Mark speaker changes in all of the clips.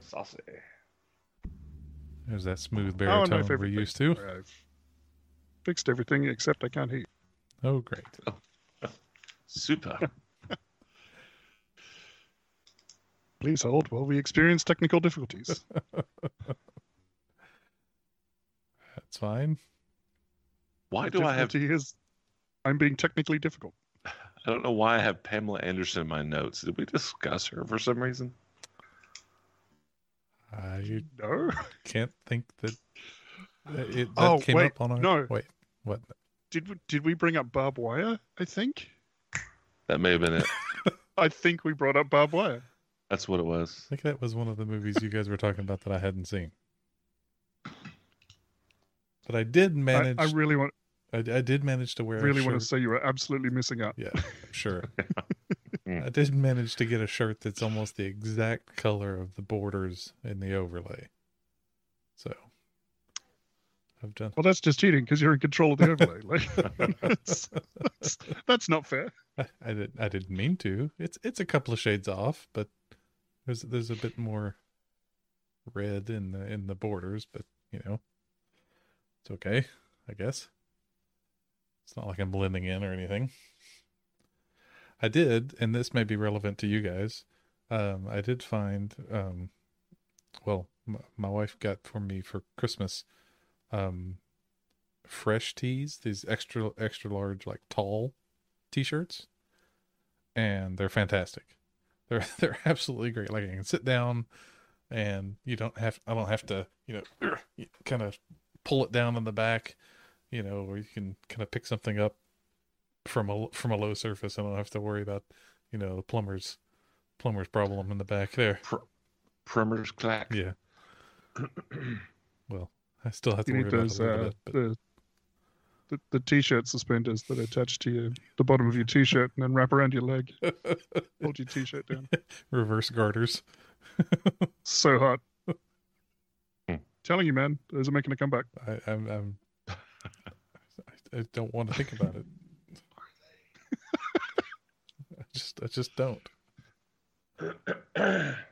Speaker 1: saucy.
Speaker 2: There's that smooth
Speaker 3: Oh, no,
Speaker 2: baritone we're
Speaker 3: everything.
Speaker 2: used to.
Speaker 3: I uh, fixed everything except I can't hear.
Speaker 2: Oh, great.
Speaker 1: Super.
Speaker 3: Please hold while we experience technical difficulties.
Speaker 2: That's fine.
Speaker 1: Why
Speaker 3: The
Speaker 1: do I have?
Speaker 3: difficulty is I'm being technically difficult.
Speaker 1: I don't know why I have Pamela Anderson in my notes. Did we discuss her for some reason?
Speaker 2: I
Speaker 3: No.
Speaker 2: can't think that that it that
Speaker 3: Oh,
Speaker 2: came
Speaker 3: wait,
Speaker 2: up on our.
Speaker 3: no.
Speaker 2: Wait, what?
Speaker 3: Did we, did we bring up barbed wire? I think.
Speaker 1: That may have been it.
Speaker 3: I think we brought up barbed wire.
Speaker 1: That's what it was.
Speaker 2: I think that was one of the movies you guys were talking about that I hadn't seen. But I did
Speaker 3: I,
Speaker 2: manage.
Speaker 3: I really want
Speaker 2: I, I did manage to wear.
Speaker 3: really
Speaker 2: a shirt.
Speaker 3: want to say you are absolutely missing out.
Speaker 2: Yeah, I'm sure. I did manage to get a shirt that's almost the exact color of the borders in the overlay. So I've done.
Speaker 3: Well, that's just cheating because you're in control of the overlay. Like, that's, that's, that's not fair.
Speaker 2: I, I did. I didn't mean to. It's it's a couple of shades off, but there's there's a bit more red in the in the borders, but you know, it's okay, I guess. It's not like I'm blending in or anything. I did, and this may be relevant to you guys. Um, I did find, um, well, m- my wife got for me for Christmas, um, fresh tees. These extra extra large, like tall t-shirts and they're fantastic they're they're absolutely great like i can sit down and you don't have i don't have to you know kind of pull it down in the back you know or you can kind of pick something up from a from a low surface i don't have to worry about you know the plumber's plumber's problem in the back there
Speaker 1: Primmer's clack.
Speaker 2: yeah well i still have to
Speaker 3: You
Speaker 2: worry
Speaker 3: need
Speaker 2: about it
Speaker 3: those
Speaker 2: a little
Speaker 3: uh,
Speaker 2: bit but
Speaker 3: the, the the t-shirt suspenders that attach to your, the bottom of your t-shirt and then wrap around your leg. Hold your t-shirt down.
Speaker 2: reverse garters
Speaker 3: So hot.
Speaker 1: Hmm.
Speaker 3: Telling you, man, those are making a comeback.
Speaker 2: I, I'm, I'm I, I don't want to think about it. I just, I just don't.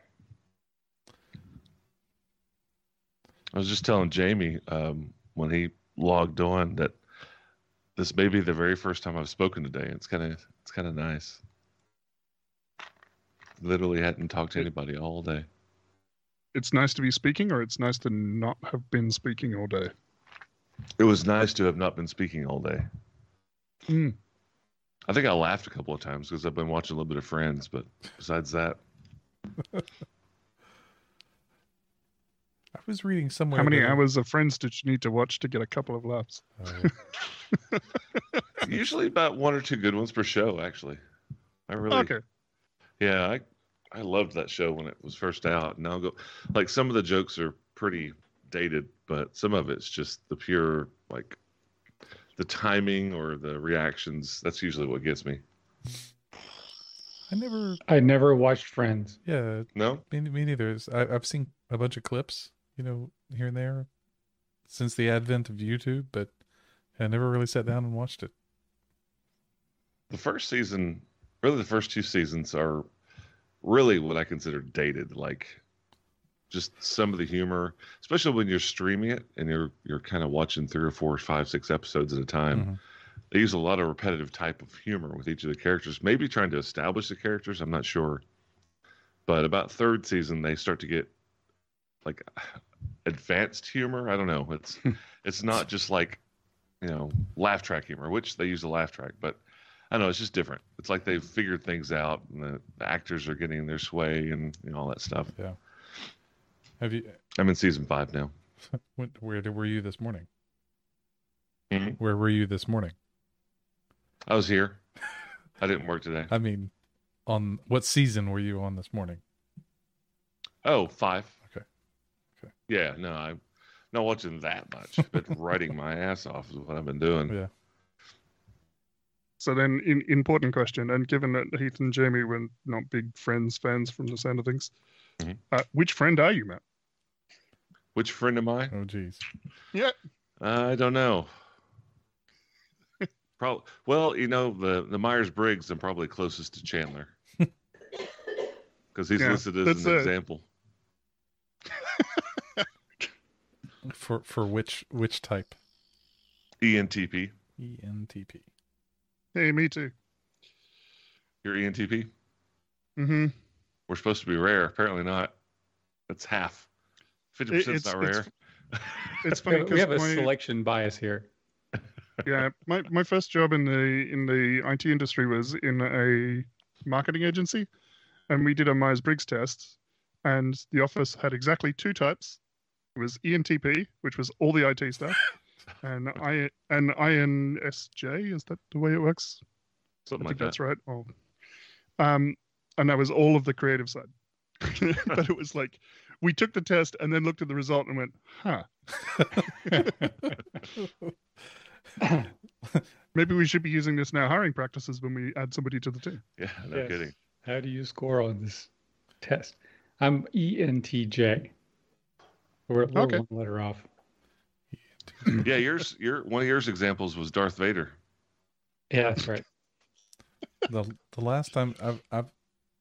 Speaker 1: I was just telling Jamie um, when he logged on that this may be the very first time I've spoken today. It's kind of it's kind of nice. Literally hadn't talked to anybody all day.
Speaker 3: It's nice to be speaking, or it's nice to not have been speaking all day.
Speaker 1: It was nice to have not been speaking all day.
Speaker 3: Hmm.
Speaker 1: I think I laughed a couple of times because I've been watching a little bit of Friends, but besides that,
Speaker 2: I was reading somewhere.
Speaker 3: How many
Speaker 2: that-
Speaker 3: hours of Friends did you need to watch to get a couple of laughs?
Speaker 2: Oh,
Speaker 1: usually about one or two good ones per show. Actually, I really
Speaker 3: Okay.
Speaker 1: Yeah, I I loved that show when it was first out. And I'll go like some of the jokes are pretty dated, but some of it's just the pure like the timing or the reactions. That's usually what gets me.
Speaker 2: I never.
Speaker 4: I never watched Friends.
Speaker 2: Yeah,
Speaker 1: No?
Speaker 2: me, me neither. It's- I, I've seen a bunch of clips, you know, here and there, since the advent of YouTube, but I never really sat down and watched it.
Speaker 1: The first season, really the first two seasons are really what I consider dated. Like just some of the humor, especially when you're streaming it and you're you're kind of watching three or four, five, six episodes at a time.
Speaker 2: Mhm.
Speaker 1: they use a lot of repetitive type of humor with each of the characters maybe trying to establish the characters i'm not sure but about third season they start to get like advanced humor i don't know it's it's not just like you know laugh track humor which they use a laugh track but i don't know it's just different it's like they've figured things out and the, the actors are getting their sway and you know, all that stuff
Speaker 2: Have you?
Speaker 1: i'm in season five now
Speaker 2: When, where did- were you this morning?
Speaker 1: Mhm.
Speaker 2: Where were you this morning?
Speaker 1: i was here i didn't work today
Speaker 2: I mean, on what season were you on this morning?
Speaker 1: Oh, five.
Speaker 2: Okay. Okay.
Speaker 1: Yeah, no, I'm not watching that much, but writing my ass off is what I've been doing.
Speaker 2: Yeah.
Speaker 3: So then, in, important question, and given that Heath and Jamie were not big Friends fans from the sound of things,
Speaker 1: Mhm.
Speaker 3: uh, which friend are you, Matt?
Speaker 1: Which friend am I?
Speaker 2: Oh, geez.
Speaker 1: I don't know. Probably. Well, you know the the Myers Briggs. I'm probably closest to Chandler because he's
Speaker 3: Yeah,
Speaker 1: listed as
Speaker 3: that's
Speaker 1: an
Speaker 3: it.
Speaker 1: example.
Speaker 2: For for which which type?
Speaker 1: E
Speaker 2: E
Speaker 1: ENTP.
Speaker 2: ENTP.
Speaker 3: Hey, me too.
Speaker 1: You're E ENTP.
Speaker 3: Mm-hmm.
Speaker 1: We're supposed to be rare. Apparently not. That's half. Fifty
Speaker 3: It-
Speaker 1: percent's
Speaker 3: it's-
Speaker 1: not
Speaker 3: it's-
Speaker 1: rare.
Speaker 3: It's funny
Speaker 4: we
Speaker 3: because
Speaker 4: have a
Speaker 3: my,
Speaker 4: selection bias here.
Speaker 3: yeah, my, my first job in the in the IT industry was in a marketing agency, and we did a Myers Briggs test, and the office had exactly two types. It was E ENTP, which was all the IT stuff, and I and INSJ. Is that the way it works?
Speaker 1: Something
Speaker 3: I
Speaker 1: like
Speaker 3: think
Speaker 1: that.
Speaker 3: that's right. Oh. Um, and that was all of the creative side. but it was like we took the test and then looked at the result and went, huh, maybe we should be using this in our hiring practices when we add somebody to the team.
Speaker 1: Yeah, no
Speaker 4: Yes.
Speaker 1: kidding.
Speaker 4: How do you score on this test? I'm E ENTJ. We're, we're
Speaker 3: Okay.
Speaker 4: one letter off.
Speaker 1: Yeah, yours. Your one of yours examples was Darth Vader.
Speaker 4: Yeah, that's right.
Speaker 2: the the last time I've I've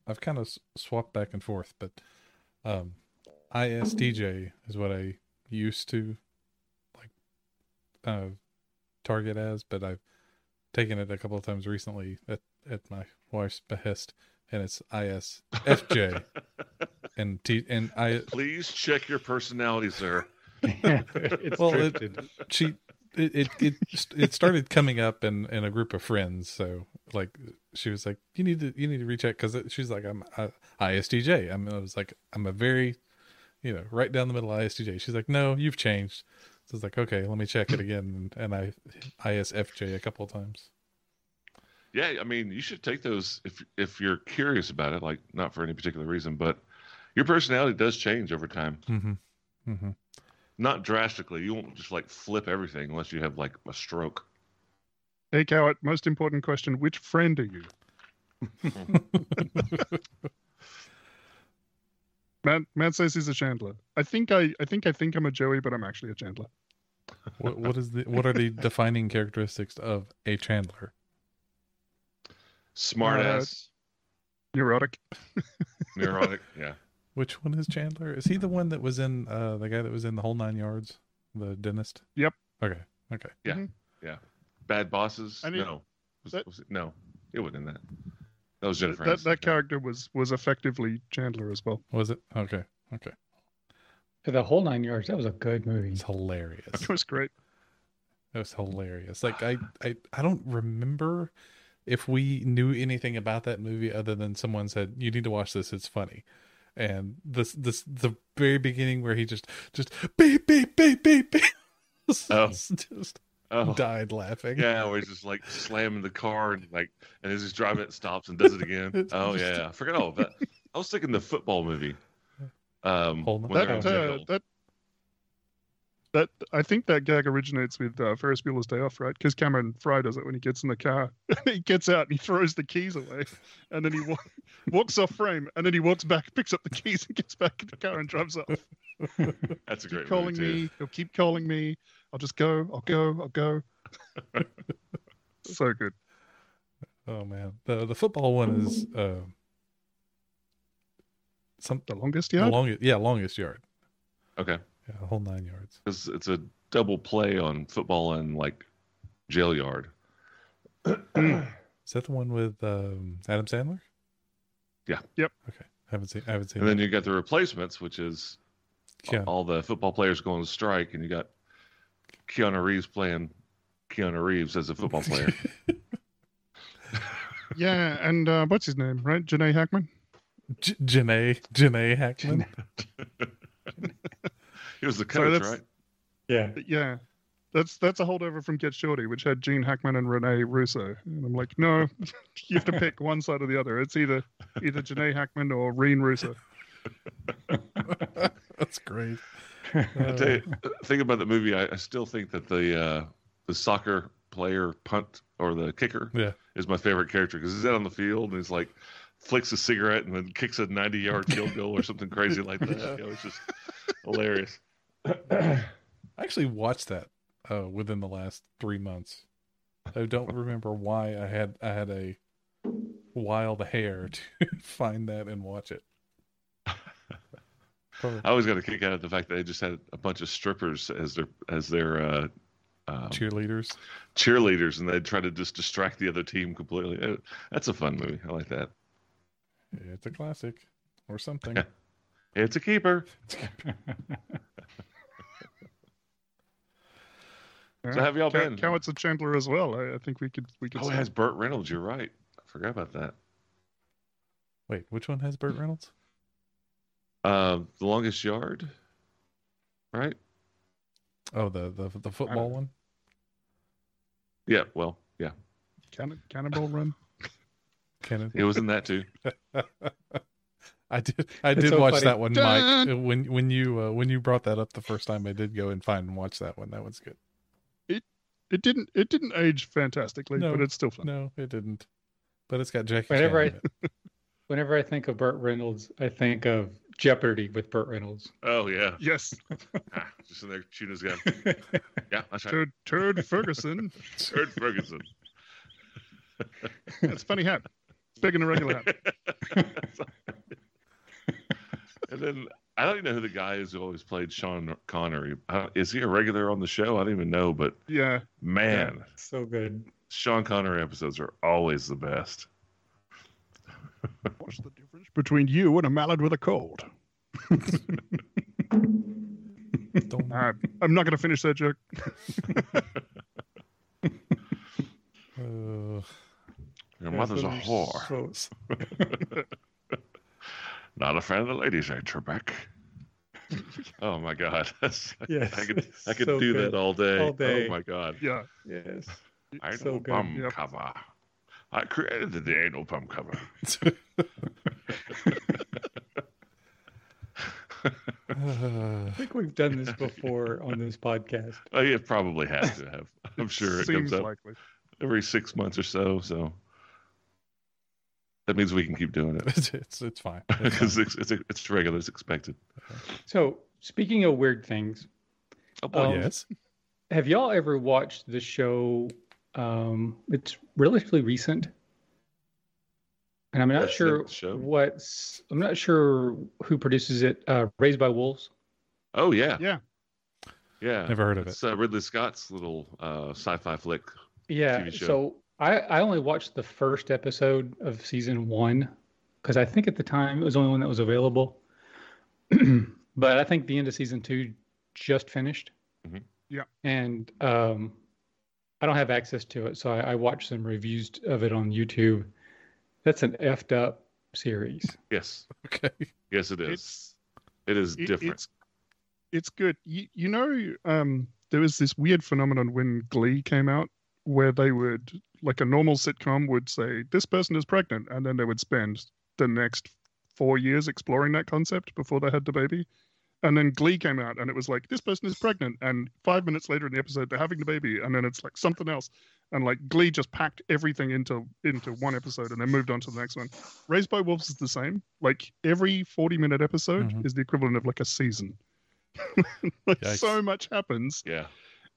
Speaker 2: I've kind of swapped back and forth, but um, ISTJ is what I used to like uh, target as, but I've taken it a couple of times recently at at my wife's behest, and it's ISFJ and T and I
Speaker 1: Please check your personality, sir.
Speaker 4: it's
Speaker 2: Well, it-
Speaker 4: drifted.
Speaker 2: she it it it, st- it started coming up in in a group of friends so like she was like you need to you need to recheck because she's like i'm uh, I, istj i'm i was like i'm a very you know right down the middle istj she's like no you've changed so it's like okay let me check it again and, and i isfj a couple of times
Speaker 1: Yeah, I mean, you should take those if if you're curious about it, like not for any particular reason, but your personality does change over time.
Speaker 2: mm-hmm. Mm-hmm.
Speaker 1: Not drastically. You won't just like flip everything unless you have like a stroke.
Speaker 3: Hey, Cowart, most important question which friend are you? Matt, Matt says he's a Chandler. I think I, I think I think I'm a Joey, but I'm actually a Chandler.
Speaker 2: what, what is the what are the defining characteristics of a chandler
Speaker 1: Smart ass,
Speaker 3: Neurotic.
Speaker 1: neurotic. Yeah.
Speaker 2: which one is chandler is he the one that was in uh the guy that was in the whole nine yards the dentist
Speaker 3: Yep.
Speaker 2: okay okay
Speaker 1: Bad bosses.
Speaker 3: I mean,
Speaker 1: no. Was-
Speaker 3: that-
Speaker 1: was it- no, it wasn't that. That was
Speaker 3: That,
Speaker 1: Jennifer.
Speaker 3: that, that
Speaker 1: Aniston, yeah.
Speaker 3: character was was effectively Chandler as well.
Speaker 2: Was it? Okay. Okay.
Speaker 4: The whole nine yards. That was a good movie.
Speaker 2: It's hilarious.
Speaker 3: It was great.
Speaker 2: That was hilarious. Like I, I I don't remember if we knew anything about that movie other than someone said, You need to watch this, it's funny. And this this the very beginning where he just just beep beep beep beep beep
Speaker 1: Oh.
Speaker 2: just
Speaker 1: Oh.
Speaker 2: died laughing.
Speaker 1: Yeah, where he's just like slamming the car and like, and as he's driving, it stops and does it again.
Speaker 2: It's
Speaker 1: Oh
Speaker 2: just-
Speaker 1: yeah, I forgot all of that. I was thinking the football movie. Um,
Speaker 2: Hold on.
Speaker 1: when they're in
Speaker 3: That, uh,
Speaker 1: jail.
Speaker 3: that that I think that gag originates with uh, Ferris Bueller's Day Off, right? Because Cameron Fry does it when he gets in the car. he gets out and he throws the keys away, and then he wa- walks off frame, and then he walks back, picks up the keys, and gets back in the car and drives off.
Speaker 1: That's
Speaker 3: Keep
Speaker 1: a great
Speaker 3: calling
Speaker 1: movie too.
Speaker 3: me. You'll keep calling me. I'll just go. I'll go. I'll go. so good.
Speaker 2: Oh man. The the football one is uh some
Speaker 3: The longest
Speaker 2: yeah.
Speaker 3: yard.
Speaker 2: longest yeah, longest yard.
Speaker 1: Okay,
Speaker 2: Yeah, the whole nine yards.
Speaker 1: because it's a double play on football and like jail yard.
Speaker 2: Is that the one with um, Adam Sandler?
Speaker 1: Yeah.
Speaker 3: Yep.
Speaker 2: Okay. I haven't seen. I haven't seen.
Speaker 1: And then you got the replacements, which is
Speaker 2: it. Yeah.
Speaker 1: all the football players go on strike, and you got Keanu Reeves playing Keanu Reeves as a football player.
Speaker 3: yeah, and uh, what's his name? Right, Janae Hackman.
Speaker 2: J- Janae Janae Hackman.
Speaker 1: he was the
Speaker 3: Sorry,
Speaker 1: coach,
Speaker 3: that's-
Speaker 1: right?
Speaker 4: Yeah.
Speaker 3: Yeah, that's that's a holdover from Get Shorty, which had Gene Hackman and Renee Russo. And I'm like, no, you have to pick one side or the other. It's either either Janae Hackman or Reen Russo.
Speaker 2: That's great.
Speaker 1: I tell you, uh, think about the movie. I, I still think that the uh, the soccer player punt or the kicker
Speaker 2: Yeah.
Speaker 1: is my favorite character because he's out on the field and he's like flicks a cigarette and then kicks a 90 yard field goal or something crazy like that. You know, it's just hilarious.
Speaker 2: I actually watched that uh, within the last three months. I don't remember why I had I had a wild hair to find that and watch it. Or
Speaker 1: I always got a kick out of the fact that they just had a bunch of strippers as their as their uh, um,
Speaker 2: cheerleaders.
Speaker 1: cheerleaders, and they'd try to just distract the other team completely. Uh, That's a fun movie. I like that.
Speaker 2: It's a classic or something.
Speaker 1: It's a keeper. So
Speaker 3: Yeah.
Speaker 1: have y'all
Speaker 3: Cow-
Speaker 1: been?
Speaker 3: Cowards of Chandler as well. I, I think we could we could.
Speaker 1: oh, it
Speaker 3: say-
Speaker 1: has Burt Reynolds. You're right. I forgot about that.
Speaker 2: Wait, which one has Burt Reynolds?
Speaker 1: Uh, the longest yard, right?
Speaker 2: Oh, the the, the football
Speaker 1: Uh,
Speaker 2: one.
Speaker 1: Yeah. Well, yeah.
Speaker 3: Cannon- Cannonball Run.
Speaker 2: Kenneth.
Speaker 1: It was in that too.
Speaker 2: I did. I
Speaker 4: It's
Speaker 2: did
Speaker 4: so
Speaker 2: watch
Speaker 4: funny.
Speaker 2: that one,
Speaker 3: Dun!
Speaker 2: Mike. Uh, When when you uh, when you brought that up the first time, I did go and find and watch that one. That one's good.
Speaker 3: It didn't it didn't age fantastically,
Speaker 2: No.
Speaker 3: but it's still fun.
Speaker 2: No, it didn't. But it's got Jackie.
Speaker 4: Whenever
Speaker 2: Chan
Speaker 4: I-
Speaker 2: in it.
Speaker 4: Whenever I think of Burt Reynolds, I think of Jeopardy with Burt Reynolds.
Speaker 1: Oh yeah.
Speaker 3: Yes,
Speaker 1: Ah, just in there shooting his gun.
Speaker 4: That's
Speaker 1: Yeah, that's right.
Speaker 3: Turd, Turd Ferguson.
Speaker 1: Turd Ferguson.
Speaker 3: That's a funny hat. It's bigger than a regular hat.
Speaker 1: and then I don't even know who the guy is who always played Sean Connery. Uh, is he a regular on the show? I don't even know, but
Speaker 3: Yeah,
Speaker 1: man,
Speaker 4: so good.
Speaker 1: Sean Connery episodes are always the best.
Speaker 3: What's the difference between you and a mallard with a cold?
Speaker 2: Don't-
Speaker 3: Nah, Uh, I'm not going to finish that joke.
Speaker 2: uh,
Speaker 1: Your mother's a whore.
Speaker 4: So-
Speaker 1: Not a fan of the ladies, eh, Trebek? oh my god, That's-
Speaker 4: yes,
Speaker 1: I could I
Speaker 4: it's
Speaker 1: could
Speaker 4: so
Speaker 1: do
Speaker 4: good.
Speaker 1: that all day.
Speaker 4: All day.
Speaker 1: Oh my god,
Speaker 3: Yeah,
Speaker 4: Yes,
Speaker 1: I
Speaker 4: so
Speaker 1: know
Speaker 4: good.
Speaker 1: bum
Speaker 3: Yep.
Speaker 1: cover. I created the anal bum cover.
Speaker 4: I think we've done this before on this podcast.
Speaker 1: Oh, it probably has to have. I'm sure it
Speaker 3: seems
Speaker 1: comes up
Speaker 3: likely.
Speaker 1: every six months or so. So that means we can keep doing it
Speaker 2: it's, it's it's fine. It's fine.
Speaker 1: because it's, it's it's regular, it's expected.
Speaker 4: So, speaking of weird things,
Speaker 1: Oh boy,
Speaker 4: Um,
Speaker 2: yes.
Speaker 4: have y'all ever watched the show? Um, it's relatively recent, and I'm not
Speaker 1: That's the
Speaker 4: sure
Speaker 1: show?
Speaker 4: what's. I'm not sure who produces it. Uh, Raised by Wolves.
Speaker 1: oh yeah,
Speaker 3: Yeah.
Speaker 1: yeah.
Speaker 2: Never heard of it.
Speaker 1: It's uh, Ridley Scott's little uh, sci-fi flick.
Speaker 4: Yeah.
Speaker 1: TV show.
Speaker 4: So I, I only watched the first episode of season one because I think at the time it was the only one that was available. but I think the end of season two just finished.
Speaker 1: Mhm.
Speaker 3: Yeah.
Speaker 4: And um, I don't have access to it. So I, I watched some reviews of it on YouTube. That's an effed up series.
Speaker 1: Yes,
Speaker 2: Okay.
Speaker 1: yes, it is.
Speaker 3: It's
Speaker 1: It is
Speaker 3: it-
Speaker 1: different.
Speaker 3: It's, it's good. You, you know, um, there was this weird phenomenon when Glee came out where they would, like a normal sitcom would say, this person is pregnant. And then they would spend the next four years exploring that concept before they had the baby. And then Glee came out and it was like, this person is pregnant. And five minutes later in the episode, they're having the baby. And then it's like something else. And like Glee just packed everything into into one episode and then moved on to the next one. Raised by Wolves is the same. Like every 40 minute episode
Speaker 2: Mhm.
Speaker 3: is the equivalent of like a season. like
Speaker 2: Yikes.
Speaker 3: so much happens
Speaker 1: yeah,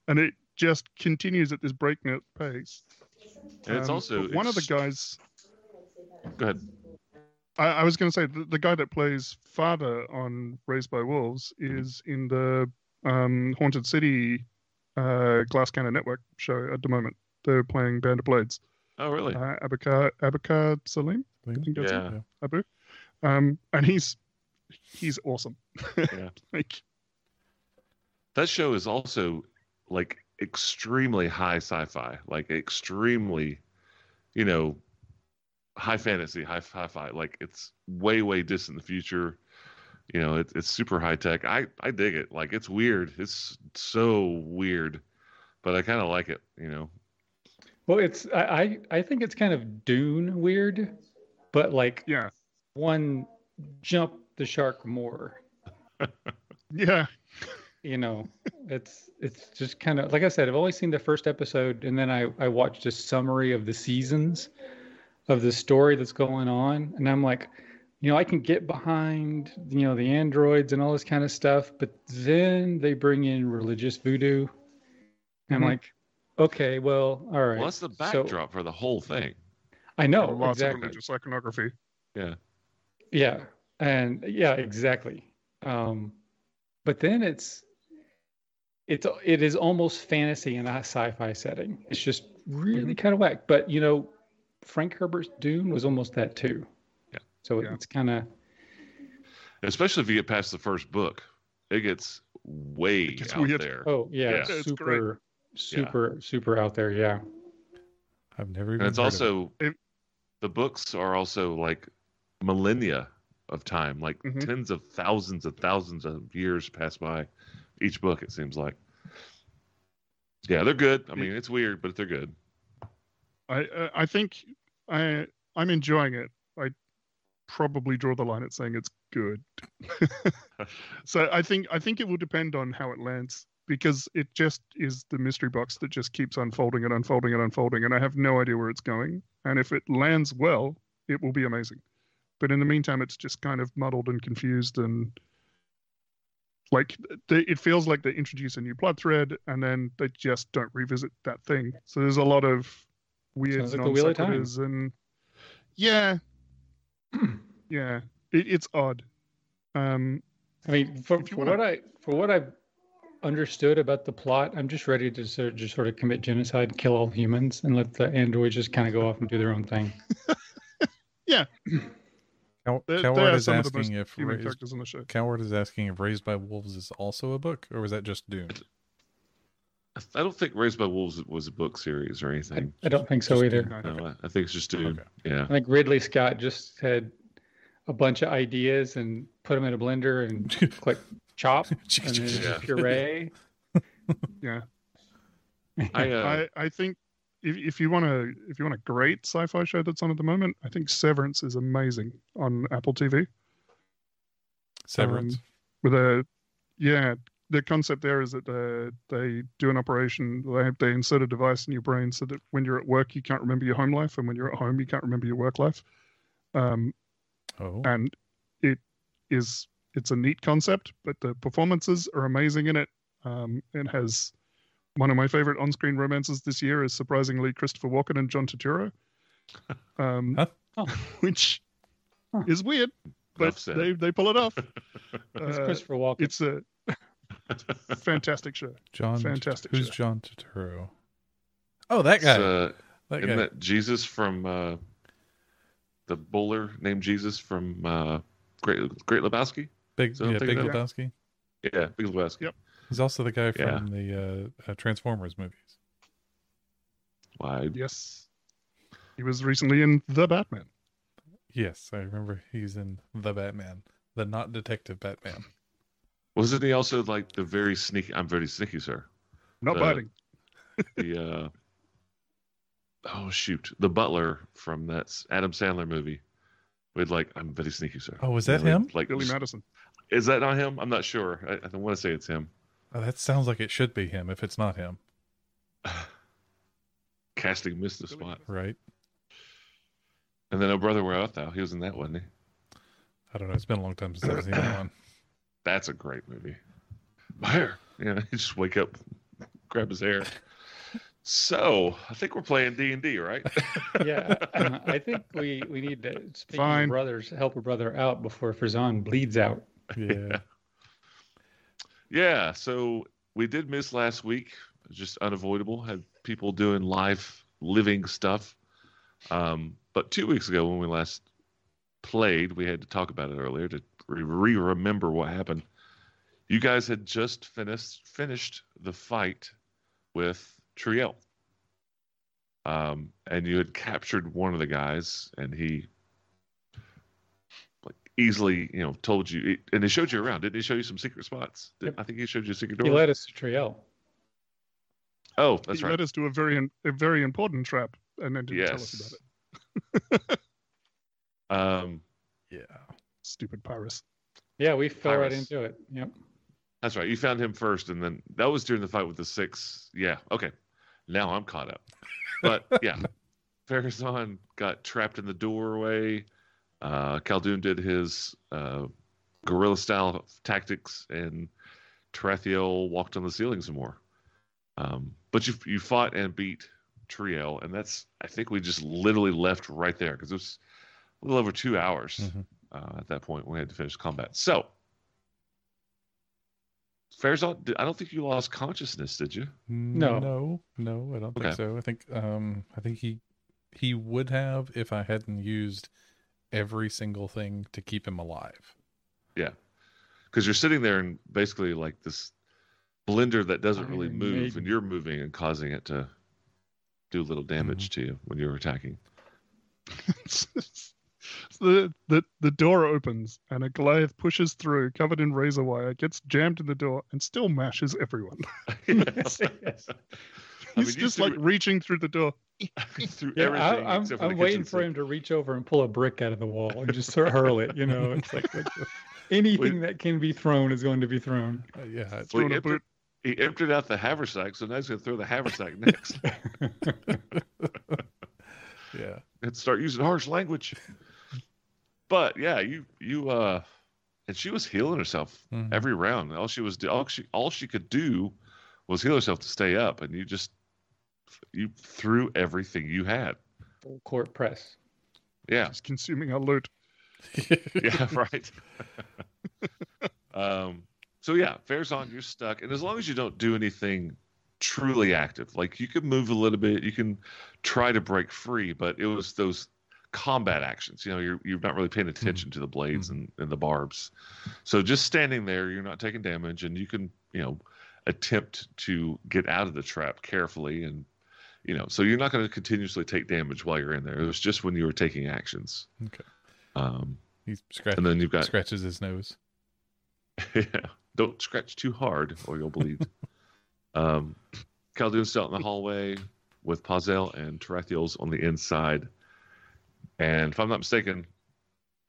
Speaker 3: and it just continues at this breakneck pace.
Speaker 1: and it's
Speaker 3: Um,
Speaker 1: also
Speaker 3: but one of the
Speaker 1: ex-
Speaker 3: guys.
Speaker 1: Go ahead.
Speaker 3: I, I was going to say the, the guy that plays father on Raised by Wolves
Speaker 1: Mhm.
Speaker 3: is in the um, Haunted City uh, Glass Cannon Network show at the moment. They're playing Band of Blades.
Speaker 1: Oh really?
Speaker 3: Uh, Abakar Abakar Salim, I think that's
Speaker 1: Yeah.
Speaker 3: it. Abu, um, and he's he's awesome.
Speaker 1: Yeah.
Speaker 3: like
Speaker 1: that show is also like extremely high sci-fi like extremely you know high fantasy high sci-fi like it's way way distant in the future you know it, it's super high tech i i dig it like it's weird it's so weird but i kind of like it you know
Speaker 4: Well, it's, I, I, I think it's kind of Dune weird, but like
Speaker 3: yeah,
Speaker 4: one jump the shark more.
Speaker 3: yeah,
Speaker 4: you know it's it's just kind of like i said i've only seen the first episode and then i i watched a summary of the seasons of the story that's going on and i'm like you know i can get behind you know the androids and all this kind of stuff but then they bring in religious voodoo and i'm
Speaker 3: Mhm.
Speaker 4: like okay well all right
Speaker 1: well that's the
Speaker 4: so-
Speaker 1: backdrop for the whole thing
Speaker 4: i know
Speaker 3: lots
Speaker 4: Oh, exactly
Speaker 3: of religious iconography.
Speaker 4: yeah and yeah exactly Um, but then it's it's it is almost fantasy in a sci-fi setting. It's just really kind of whack. But you know, Frank Herbert's Dune was almost that too.
Speaker 1: Yeah.
Speaker 4: So
Speaker 3: Yeah.
Speaker 4: it's kind of
Speaker 1: especially if you get past the first book. It gets way
Speaker 3: gets
Speaker 1: out
Speaker 3: weird.
Speaker 1: there.
Speaker 4: oh yeah,
Speaker 1: Yeah.
Speaker 3: It's great.
Speaker 4: super super super out there. Yeah.
Speaker 2: I've never even.
Speaker 1: and it's
Speaker 2: heard of it.
Speaker 1: also
Speaker 3: It-
Speaker 1: the books are also like millennia of time, like
Speaker 3: Mhm.
Speaker 1: tens of thousands of thousands of years pass by each book. It seems like. Yeah, they're good. I mean, it's weird, but they're good.
Speaker 3: I uh, I think I I'm enjoying it. I probably draw the line at saying it's good. so I think I think it will depend on how it lands because it just is the mystery box that just keeps unfolding and unfolding and unfolding, and I have no idea where it's going. And if it lands well, it will be amazing. But in the meantime, it's just kind of muddled and confused and like they, it feels like they introduce a new plot thread and then they just don't revisit that thing. So there's a lot of weird
Speaker 4: Sounds like the
Speaker 3: non
Speaker 4: Wheel of Time.
Speaker 3: sequiturs and yeah, yeah, it, it's odd. Um,
Speaker 4: I mean, for,
Speaker 3: If you
Speaker 4: for
Speaker 3: wanna-
Speaker 4: what I for what I've understood about the plot, I'm just ready to sort of, just sort of commit genocide, and kill all humans, and let the androids just kind of go off and do their own thing.
Speaker 2: Cow-
Speaker 3: There- there
Speaker 2: Coward
Speaker 3: are
Speaker 2: is
Speaker 3: some of the most
Speaker 2: asking if
Speaker 3: human
Speaker 2: raised,
Speaker 3: characters on the show.
Speaker 2: Coward is asking if Raised by Wolves is also a book, or was that just Dune?
Speaker 1: I don't think Raised by Wolves was a book series or
Speaker 4: I,
Speaker 1: anything.
Speaker 4: I don't think so
Speaker 2: Just
Speaker 4: either.
Speaker 3: No,
Speaker 1: No, I- I think it's just Dune.
Speaker 2: Okay.
Speaker 1: Yeah.
Speaker 4: I think Ridley Scott just had a bunch of ideas and put them in a blender and click chop and then
Speaker 1: Yeah.
Speaker 4: puree.
Speaker 3: Yeah.
Speaker 1: I, uh,
Speaker 3: I, I think if, if you want to if you want a great sci-fi show that's on at the moment, I think Severance is amazing on Apple TV
Speaker 4: Um,
Speaker 2: Severance.
Speaker 3: with a yeah. The concept there is that uh, they do an operation. They they insert a device in your brain so that when you're at work, you can't remember your home life, and when you're at home, you can't remember your work life. Um,
Speaker 2: Oh,
Speaker 3: and it is it's a neat concept but the performances are amazing in it um, it has one of my favorite on-screen romances this year is surprisingly christopher walken and john turturro um,
Speaker 2: Huh?
Speaker 4: Oh.
Speaker 3: which
Speaker 4: Huh.
Speaker 3: is weird but
Speaker 1: Enough said.
Speaker 3: they, they pull it off
Speaker 4: It's
Speaker 3: Uh,
Speaker 4: Christopher Walken.
Speaker 3: it's a fantastic show
Speaker 2: John.
Speaker 3: fantastic
Speaker 2: Who's
Speaker 3: show.
Speaker 2: John Turturro? Oh, that guy.
Speaker 1: It's, uh,
Speaker 2: that guy.
Speaker 1: Isn't that Jesus from uh, the bowler named Jesus from uh, Great Great Lebowski?
Speaker 2: Big,
Speaker 1: so I
Speaker 2: yeah,
Speaker 1: think
Speaker 2: Big
Speaker 1: that-
Speaker 2: Lebowski.
Speaker 1: Yeah, Big Lebowski.
Speaker 3: Yep.
Speaker 2: He's also the guy
Speaker 1: Yeah.
Speaker 2: from the uh, uh, Transformers movies.
Speaker 1: Why?
Speaker 3: yes he was recently in the batman
Speaker 2: Yes, I remember he's in the Batman, the not detective Batman.
Speaker 1: Wasn't he also like the very sneaky? I'm very sneaky, sir.
Speaker 3: not
Speaker 1: The-
Speaker 3: biting
Speaker 1: The uh, oh shoot, the butler from that s- Adam Sandler movie. With like, I'm very sneaky, sir.
Speaker 2: Oh, was that
Speaker 1: You know,
Speaker 2: him?
Speaker 1: Like,
Speaker 3: billy
Speaker 1: just-
Speaker 3: madison
Speaker 1: is that not him? I'm not sure. I, I don't want to say it's him.
Speaker 2: Oh, that sounds like it should be him. If it's not him,
Speaker 1: Casting missed the spot.
Speaker 2: right?
Speaker 1: And then Oh Brother Where Art Thou? He was in that, wasn't he?
Speaker 2: I don't know. It's been a long time since I've seen that one.
Speaker 1: That's a great movie. My hair. Yeah, you just wake up, grab his hair. So I think we're playing D and D, right?
Speaker 4: yeah, uh, I think we, we need to speak
Speaker 3: Fine.
Speaker 4: of brothers help a brother out before Frazan bleeds out.
Speaker 2: Yeah.
Speaker 1: yeah. So we did miss last week, just unavoidable. Had people doing live living stuff. Um, but two weeks ago, when we last played, we had to talk about it earlier to re remember what happened. You guys had just finished finished the fight with Triel. Um, and you had captured one of the guys, and he like easily, you know, told you, and he showed you around. Didn't he show you some secret spots? Did,
Speaker 4: Yep.
Speaker 1: I think he showed you a secret
Speaker 4: He
Speaker 1: door.
Speaker 4: led us to Triel.
Speaker 1: oh, that's
Speaker 3: he
Speaker 1: right.
Speaker 3: led us to a very in- a very important trap and then didn't tell us about
Speaker 1: Yes.
Speaker 3: it
Speaker 1: Um,
Speaker 2: Yeah.
Speaker 3: stupid pirates
Speaker 4: Yeah, we fell right
Speaker 1: Pyrus.
Speaker 4: into it. Yep.
Speaker 1: That's right. You found him first, and then that was during the fight with the six. Yeah. Okay. Now I'm caught up. But yeah, Farazan got trapped in the doorway. Uh, Khaldun did his uh, guerrilla style tactics, and Tarathiel walked on the ceiling some more. Um, but you you fought and beat Triel, and that's I think we just literally left right there because it was a little over two hours
Speaker 2: Mhm.
Speaker 1: uh, at that point. when We had to finish combat. So Fair's, I don't think you lost consciousness, did you?
Speaker 4: No.
Speaker 2: no, no, I don't
Speaker 1: Okay.
Speaker 2: think so. I think um, I think he he would have if I hadn't used every single thing to keep him alive.
Speaker 1: Because you're sitting there in basically like this blender that doesn't really
Speaker 4: Iron
Speaker 1: move,
Speaker 4: Maiden.
Speaker 1: and you're moving and causing it to do little
Speaker 4: Mm-hmm.
Speaker 1: damage to you when you're attacking.
Speaker 3: It's- it's- the, the the door opens and a Goliath pushes through, covered in razor wire, gets jammed in the door, and still mashes everyone.
Speaker 1: Yes.
Speaker 4: Yes.
Speaker 1: I mean,
Speaker 3: He's
Speaker 1: you
Speaker 3: just
Speaker 1: threw
Speaker 3: like reaching through the door.
Speaker 1: it through
Speaker 4: Yeah,
Speaker 1: everything.
Speaker 4: I, I'm,
Speaker 1: except for the
Speaker 4: I'm waiting
Speaker 1: kitchen
Speaker 4: for
Speaker 1: sink.
Speaker 4: him to reach over and pull a brick out of the wall and just sort of hurl it. You know, it's like like, anything that can be thrown is going to be thrown.
Speaker 2: Uh, yeah,
Speaker 1: Well, he,
Speaker 3: Throwing a
Speaker 1: emptied,
Speaker 3: boot.
Speaker 1: he emptied out the haversack, so now he's going to throw the haversack next
Speaker 2: yeah.
Speaker 1: and start using harsh language. But yeah, you you uh, and she was healing herself
Speaker 2: Mhm.
Speaker 1: every round. All she was do- all she all she could do was heal herself to stay up, and you just you threw everything you had.
Speaker 4: Full court press.
Speaker 1: Yeah,
Speaker 3: Just consuming our loot.
Speaker 1: yeah, right. um, so yeah, fair's on. You're stuck, and as long as you don't do anything truly active, like you can move a little bit, you can try to break free, but it was those combat actions. You know, you're you're not really paying attention to the blades and, and the barbs. So just standing there, you're not taking damage, and you can you know attempt to get out of the trap carefully and. You know, so you're not going to continuously take damage while you're in there. It was just when you were taking actions.
Speaker 2: Okay.
Speaker 1: Um,
Speaker 2: He scratch,
Speaker 1: and then you've got
Speaker 2: scratches his nose.
Speaker 1: yeah. Don't scratch too hard or you'll bleed. um, Khaldun's out in the hallway with Pazel and Tarathiel's on the inside. And if I'm not mistaken,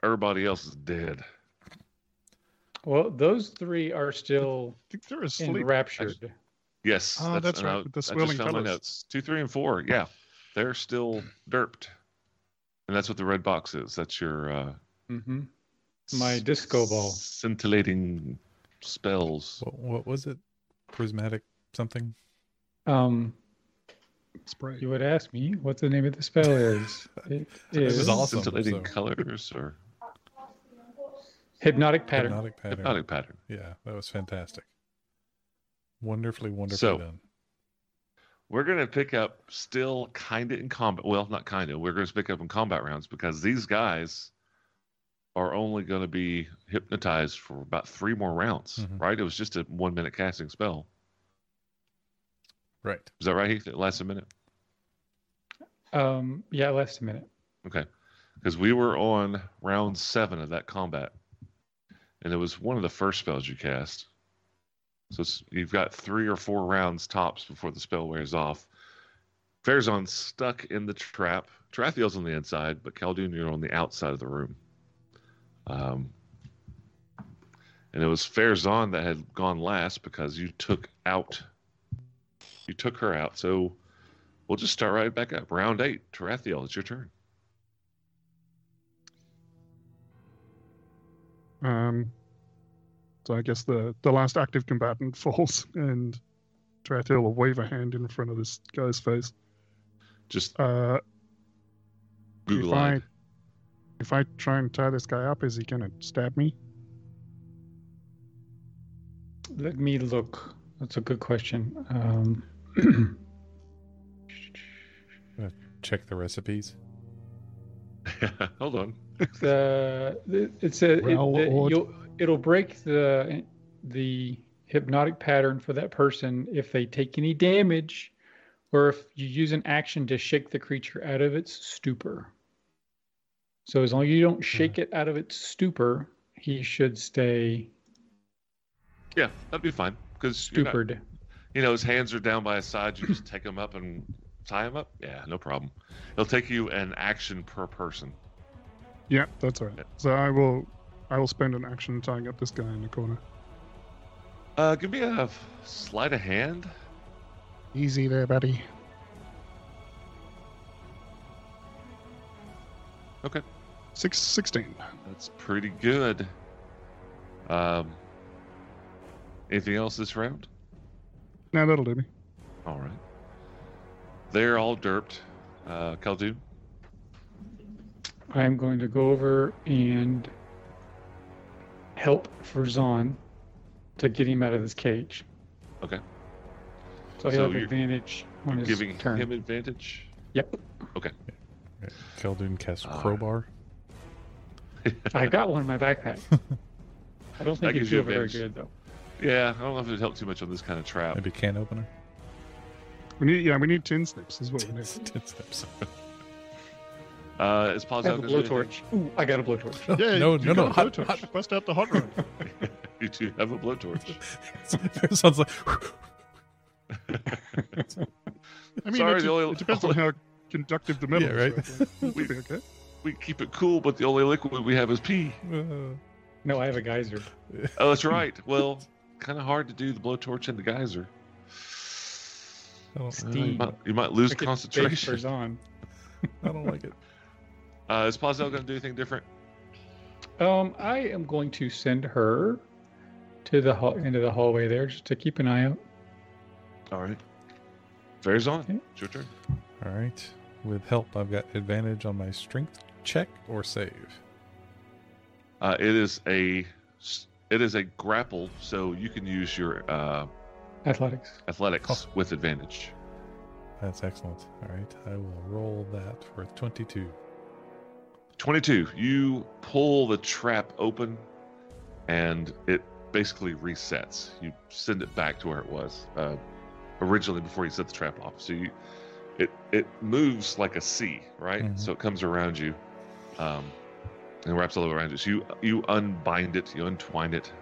Speaker 1: everybody else is dead.
Speaker 4: Well, those three are still
Speaker 3: I think they're asleep.
Speaker 4: enraptured.
Speaker 1: Yes.
Speaker 3: Oh, that's
Speaker 1: and I-
Speaker 3: right, with the
Speaker 1: I just
Speaker 3: swirling
Speaker 1: found my
Speaker 3: colours.
Speaker 1: notes. Two, three, and four. Yeah. They're still derped. And that's what the red box is. That's your uh,
Speaker 4: hmm My disco ball.
Speaker 1: Scintillating spells.
Speaker 2: What, what was it? Prismatic something?
Speaker 4: Um,
Speaker 3: Spray.
Speaker 4: you would ask me what the name of the spell is. It
Speaker 2: This
Speaker 4: is
Speaker 2: is awesome,
Speaker 1: Scintillating
Speaker 2: so-
Speaker 1: colors or
Speaker 4: hypnotic pattern.
Speaker 2: Hypnotic pattern.
Speaker 1: hypnotic pattern.
Speaker 2: Yeah, that was fantastic. Wonderfully, wonderfully
Speaker 1: So-
Speaker 2: done.
Speaker 1: We're going to pick up still kind of in combat. Well, not kind of. We're going to pick up in combat rounds because these guys are only going to be hypnotized for about three more rounds,
Speaker 2: Mhm.
Speaker 1: right? It was just a one minute casting spell.
Speaker 2: Right.
Speaker 1: Is that right? Heath? It lasts a minute?
Speaker 4: Um, yeah, last minute.
Speaker 1: Okay. Because we were on round seven of that combat, and it was one of the first spells you cast. So it's, you've got three or four rounds tops before the spell wears off. Farazan's stuck in the trap. Tarathiel's on the inside, but Khaldun, you're on the outside of the room. Um, and it was Farazan that had gone last because you took out, you took her out. So we'll just start right back up. Round eight, Tarathiel, it's your turn.
Speaker 3: Um, so I guess the, the last active combatant falls and Tratil will wave a hand in front of this guy's face.
Speaker 1: Just
Speaker 3: Uh,
Speaker 1: Google
Speaker 3: if I,
Speaker 1: eyed.
Speaker 3: if I try and tie this guy up, is he going to stab me?
Speaker 4: Let me look. That's a good question. Um,
Speaker 2: Check the recipes.
Speaker 1: Hold on.
Speaker 4: the the- it's a it,
Speaker 3: Well,
Speaker 4: the-
Speaker 3: or-
Speaker 4: you'll, it'll break the the hypnotic pattern for that person if they take any damage or if you use an action to shake the creature out of its stupor so as long as you don't shake it out of its stupor he should stay
Speaker 1: Yeah, that'd be fine. Because
Speaker 4: stupid
Speaker 1: you know his hands are down by his side. You just take him up and tie him up. Yeah, no problem. It'll take you an action per person.
Speaker 3: Yeah, that's all right. So I will I will spend an action tying up this guy in the corner.
Speaker 1: Uh, give me a sleight of hand.
Speaker 3: Easy there, buddy.
Speaker 1: Okay.
Speaker 3: Six, 16.
Speaker 1: That's pretty good. Um, anything else this round?
Speaker 3: Now that'll do me.
Speaker 1: All right. They're all derped. Uh, Khaldun.
Speaker 4: I'm going to go over and help Ferzan to get him out of this cage.
Speaker 1: Okay.
Speaker 4: So he'll
Speaker 1: So
Speaker 4: have
Speaker 1: you're-
Speaker 4: advantage on his
Speaker 1: Giving
Speaker 4: turn.
Speaker 1: him advantage.
Speaker 2: Keldun casts
Speaker 1: Ah.
Speaker 2: crowbar.
Speaker 4: I got one in my backpack. I don't
Speaker 1: That
Speaker 4: think you
Speaker 1: gives you
Speaker 4: feel very
Speaker 1: advantage.
Speaker 4: good though.
Speaker 1: Yeah, I don't know if it helped too much on this kind of trap.
Speaker 2: Maybe can opener.
Speaker 3: We need, yeah, we need tin slips as well.
Speaker 2: Ten, ten steps.
Speaker 1: Uh, is
Speaker 4: I have
Speaker 1: Plazal
Speaker 4: a
Speaker 1: going to do anything?
Speaker 4: blowtorch. Ooh, I got a blowtorch.
Speaker 3: Yeah,
Speaker 2: no,
Speaker 3: you
Speaker 2: no,
Speaker 3: got
Speaker 2: no.
Speaker 3: a
Speaker 2: Hot,
Speaker 3: blowtorch.
Speaker 2: hot.
Speaker 3: Bust out the hot rod.
Speaker 1: You do have a blowtorch.
Speaker 2: sounds like
Speaker 3: I mean,
Speaker 1: Sorry,
Speaker 3: it,
Speaker 1: the
Speaker 3: de-
Speaker 1: oil-
Speaker 3: it depends on how conductive the metal
Speaker 2: Yeah,
Speaker 3: is.
Speaker 2: right.
Speaker 3: right? Like, it'll be okay.
Speaker 1: we keep it cool, but the only liquid we have is pee.
Speaker 2: uh,
Speaker 4: No, I have a geyser.
Speaker 1: Oh, that's right. Well, kind of hard to do the blowtorch and the geyser.
Speaker 2: I don't,
Speaker 1: Uh, you,
Speaker 4: Steam.
Speaker 1: might, you might lose
Speaker 4: I could
Speaker 1: concentration.
Speaker 4: vapors on.
Speaker 2: I don't like it.
Speaker 1: Uh, is Plazal going to do anything different?
Speaker 4: Um, I am going to send her to the hall, end of the hallway there, just to keep an eye out.
Speaker 1: All right. Fair's on.
Speaker 4: Okay.
Speaker 1: It's your turn.
Speaker 2: All right. With help, I've got advantage on my strength check or save.
Speaker 1: Uh, it is a s- it is a grapple, so you can use your uh,
Speaker 4: Athletics. Oh.
Speaker 1: athletics with advantage.
Speaker 2: That's excellent. All right. I will roll that for 22.
Speaker 1: 22. You pull the trap open and it basically resets. You send it back to where it was uh, originally before you set the trap off. So you, it, it moves like a C, right?
Speaker 2: Mhm.
Speaker 1: So it comes around you um, and wraps all the way around you. So you, you unbind it, you untwine it.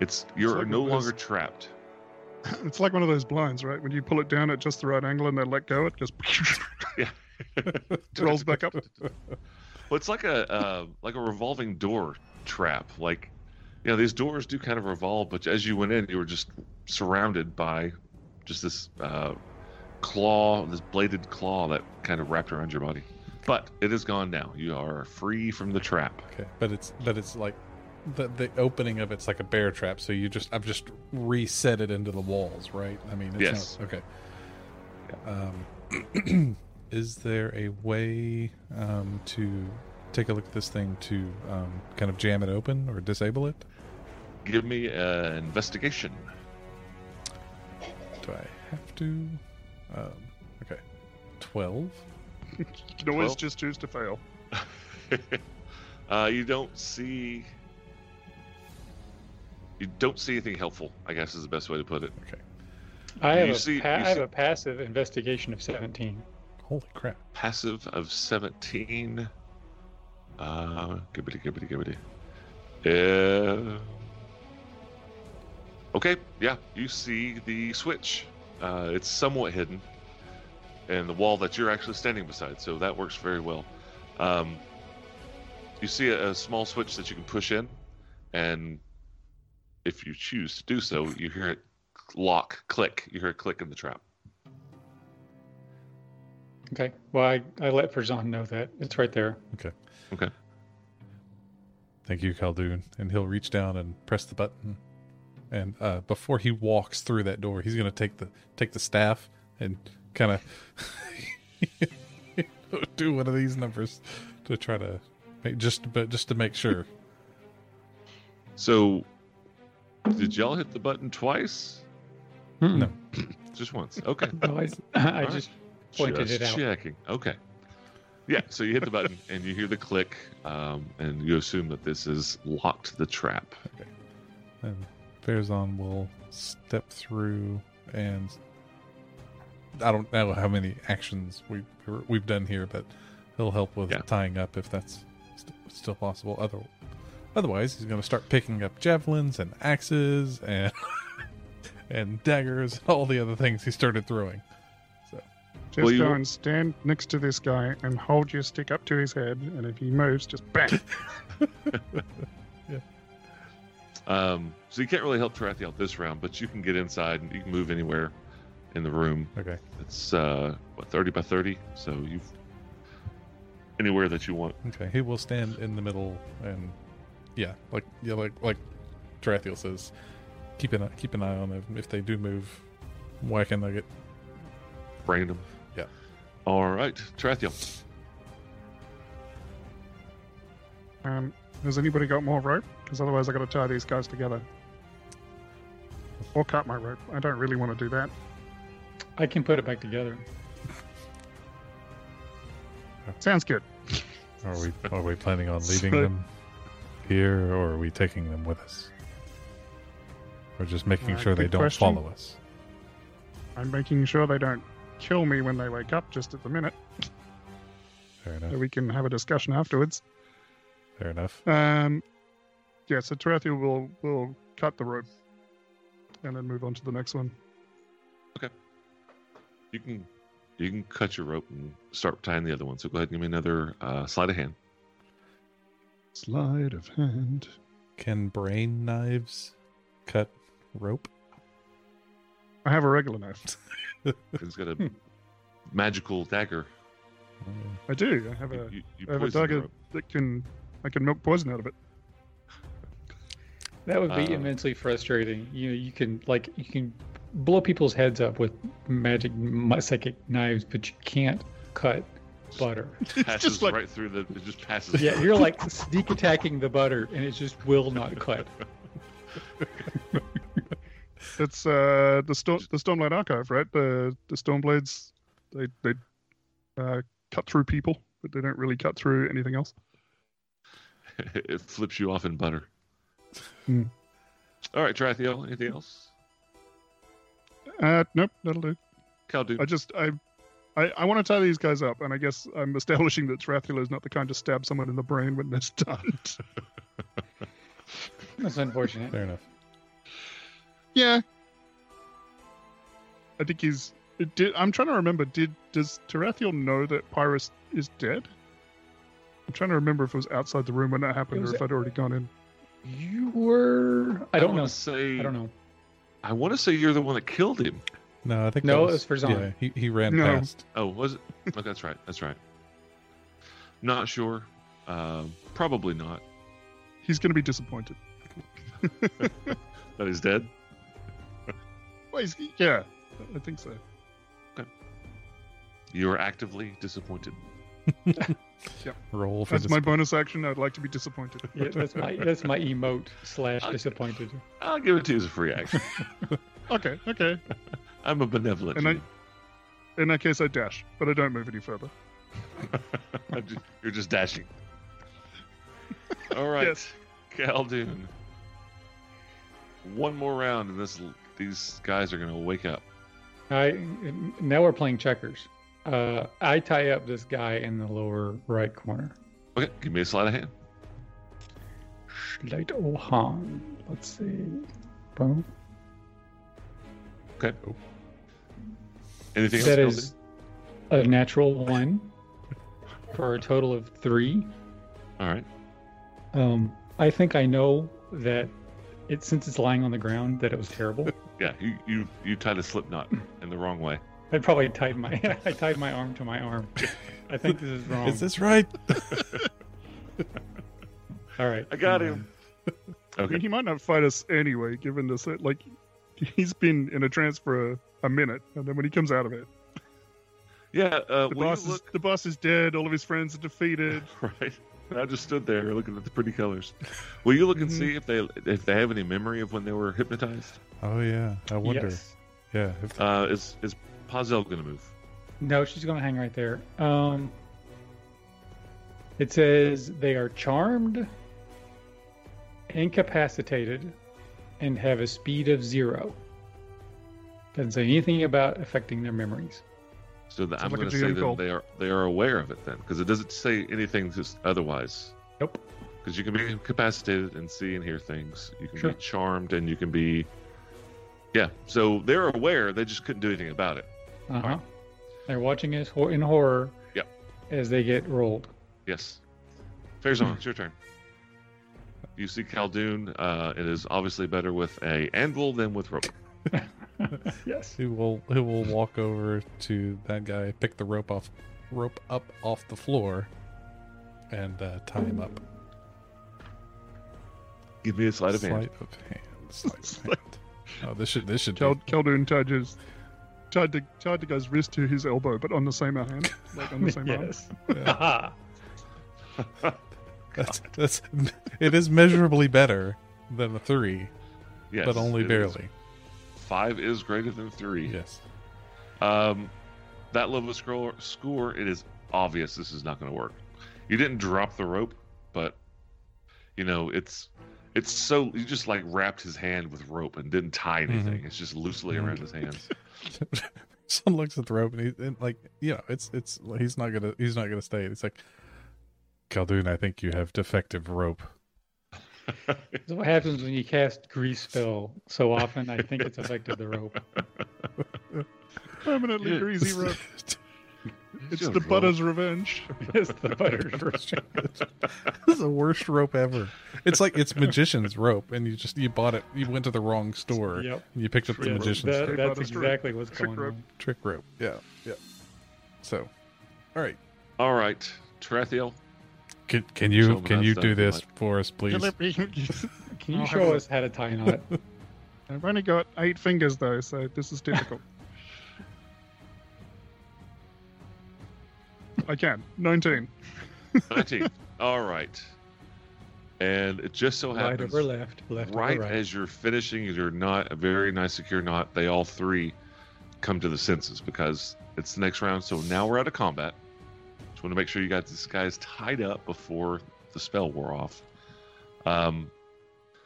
Speaker 1: It's you're
Speaker 3: like
Speaker 1: no
Speaker 3: it was-
Speaker 1: longer trapped.
Speaker 3: It's like one of those blinds, right? When you pull it down at just the right angle and then let go, it just rolls back up.
Speaker 1: Well, it's like a uh, like a revolving door trap. Like, you know, these doors do kind of revolve, but as you went in, you were just surrounded by just this uh, claw, this bladed claw that kind of wrapped around your body. But it is gone now. You are free from the trap.
Speaker 2: Okay. But it's but it's like the the opening of it's like a bear trap, so you just I've just reset it into the walls, right? I mean, it's
Speaker 1: Yes.
Speaker 2: not okay. Um is there a way um to take a look at this thing to um kind of jam it open or disable it?
Speaker 1: Give me an investigation.
Speaker 2: Do I have to? Um, okay. 12.
Speaker 3: You can always
Speaker 1: Well-
Speaker 3: just choose to fail.
Speaker 1: uh, you don't see. You don't see anything helpful. I guess is the best way to put it.
Speaker 4: I
Speaker 1: You
Speaker 4: have, a,
Speaker 1: see-
Speaker 4: pa-
Speaker 1: you
Speaker 4: I have
Speaker 1: see-
Speaker 4: a passive investigation of 17.
Speaker 2: Holy crap.
Speaker 1: passive of 17. Uh, gibbity, gibbity, gibbity. Uh, okay, yeah, you see the switch. Uh, it's somewhat hidden in the wall that you're actually standing beside, so that works very well. Um, you see a, a small switch that you can push in, and if you choose to do so, you hear it lock, click. You hear a click in the trap.
Speaker 4: Okay. Well, I, I let Ferzan know that. It's right there.
Speaker 2: Thank you, Khaldun. And he'll reach down and press the button. And uh, before he walks through that door, he's going to take the take the staff and kind of do one of these numbers to try to make, just but just to make sure.
Speaker 1: So, did y'all hit the button twice?
Speaker 4: Hmm.
Speaker 2: No.
Speaker 1: Just once. Okay.
Speaker 4: No, I, I
Speaker 1: right.
Speaker 4: just Pointed
Speaker 1: Just
Speaker 4: it out.
Speaker 1: checking. Okay. Yeah. So you hit the button and you hear the click, um, and you assume that this is locked the trap.
Speaker 2: And Farazan will step through and I don't know how many actions we we've done here, but he'll help with
Speaker 1: Yeah.
Speaker 2: tying up if that's st- still possible. Other otherwise, he's going to start picking up javelins and axes and and daggers, all the other things he started throwing.
Speaker 3: Just
Speaker 1: Well, you-
Speaker 3: go and stand next to this guy and hold your stick up to his head, and if he moves, just bang.
Speaker 1: Um, so you can't really help Tarathiel out this round, but you can get inside and you can move anywhere in the room.
Speaker 2: Okay,
Speaker 1: It's uh, what thirty by thirty. So you've anywhere that you want.
Speaker 2: okay, he will stand in the middle and yeah, like yeah, like like Tarathiel says, keep an eye- keep an eye on them if they do move. Whack a nugget.
Speaker 1: Brain them.
Speaker 2: Yeah.
Speaker 1: All right, Tarathiel.
Speaker 3: Um, has anybody got more rope? Because otherwise, I got to tie these guys together. or cut my rope. I don't really want to do that.
Speaker 4: I can put it back together.
Speaker 3: Sounds good.
Speaker 2: Are we are we planning on leaving
Speaker 3: So-
Speaker 2: them here, or are we taking them with us? Or just making
Speaker 3: Uh,
Speaker 2: sure they
Speaker 3: good
Speaker 2: don't
Speaker 3: question.
Speaker 2: follow us?
Speaker 3: I'm making sure they don't kill me when they wake up just at the minute
Speaker 2: Fair
Speaker 3: so
Speaker 2: enough.
Speaker 3: we can have a discussion afterwards.
Speaker 2: Fair enough.
Speaker 3: Um, yeah, so Tarathia will will cut the rope and then move on to the next one.
Speaker 1: You can you can cut your rope and start tying the other one. So go ahead and give me another uh, sleight of hand.
Speaker 3: Slide of hand.
Speaker 2: Can brain knives cut rope?
Speaker 3: I have a regular knife.
Speaker 1: It's got a magical dagger.
Speaker 2: Uh,
Speaker 3: I do. I have
Speaker 1: You,
Speaker 3: a
Speaker 1: you, you
Speaker 3: I have a
Speaker 1: poison the
Speaker 3: dagger
Speaker 1: rope.
Speaker 3: that can I can milk poison out of it.
Speaker 4: That would be
Speaker 1: Uh,
Speaker 4: immensely frustrating. You know, you can like you can blow people's heads up with magic mi- psychic knives, but you can't cut butter.
Speaker 1: passes
Speaker 3: just like-
Speaker 1: right through the. It just passes.
Speaker 4: Yeah,
Speaker 1: through.
Speaker 4: you're like sneak attacking the butter, and it just will not cut.
Speaker 3: It's uh the storm the Stormlight Archive, right? The the Stormblades they they uh, cut through people, but they don't really cut through anything else.
Speaker 1: it flips you off in butter.
Speaker 4: Hmm.
Speaker 1: All right, Trathiel. Anything else?
Speaker 3: Uh, nope, that'll do.
Speaker 1: Caldoon.
Speaker 3: I just I I, I want to tie these guys up, and I guess I'm establishing that Trathula is not the kind to stab someone in the brain when they're stunned.
Speaker 4: That's unfortunate.
Speaker 2: Fair enough.
Speaker 3: yeah, I think he's. It did, I'm trying to remember. Did does Tarathiel know that Pyrus is dead? I'm trying to remember if it was outside the room when that happened,
Speaker 4: It was-
Speaker 3: or if I'd already gone in.
Speaker 4: You were. I don't
Speaker 1: wanna
Speaker 4: know.
Speaker 1: Say,
Speaker 4: I don't know.
Speaker 1: I want to say you're the one that killed him.
Speaker 2: No, I think
Speaker 4: No,
Speaker 2: that
Speaker 4: it was for Zahn.
Speaker 2: Yeah, he, he ran
Speaker 3: No.
Speaker 2: past.
Speaker 1: Oh, was it? Oh, that's right. That's right. Not sure. Um, probably not.
Speaker 3: He's going to be disappointed.
Speaker 1: That he's dead.
Speaker 3: Well, he's, yeah, I think so.
Speaker 1: You are actively disappointed.
Speaker 2: Roll for
Speaker 3: That's
Speaker 2: dis-
Speaker 3: my bonus action. I'd like to be disappointed.
Speaker 4: Yeah, that's my that's my emote slash
Speaker 1: Okay.
Speaker 4: disappointed.
Speaker 1: I'll give it to you as a free action.
Speaker 3: Okay, okay.
Speaker 1: I'm a benevolent.
Speaker 3: And I-
Speaker 1: genie.
Speaker 3: In that case, I dash, but I don't move any further.
Speaker 1: I'm just- you're just dashing. All right,
Speaker 3: Yes.
Speaker 1: Caldoon. One more round, and this these guys are gonna wake up.
Speaker 4: I now we're playing checkers. Uh, I tie up this guy in the lower right corner.
Speaker 1: Okay, give me a sleight of hand.
Speaker 4: Light Ohan. Let's see. Boom.
Speaker 1: Okay. Anything
Speaker 4: That
Speaker 1: else?
Speaker 4: is a natural one for a total of three.
Speaker 1: Caldoon? All right.
Speaker 4: Um, I think I know that it since it's lying on the ground that it was terrible.
Speaker 1: Yeah, you you you tied a slip knot in the wrong way.
Speaker 4: I probably tied my I tied my arm to my arm. I think this is wrong.
Speaker 2: Is this right?
Speaker 4: All right.
Speaker 1: I got him.
Speaker 3: I mean,
Speaker 1: Okay.
Speaker 3: he might not fight us anyway, given this. Like, he's been in a trance for a, a minute, and then when he comes out of it,
Speaker 1: Yeah. Uh,
Speaker 3: the
Speaker 1: will you
Speaker 3: boss is
Speaker 1: look-
Speaker 3: the boss is dead. All of his friends are defeated.
Speaker 1: right. And I just stood there looking at the pretty colors. Will you look and
Speaker 3: Mhm.
Speaker 1: see if they if they have any memory of when they were hypnotized?
Speaker 2: Oh yeah, I wonder.
Speaker 4: Yes.
Speaker 2: Yeah, if,
Speaker 1: Uh, is is Pazel gonna move?
Speaker 4: No, she's going to hang right there. Um, it says they are charmed, incapacitated, and have a speed of zero. Doesn't say anything about affecting their memories.
Speaker 1: So that I'm
Speaker 3: Sounds like a
Speaker 1: going to
Speaker 3: GM
Speaker 1: say
Speaker 3: call.
Speaker 1: that they are they are aware of it then, because it doesn't say anything just otherwise.
Speaker 4: Nope.
Speaker 1: Because you can be incapacitated and see and hear things. You can
Speaker 4: Sure.
Speaker 1: be charmed and you can be, yeah. So they're aware. They just couldn't do anything about it.
Speaker 4: Uh huh.
Speaker 1: Alright.
Speaker 4: They're watching us hor- in horror.
Speaker 1: Yep.
Speaker 4: As they get rolled.
Speaker 1: Yes. Fair's on. It's your turn. You see Caldoon. Uh, it is obviously better with a anvil than with rope.
Speaker 4: Yes.
Speaker 2: he will he will walk over to that guy, pick the rope off, rope up off the floor, and uh, tie him up.
Speaker 1: Give me a sleight of hand.
Speaker 2: Sleight of hand. Sleight of hand. Oh, this should this should be
Speaker 3: Kel- Keldun tied his tied the tied the guy's wrist to his elbow, but on the same hand, like on the same arm.
Speaker 4: yes.
Speaker 2: Yeah.
Speaker 4: Aha.
Speaker 2: that's, that's it is measurably better than a three,
Speaker 1: Yes,
Speaker 2: but only
Speaker 1: it is.
Speaker 2: barely.
Speaker 1: Five is greater than three.
Speaker 2: Yes.
Speaker 1: Um, that level of scroll score, it is obvious this is not going to work. You didn't drop the rope, but you know it's it's so you just like wrapped his hand with rope and didn't tie anything. It's just loosely around his hands.
Speaker 2: Son looks at the rope and he and like you know it's it's he's not gonna he's not gonna stay. It's like Khaldun, I think you have defective rope.
Speaker 4: That's what happens when you cast grease spell so often. I think it's affected the rope.
Speaker 3: Permanently
Speaker 1: Yeah.
Speaker 3: greasy rope. It's the butter's revenge.
Speaker 4: It's the butter's version.
Speaker 2: this is the worst rope ever. It's like it's magician's rope, and you just you bought it. You went to the wrong store.
Speaker 4: Yep.
Speaker 2: And you picked up the
Speaker 4: Yes,
Speaker 2: magician's
Speaker 4: that-
Speaker 3: rope.
Speaker 4: that's
Speaker 3: Butter's rope.
Speaker 4: exactly what's
Speaker 3: Trick
Speaker 4: going
Speaker 3: rope.
Speaker 4: on.
Speaker 2: trick rope. Yeah, yeah. So, all right.
Speaker 1: All right, Tarathiel.
Speaker 2: Can can you
Speaker 1: Show them
Speaker 2: can
Speaker 1: that
Speaker 2: you
Speaker 1: stuff,
Speaker 2: do this
Speaker 1: like-
Speaker 2: for us, please?
Speaker 4: Can you
Speaker 3: I'll have a
Speaker 4: show
Speaker 3: look.
Speaker 4: us how to tie a knot?
Speaker 3: I've only got eight fingers though, so this is difficult. I can. 19.
Speaker 1: 19. All right. And it just so
Speaker 4: right
Speaker 1: happens
Speaker 4: over left, left
Speaker 1: right
Speaker 4: over right.
Speaker 1: as you're finishing your knot, a very nice secure knot, they all three come to the senses because it's the next round. So now we're out of combat. Just want to make sure you got these guys tied up before the spell wore off. Um,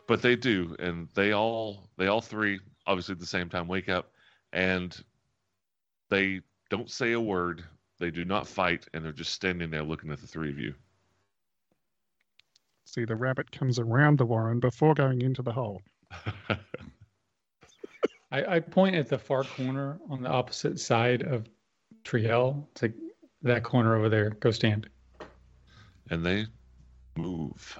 Speaker 1: but they do, and they all they all three obviously at the same time wake up, and they don't say a word. They do not fight, and they're just standing there looking at the three of you.
Speaker 3: See, the rabbit comes around the warren before going into the hole.
Speaker 4: I, I point at the far corner on the opposite side of Triel. It's like that corner over there. Go stand.
Speaker 1: and they move.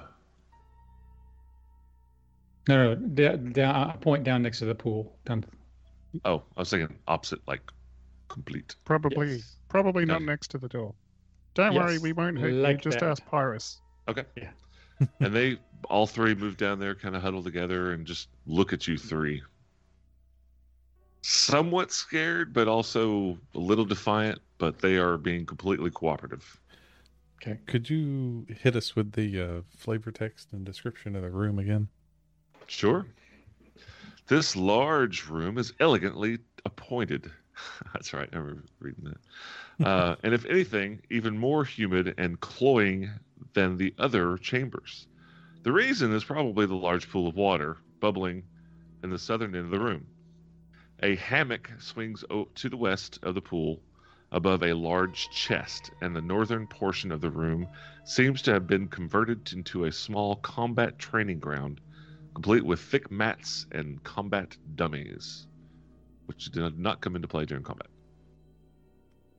Speaker 4: No, no, down, down, I point down next to the pool. Down.
Speaker 1: Oh, I was thinking opposite, like complete.
Speaker 3: Probably
Speaker 4: Yes.
Speaker 3: probably not
Speaker 1: Okay.
Speaker 3: next to the door. Don't worry,
Speaker 4: Yes,
Speaker 3: we won't hurt
Speaker 4: like
Speaker 3: you. Just
Speaker 4: that.
Speaker 3: ask Pyrus.
Speaker 1: and they all three move down there, kind of huddle together, and just look at you three. Somewhat scared, but also a little defiant, but they are being completely cooperative.
Speaker 4: Okay.
Speaker 2: Could you hit us with the uh, flavor text and description of the room again?
Speaker 1: Sure. This large room is elegantly appointed. That's right. I remember reading that. Uh, and if anything, even more humid and cloying than the other chambers. The reason is probably the large pool of water bubbling in the southern end of the room. A hammock swings o- to the west of the pool above a large chest, and the northern portion of the room seems to have been converted into a small combat training ground complete with thick mats and combat dummies, which did not come into play during combat.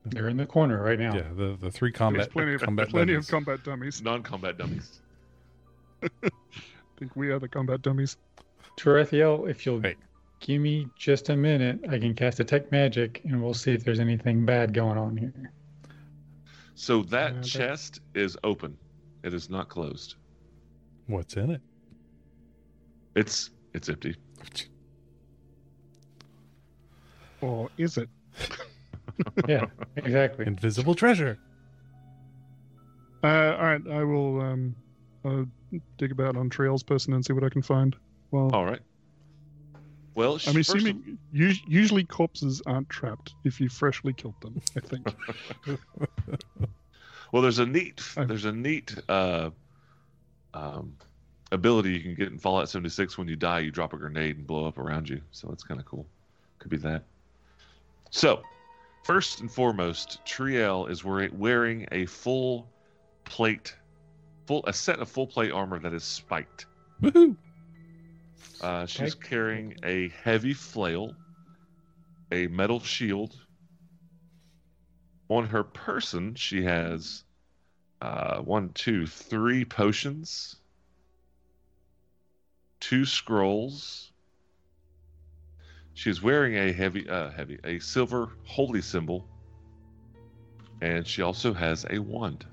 Speaker 4: They're in the corner right now.
Speaker 2: Yeah, the the three
Speaker 3: There's
Speaker 2: combat
Speaker 3: plenty of
Speaker 2: combat
Speaker 3: plenty
Speaker 2: dummies.
Speaker 3: of combat dummies.
Speaker 1: Non combat dummies.
Speaker 3: I think we are the combat dummies.
Speaker 4: Tarathiel, if you'll
Speaker 2: Hey.
Speaker 4: give me just a minute, I can cast detect magic and we'll see if there's anything bad going on here.
Speaker 1: So that
Speaker 3: Yeah, that-
Speaker 1: chest is open. It is not closed.
Speaker 2: What's in it?
Speaker 1: It's it's empty.
Speaker 3: Or is it?
Speaker 4: Yeah, exactly.
Speaker 2: Invisible treasure.
Speaker 3: Uh, all right, I will um, uh, dig about on Trail's person and see what I can find. Well,
Speaker 1: All right.
Speaker 3: I'm
Speaker 1: Well, Oh, first of-
Speaker 3: assuming us- usually corpses aren't trapped if you freshly killed them. I think.
Speaker 1: well, there's a neat
Speaker 3: I'm-
Speaker 1: there's a neat uh, um, ability you can get in Fallout 76. When you die, you drop a grenade and blow up around you. So that's kind of cool. Could be that. So, first and foremost, Triel is wear- wearing a full plate, full a set of full plate armor that is spiked.
Speaker 2: Woohoo!
Speaker 1: Uh, she's
Speaker 4: Spiked.
Speaker 1: carrying a heavy flail, a metal shield. On her person, she has uh, one, two, three potions, two scrolls. She's wearing a heavy, uh, heavy, a silver holy symbol, and she also has a wand,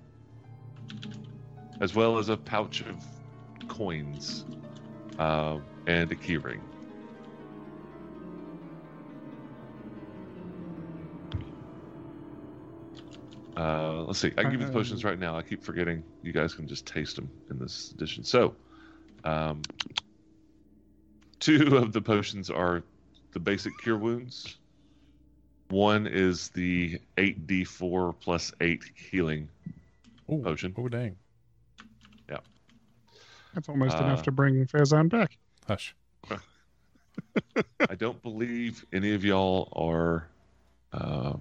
Speaker 1: as well as a pouch of coins um, and a key ring. Uh, let's see. I can give you the potions right now. I keep forgetting. You guys can just taste them in this edition. So, um, two of the potions are the basic cure wounds. One is the 8d4 plus 8 healing.
Speaker 2: Oh,
Speaker 1: Potion.
Speaker 2: Oh dang!
Speaker 3: That's almost
Speaker 1: Uh,
Speaker 3: enough to bring Fairzan back.
Speaker 2: Hush.
Speaker 1: I don't believe any of y'all are uh,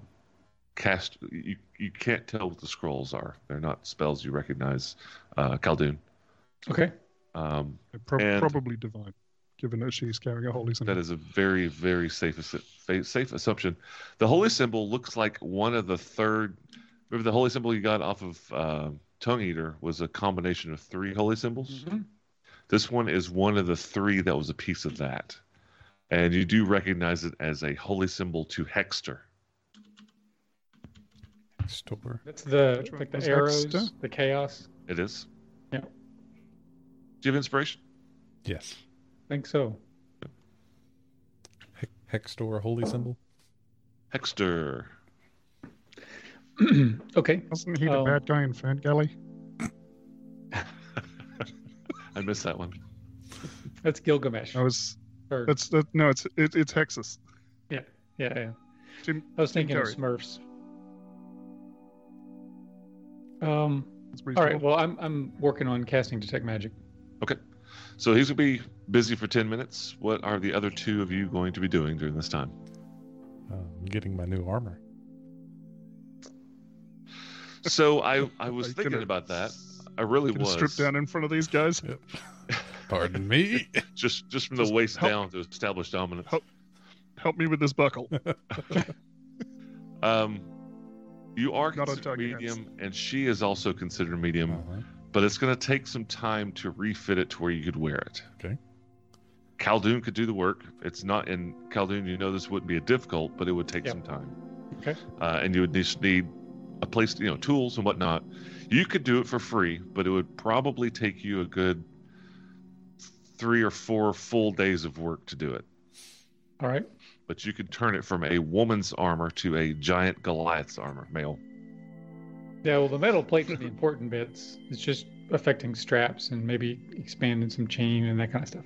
Speaker 1: cast. You, you can't tell what the scrolls are. They're not spells you recognize. Uh, Khaldun.
Speaker 4: Okay.
Speaker 1: Um,
Speaker 3: Pro-
Speaker 1: and-
Speaker 3: Probably divine, given that she's carrying a holy symbol.
Speaker 1: That is a very, very safe assu- fa- safe assumption. The holy symbol looks like one of the third. Remember, the holy symbol you got off of uh, Tongue Eater was a combination of three holy symbols.
Speaker 4: Mm-hmm.
Speaker 3: Mm-hmm.
Speaker 1: This one is one of the three that was a piece of that, and you do recognize it as a holy symbol to Hexter.
Speaker 2: Store.
Speaker 4: That's the
Speaker 3: Which one
Speaker 4: like the
Speaker 3: was
Speaker 4: arrows,
Speaker 3: Hexta?
Speaker 4: the chaos.
Speaker 1: It is.
Speaker 4: Yeah.
Speaker 1: Do you have inspiration?
Speaker 2: Yes.
Speaker 4: I think so.
Speaker 2: Hex, hex store. Holy symbol.
Speaker 1: Hexter.
Speaker 4: okay.
Speaker 3: Wasn't he the
Speaker 4: Oh.
Speaker 3: bad guy in Ferngully?
Speaker 1: I missed that one.
Speaker 4: That's Gilgamesh.
Speaker 3: I
Speaker 2: Oh,
Speaker 3: was.
Speaker 4: Or-
Speaker 3: That's that. No, it's it, it's Hexus.
Speaker 4: yeah, yeah.
Speaker 3: Jim-
Speaker 4: I was thinking of
Speaker 3: Carrey.
Speaker 4: Smurfs. Um.
Speaker 3: It's
Speaker 4: All
Speaker 3: reasonable.
Speaker 4: right. Well, I'm I'm working on casting detect magic.
Speaker 1: So he's gonna be busy for ten minutes. What are the other two of you going to be doing during this time?
Speaker 2: Um, getting my new armor.
Speaker 1: So I I was
Speaker 3: Like,
Speaker 1: thinking
Speaker 3: gonna-
Speaker 1: about that. I really
Speaker 3: Gonna
Speaker 1: was.
Speaker 3: strip down in front of these guys.
Speaker 2: Pardon me.
Speaker 1: Just just from
Speaker 3: Just
Speaker 1: the waist
Speaker 3: help-
Speaker 1: down to establish dominance.
Speaker 3: help. Help me with this buckle.
Speaker 1: Um, you are
Speaker 3: Not on
Speaker 1: considered
Speaker 3: target, yes.
Speaker 1: medium, and she is also considered medium,
Speaker 2: Uh-huh.
Speaker 1: but it's gonna take some time to refit it to where you could wear it.
Speaker 2: Okay.
Speaker 1: Khaldun could do the work. It's not in Khaldun. You know this wouldn't be a difficult, but it would take
Speaker 4: Yep.
Speaker 1: some time,
Speaker 4: Okay.
Speaker 1: uh, and you would just need a place, you know, tools and whatnot. You could do it for free, but it would probably take you a good three or four full days of work to do it.
Speaker 4: All right.
Speaker 1: but you could turn it from a woman's armor to a giant Goliath's armor, male.
Speaker 4: Yeah. Well, the metal plates are the important bits. It's just affecting straps and maybe expanding some chain and that kind of stuff.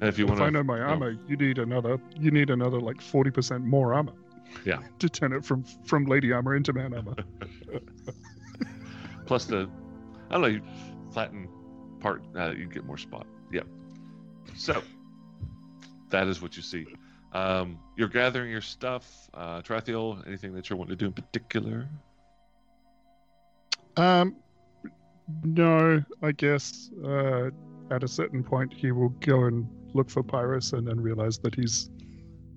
Speaker 1: And if you
Speaker 3: If I
Speaker 1: want
Speaker 3: know my armor, you need another. You need another like forty percent more armor.
Speaker 1: Yeah.
Speaker 3: To turn it from from lady armor into man armor.
Speaker 1: to, plus the, I don't know, you flatten part, uh, you get more spot. Yep. So that is what you see. Um, you're gathering your stuff, uh, Trithiel, anything that you're wanting to do in particular?
Speaker 3: Um, no, I guess uh, at a certain point he will go and look for Pyrus and then realize that he's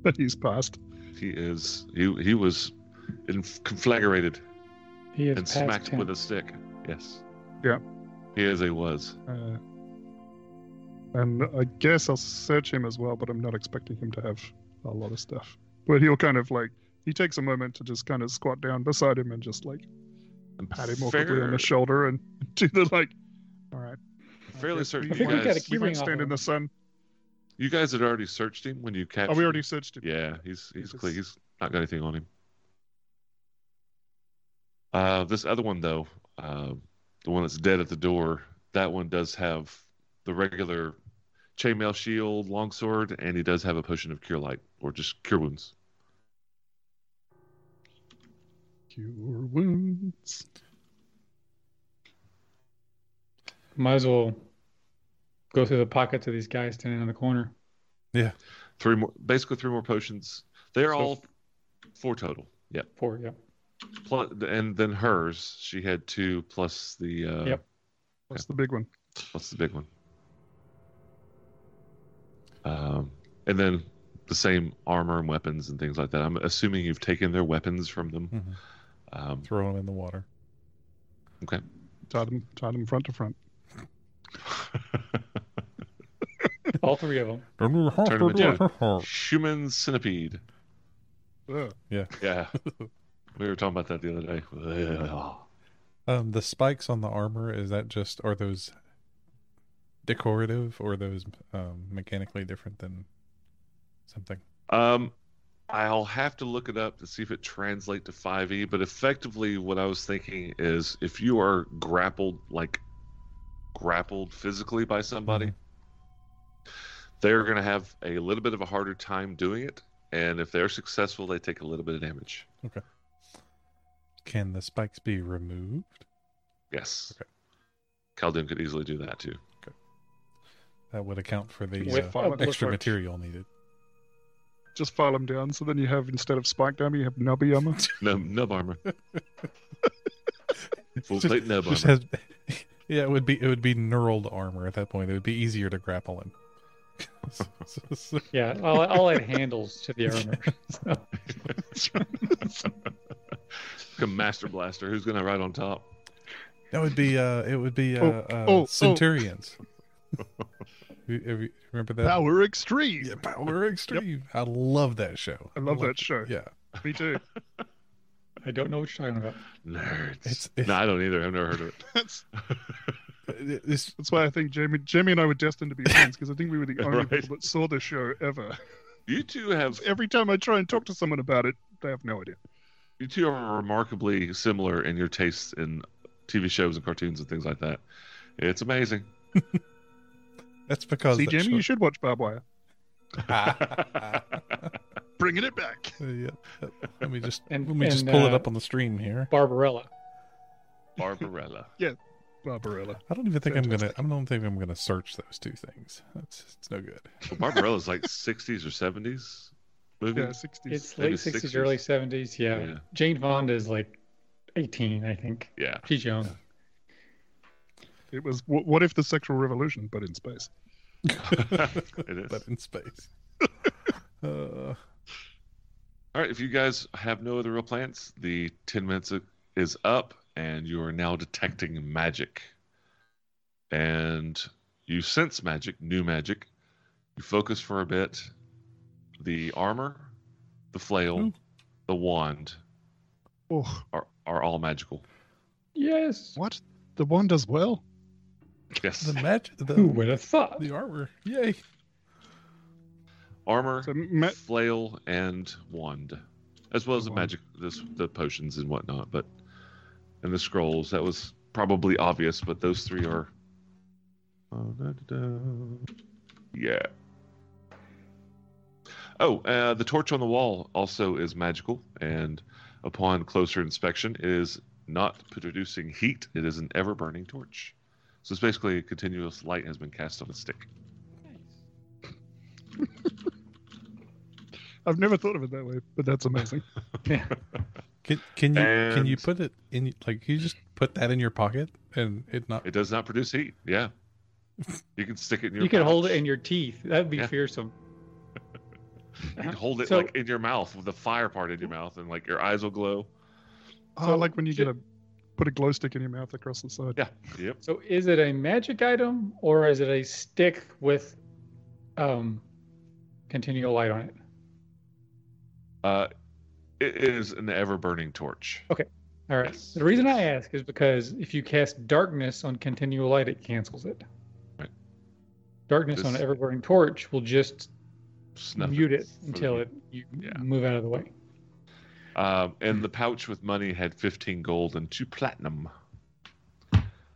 Speaker 3: that he's passed.
Speaker 1: He is, he, he was in, conflagrated
Speaker 4: He is
Speaker 1: and
Speaker 4: past
Speaker 1: smacked
Speaker 4: 10.
Speaker 1: with a stick. Yes.
Speaker 3: Yeah.
Speaker 1: He is a was.
Speaker 3: Uh, and I guess I'll search him as well, but I'm not expecting him to have a lot of stuff. But he'll kind of like he takes a moment to just kind of squat down beside him and just like
Speaker 1: And
Speaker 3: pat him awkwardly on
Speaker 1: fair-
Speaker 3: the shoulder and do the like. All right,
Speaker 1: Fairly
Speaker 3: Yes,
Speaker 1: certain
Speaker 3: we-
Speaker 1: you
Speaker 4: I think we gotta
Speaker 1: guys,
Speaker 3: we
Speaker 4: Keeping
Speaker 3: might
Speaker 4: off
Speaker 3: stand
Speaker 4: of
Speaker 3: in
Speaker 4: him.
Speaker 3: the sun.
Speaker 1: you guys had already searched him when you captured.
Speaker 3: Oh, we
Speaker 1: him.
Speaker 3: already searched him.
Speaker 1: Yeah, he's he's
Speaker 3: Because-
Speaker 1: clean. He's not got anything on him. Uh, this other one though, uh, the one that's dead at the door, that one does have the regular chainmail shield, longsword, and he does have a potion of cure light or just cure wounds.
Speaker 3: Cure wounds.
Speaker 4: Might as well go through the pockets of these guys standing in the corner.
Speaker 1: Three more, basically three more potions. They're
Speaker 4: So-
Speaker 1: all four total. Yep.
Speaker 4: Four. Yeah.
Speaker 1: Plus, and then hers, she had two plus the uh,
Speaker 4: Yep.
Speaker 3: That's the big one.
Speaker 1: What's the big one? Um, and then the same armor and weapons and things like that. I'm assuming you've taken their weapons from them.
Speaker 2: Mhm.
Speaker 1: Um,
Speaker 2: Throw him in the water.
Speaker 3: Tied him, tied him front to front.
Speaker 4: All three of them.
Speaker 1: Turn him human centipede.
Speaker 3: Ugh.
Speaker 1: Yeah. we were talking about that the other day. Ugh.
Speaker 2: Um, the spikes on the armor is that just are those decorative or those um, mechanically different than something?
Speaker 1: Um, I'll have to look it up to see if it translates to 5e, but effectively, what I was thinking is if you are
Speaker 2: Mm-hmm.
Speaker 1: grappled, like grappled physically by somebody, they're going to have a little bit of a harder time doing it. And if they're successful, they take a little bit of damage.
Speaker 2: Can the spikes be removed?
Speaker 1: Yes.
Speaker 2: Okay.
Speaker 1: Khaldun could easily do that too.
Speaker 2: That would account for
Speaker 3: With
Speaker 2: the uh,
Speaker 3: fire-
Speaker 2: extra
Speaker 3: with-
Speaker 2: material needed.
Speaker 3: Just file them down. So then you have instead of spike armor, you have nubby armor.
Speaker 1: Nub, nub armor. Full
Speaker 2: Just-
Speaker 1: plate nub armor.
Speaker 2: Just has, yeah, it would be it would be knurled armor at that point. It would be easier to grapple him.
Speaker 4: Yeah, I'll, I'll add handles to the armor. So,
Speaker 1: Like a master blaster. Who's going to ride on top?
Speaker 2: that would be uh, it would be uh,
Speaker 3: Oh,
Speaker 2: uh,
Speaker 3: oh, oh.
Speaker 2: centurions. You- have you- remember that?
Speaker 3: Power extreme.
Speaker 2: Yeah, Power Extreme. I love that show.
Speaker 3: I love
Speaker 2: loved
Speaker 3: that show.
Speaker 2: it. Yeah,
Speaker 3: Me too.
Speaker 4: I don't know what you're talking about.
Speaker 1: Nerds.
Speaker 2: It's- it's-
Speaker 1: No, I don't either. I've never heard of it.
Speaker 3: That's
Speaker 2: It- it's
Speaker 3: that's why I think Jamie, Jamie and I were destined to be friends because I think we were the only
Speaker 1: Right.
Speaker 3: people that saw the show ever.
Speaker 1: You two have
Speaker 3: Every time I try and talk to someone about it, they have no idea.
Speaker 1: you two are remarkably similar in your tastes in TV shows and cartoons and things like that. It's amazing.
Speaker 2: that's because
Speaker 3: See,
Speaker 2: that
Speaker 3: Jamie, you
Speaker 2: show-
Speaker 3: should watch Barbed Wire.
Speaker 2: Yeah,
Speaker 3: Bringing it back.
Speaker 2: Let me just
Speaker 4: And-
Speaker 2: let me just
Speaker 4: and,
Speaker 2: pull it
Speaker 4: uh,
Speaker 2: up on the stream here.
Speaker 4: Barbarella.
Speaker 1: Barbarella.
Speaker 3: Barbarella.
Speaker 2: I don't even think I'm gonna.
Speaker 3: Fantastic.
Speaker 2: I don't think I'm gonna search those two things. That's it's no good.
Speaker 1: Well, Barbarella's like 60s or 70s movie.
Speaker 3: Yeah, 60s.
Speaker 4: It's
Speaker 1: Maybe
Speaker 4: late 60s,
Speaker 1: 60s.
Speaker 4: early 70s. Yeah.
Speaker 1: Yeah.
Speaker 4: Jane Fonda is like 18, I think.
Speaker 1: Yeah.
Speaker 4: She's young.
Speaker 3: It was wh- what if the sexual revolution, but in space?
Speaker 1: It is.
Speaker 2: But in space. Uh,
Speaker 1: All right. If you guys have no other real plans, the 10 minutes is up and you are now detecting magic. And you sense magic, new magic. You focus for a bit. The armor, the flail,
Speaker 2: Ooh.
Speaker 1: the wand
Speaker 3: Oh,
Speaker 1: are, are all magical.
Speaker 4: Yes.
Speaker 3: what? The wand does well.
Speaker 1: Yes.
Speaker 2: the match.
Speaker 4: Who
Speaker 2: The,
Speaker 4: would have thought?
Speaker 2: the armor. Yay.
Speaker 1: Armor,
Speaker 3: So ma-
Speaker 1: flail, and wand, as well as the
Speaker 3: Wand.
Speaker 1: magic, this the potions and whatnot. But and the scrolls that was probably obvious, but those three are. Oh, da, da, da. Yeah. Oh, uh, the torch on the wall also is magical, and upon closer inspection, it is not producing heat. It is an ever-burning torch. So it's basically a continuous light has been cast on a stick.
Speaker 3: I've never thought of it that way, but that's amazing.
Speaker 2: Can can you can you
Speaker 1: And-
Speaker 2: put it in like can you just put that in your pocket and it not
Speaker 1: It does not produce heat. Yeah. You can stick it in your
Speaker 4: You could hold
Speaker 1: pouch.
Speaker 4: it in your teeth. That would be
Speaker 1: Yeah.
Speaker 4: fearsome.
Speaker 1: You can hold it
Speaker 4: So-
Speaker 1: like in your mouth with the fire part in your mouth and like your eyes will glow.
Speaker 3: Oh,
Speaker 4: So,
Speaker 3: like when you
Speaker 4: ju-
Speaker 3: get a put a glow stick in your mouth across the side.
Speaker 1: Yeah. Yep.
Speaker 4: So is it a magic item or is it a stick with um continual light on it?
Speaker 1: Uh it is an ever burning torch.
Speaker 4: All right.
Speaker 1: Yes.
Speaker 4: The reason I ask is because if you cast darkness on continual light, it cancels it.
Speaker 1: Right.
Speaker 4: Darkness on
Speaker 1: This-
Speaker 4: an ever-burning torch will just
Speaker 1: Snuff
Speaker 4: mute it
Speaker 1: for the-
Speaker 4: until it you
Speaker 1: Yeah.
Speaker 4: move out of the way.
Speaker 1: Um, and the pouch with money had 15 gold and two platinum.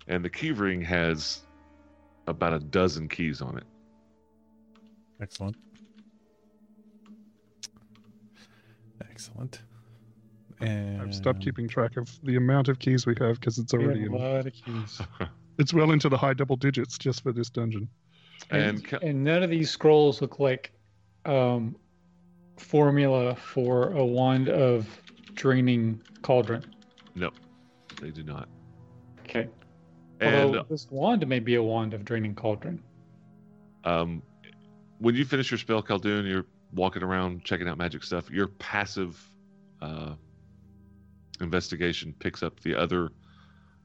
Speaker 1: And the key ring has about a dozen keys on it.
Speaker 2: excellent. Excellent. And
Speaker 3: I've stopped keeping track of the amount of keys we have because it's already
Speaker 4: We have a
Speaker 3: in,
Speaker 4: lot of keys.
Speaker 3: it's well into the high double digits just for this dungeon.
Speaker 1: And,
Speaker 4: And,
Speaker 1: ca-
Speaker 4: and none of these scrolls look like um, formula for a wand of draining cauldron.
Speaker 1: no, they do not.
Speaker 4: Okay.
Speaker 1: And uh,
Speaker 4: Although this wand may be a wand of draining cauldron.
Speaker 1: Um, when you finish your spell, Khaldun, you're walking around checking out magic stuff. Your passive uh, investigation picks up the other,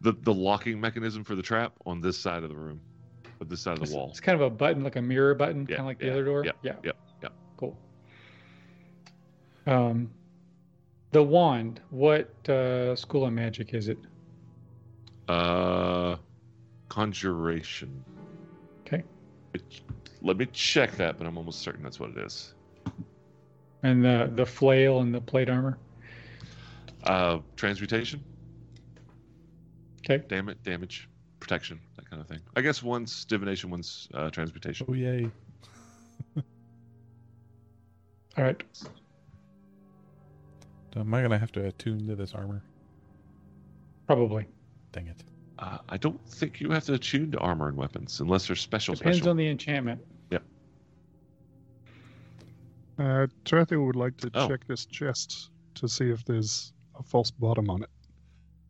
Speaker 1: the the locking mechanism for the trap on this side of the room, or this side of
Speaker 4: It's,
Speaker 1: the wall.
Speaker 4: it's kind of a button, like a mirror button,
Speaker 1: Yeah,
Speaker 4: kind of like the
Speaker 1: yeah,
Speaker 4: other door.
Speaker 1: yeah,
Speaker 4: yeah.
Speaker 1: yeah, yeah.
Speaker 4: Cool. Um, the wand. What uh, school of magic is it?
Speaker 1: Uh, conjuration.
Speaker 4: Okay.
Speaker 1: It- let me check that, but I'm almost certain that's what it is.
Speaker 4: And the the flail and the plate armor.
Speaker 1: Uh, transmutation,
Speaker 4: Okay.
Speaker 1: damage, damage, protection, that kind of thing. I guess one's divination, one's uh, transmutation.
Speaker 2: Oh yay.
Speaker 4: All right.
Speaker 2: Am I gonna have to attune to this armor?
Speaker 4: Probably.
Speaker 2: Dang it.
Speaker 1: Uh, I don't think you have to attune to armor and weapons unless they're special.
Speaker 4: Depends
Speaker 1: special.
Speaker 4: on the enchantment.
Speaker 3: Uh, Tarathiel would like to
Speaker 1: Oh.
Speaker 3: check this chest to see if there's a false bottom on it.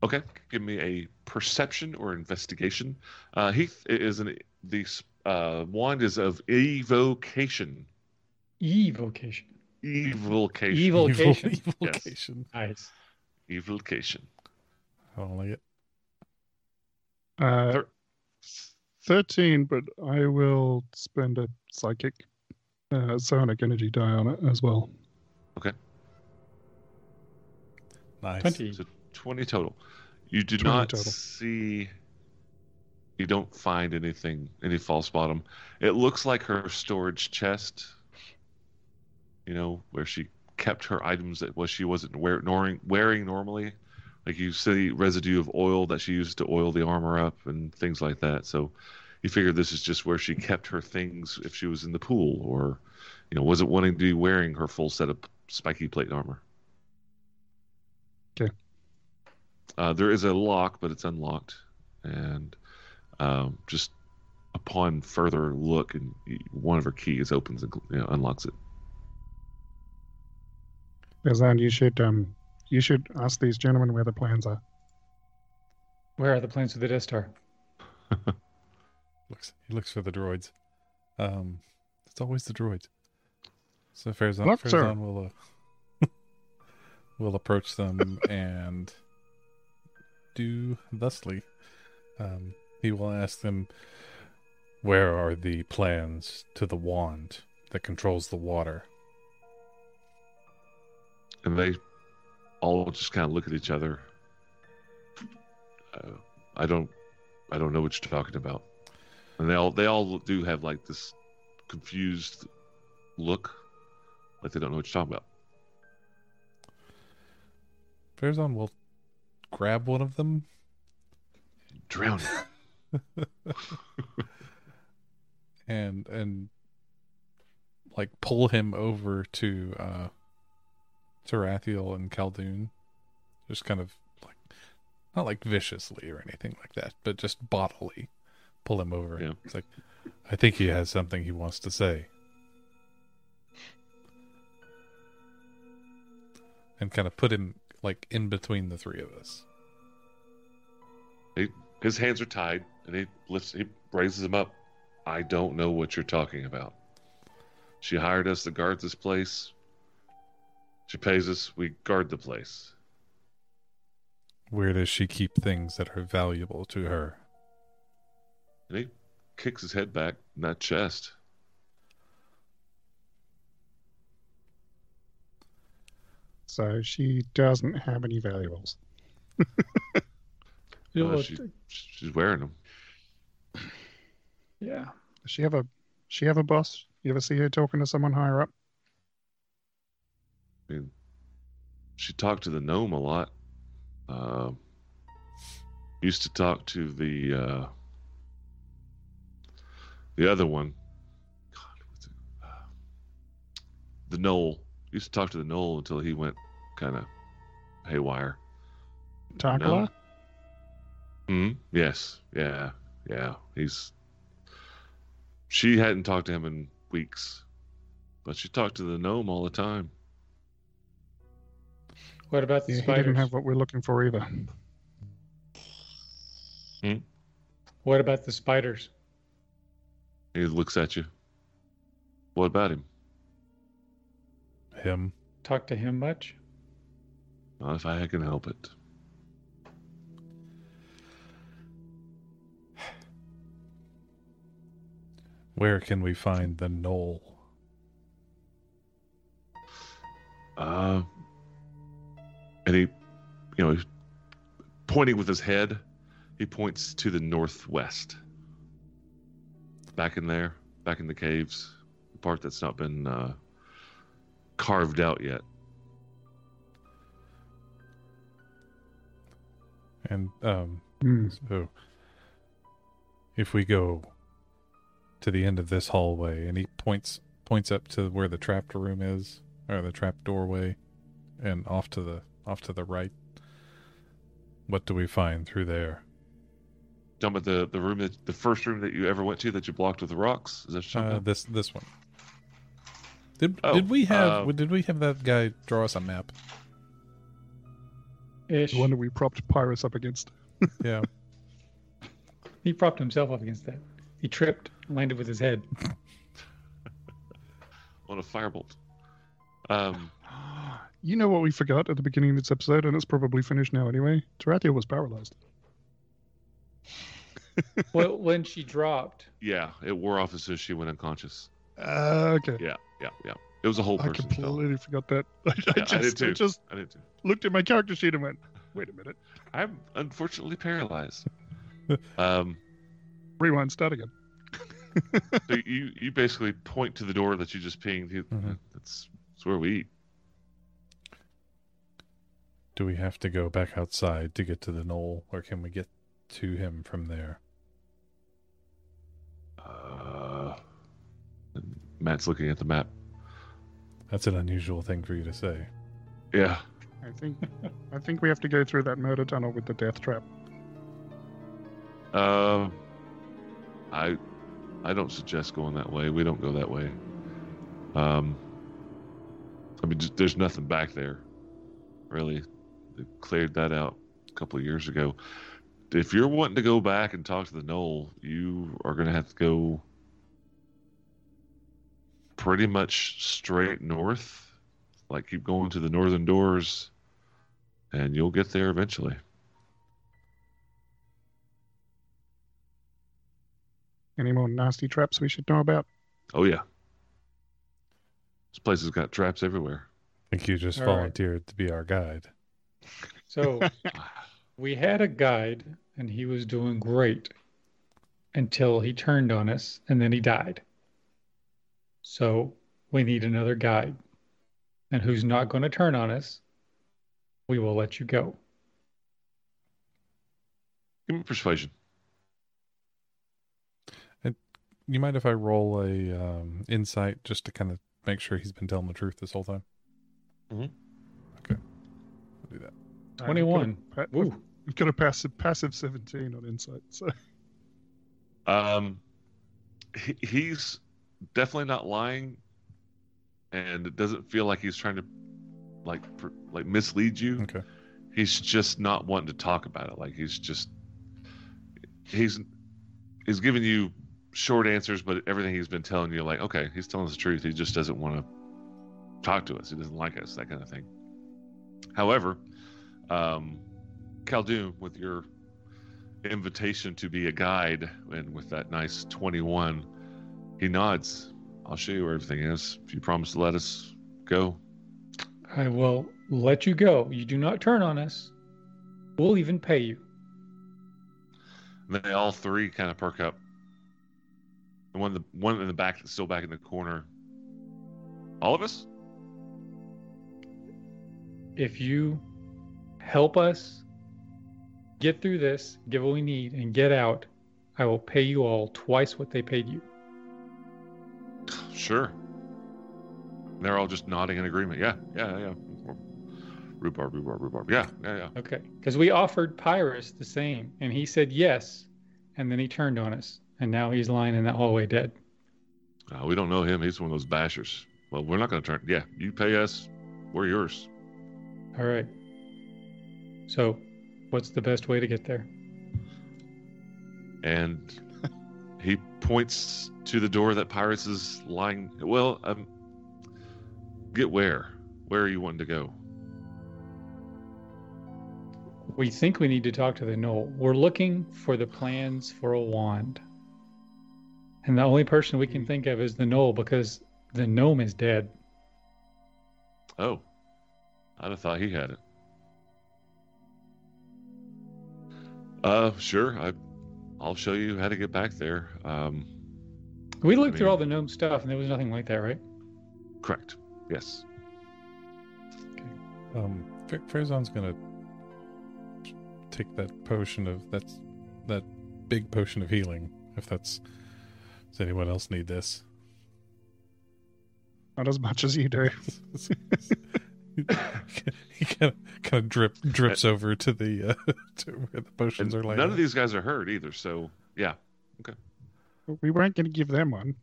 Speaker 1: Okay, give me a perception or investigation. Uh, Heath it is an the uh, wand is of evocation.
Speaker 4: Evocation.
Speaker 1: Evocation.
Speaker 4: Evocation.
Speaker 2: Evil,
Speaker 1: Yes.
Speaker 2: evocation.
Speaker 4: Nice.
Speaker 1: Evocation.
Speaker 2: I don't like it.
Speaker 3: Uh,
Speaker 1: Thir-
Speaker 3: 13, but I will spend a psychic uh, psionic energy die on it as well.
Speaker 2: Nice.
Speaker 4: Twenty.
Speaker 1: So 20 total. You do
Speaker 3: 20
Speaker 1: not
Speaker 3: total.
Speaker 1: see, you don't find anything, any false bottom. It looks like her storage chest, you know, where she kept her items that was she wasn't wear, noring, wearing normally. Like you see residue of oil that she used to oil the armor up and things like that. So you figure this is just where she kept her things if she was in the pool or, you know, wasn't wanting to be wearing her full set of spiky plate armor. Uh, there is a lock, but it's unlocked. And um, just upon further look, and y- one of her keys opens and you know, unlocks it.
Speaker 3: Azan, you should um, you should ask these gentlemen where the plans are.
Speaker 4: Where are the plans of the Death Star?
Speaker 2: Looks he looks for the droids. Um it's always the droids. So Farazan,
Speaker 3: Look, sir.
Speaker 2: Farazan will uh, will approach them and do thusly. Um he will ask them where are the plans to the wand that controls the water?
Speaker 1: And they all just kind of look at each other. Uh, I don't, I don't know what you're talking about. And they all, they all do have like this confused look, like they don't know what you're talking about.
Speaker 2: Farazan will grab one of them
Speaker 1: Drowning.
Speaker 2: and and like pull him over to uh Tarathiel and Khaldun. Just kind of like not like viciously or anything like that, but just bodily pull him over.
Speaker 1: Yeah.
Speaker 2: It's like I think he has something he wants to say. And kind of put him like in between the three of us.
Speaker 1: His hands are tied, and he lifts, he raises them up. I don't know what you're talking about. She hired us to guard this place. She pays us. We guard the place.
Speaker 2: Where does she keep things that are valuable to her?
Speaker 1: And he kicks his head back, not chest.
Speaker 3: So she doesn't have any valuables.
Speaker 1: Uh, she, she's wearing them.
Speaker 4: yeah.
Speaker 3: Does she have a she have a boss? You ever see her talking to someone higher up?
Speaker 1: I mean, she talked to the gnome a lot. Uh, used to talk to the uh, the other one. God, what's it? Uh, the knoll. Used to talk to the knoll until he went kind of haywire.
Speaker 3: Tarkala?
Speaker 1: Hmm. Yes. Yeah. Yeah. He's. She hadn't talked to him in weeks, but she talked to the gnome all the time.
Speaker 4: What about the
Speaker 3: Yeah, he
Speaker 4: spiders?
Speaker 3: didn't have what we're looking for either.
Speaker 4: What about the spiders?
Speaker 1: He looks at you. What about him?
Speaker 2: Him.
Speaker 4: Talk to him much?
Speaker 1: Not if I can help it.
Speaker 2: Where can we find the knoll?
Speaker 1: Uh, and he, you know, he's pointing with his head, he points to the northwest. Back in there, back in the caves, the part that's not been uh, carved out yet.
Speaker 2: And um
Speaker 3: Hmm.
Speaker 2: So, if we go to the end of this hallway, and he points points up to where the trapped room is, or the trap doorway, and off to the off to the right. What do we find through there?
Speaker 1: Talking about the the room that the first room that you ever went to that you blocked with the rocks. Is that what you're talking
Speaker 2: Uh,
Speaker 1: about?
Speaker 2: this this one. Did,
Speaker 1: Oh,
Speaker 2: did we have
Speaker 1: uh,
Speaker 2: did we have that guy draw us a map?
Speaker 4: Ish.
Speaker 3: The one that we propped Pyrus up against.
Speaker 2: Yeah.
Speaker 4: He propped himself up against that. He tripped, landed with his head.
Speaker 1: on a firebolt? Um,
Speaker 3: You know what we forgot at the beginning of this episode, and it's probably finished now anyway. Taratia was paralyzed.
Speaker 4: well, when she dropped,
Speaker 1: yeah, it wore off as soon as she went unconscious.
Speaker 3: Uh, okay.
Speaker 1: Yeah, yeah, yeah. It was a whole
Speaker 3: I
Speaker 1: person. fell.
Speaker 3: completely forgot that. I,
Speaker 1: Yeah, I
Speaker 3: just, I,
Speaker 1: did too.
Speaker 3: just
Speaker 1: I did too.
Speaker 3: looked at my character sheet and went, wait a minute.
Speaker 1: I'm unfortunately paralyzed. um,
Speaker 3: Rewind, start again.
Speaker 1: so you you basically point to the door that you just pinged. You,
Speaker 2: Mhm.
Speaker 1: That's that's where we eat.
Speaker 2: Do we have to go back outside to get to the knoll, or can we get to him from there?
Speaker 1: Uh, Matt's looking at the map.
Speaker 2: That's an unusual thing for you to say.
Speaker 1: Yeah,
Speaker 3: I think I think we have to go through that murder tunnel with the death trap.
Speaker 1: Um, I, I don't suggest going that way. We don't go that way. Um, I mean, just, there's nothing back there, really. They cleared that out a couple of years ago. If you're wanting to go back and talk to the knoll, you are going to have to go pretty much straight north. Like keep going to the northern doors, and you'll get there eventually.
Speaker 3: Any more nasty traps we should know about?
Speaker 1: Oh yeah. This place has got traps everywhere.
Speaker 2: I think you just
Speaker 4: All right.
Speaker 2: volunteered to be our guide.
Speaker 4: so
Speaker 1: Ah,
Speaker 4: we had a guide and he was doing great until he turned on us and then he died. So we need another guide. And who's not going to turn on us, we will let you go.
Speaker 1: Give me persuasion.
Speaker 2: You mind if I roll a um, insight just to kind of make sure he's been telling the truth this whole time?
Speaker 1: Mhm.
Speaker 2: Okay, I'll do that.
Speaker 4: 21.
Speaker 3: Pa-
Speaker 4: Woo.
Speaker 3: I've got a passive passive seventeen on insight. So
Speaker 1: Um, he, he's definitely not lying, and it doesn't feel like he's trying to like pr- like mislead you.
Speaker 2: Okay,
Speaker 1: He's just not wanting to talk about it. Like he's just he's he's giving you short answers, but everything he's been telling you, like okay, he's telling us the truth. He just doesn't want to talk to us. He doesn't like us, that kind of thing. However, um, Khaldun, with your invitation to be a guide and with that nice 21, he nods. I'll show you where everything is. If you promise to let us go,
Speaker 4: I will let you go. You do not turn on us. We'll even pay you.
Speaker 1: And they all three kind of perk up. The one, the one in the back that's still back in the corner. All of us?
Speaker 4: if you help us get through this, get what we need, and get out, I will pay you all twice what they paid you.
Speaker 1: Sure. And they're all just nodding in agreement. Yeah, yeah, yeah. Rhubarb, rhubarb, rhubarb. Yeah, yeah, yeah.
Speaker 4: Okay. Because we offered Pyrus the same, and he said yes, and then he turned on us, and now he's lying in that hallway dead.
Speaker 1: Uh, we don't know him. He's one of those bashers. Well, we're not going to turn. Yeah, you pay us. We're yours.
Speaker 4: All right. So, what's the best way to get there?
Speaker 1: And he points to the door that Pirates is lying. Well, um, get where? Where are you wanting to go?
Speaker 4: We think we need to talk to the knoll. We're looking for the plans for a wand. And the only person we can think of is the knoll because the gnome is dead.
Speaker 1: Oh, I'd have thought he had it. Uh, sure. I, I'll show you how to get back there. Um,
Speaker 4: We looked through
Speaker 1: mean-
Speaker 4: all the gnome stuff, and there was nothing like that, right?
Speaker 1: correct. Yes.
Speaker 2: um, Fa- Farazan's gonna take that potion of that's that big potion of healing. If that's does anyone else need this?
Speaker 3: Not as much as you do.
Speaker 2: he kind of, kind of drip drips over to the uh, to where the
Speaker 1: And
Speaker 2: potions are laying.
Speaker 1: none of these guys are hurt either. So yeah,
Speaker 3: But We weren't going to give them one.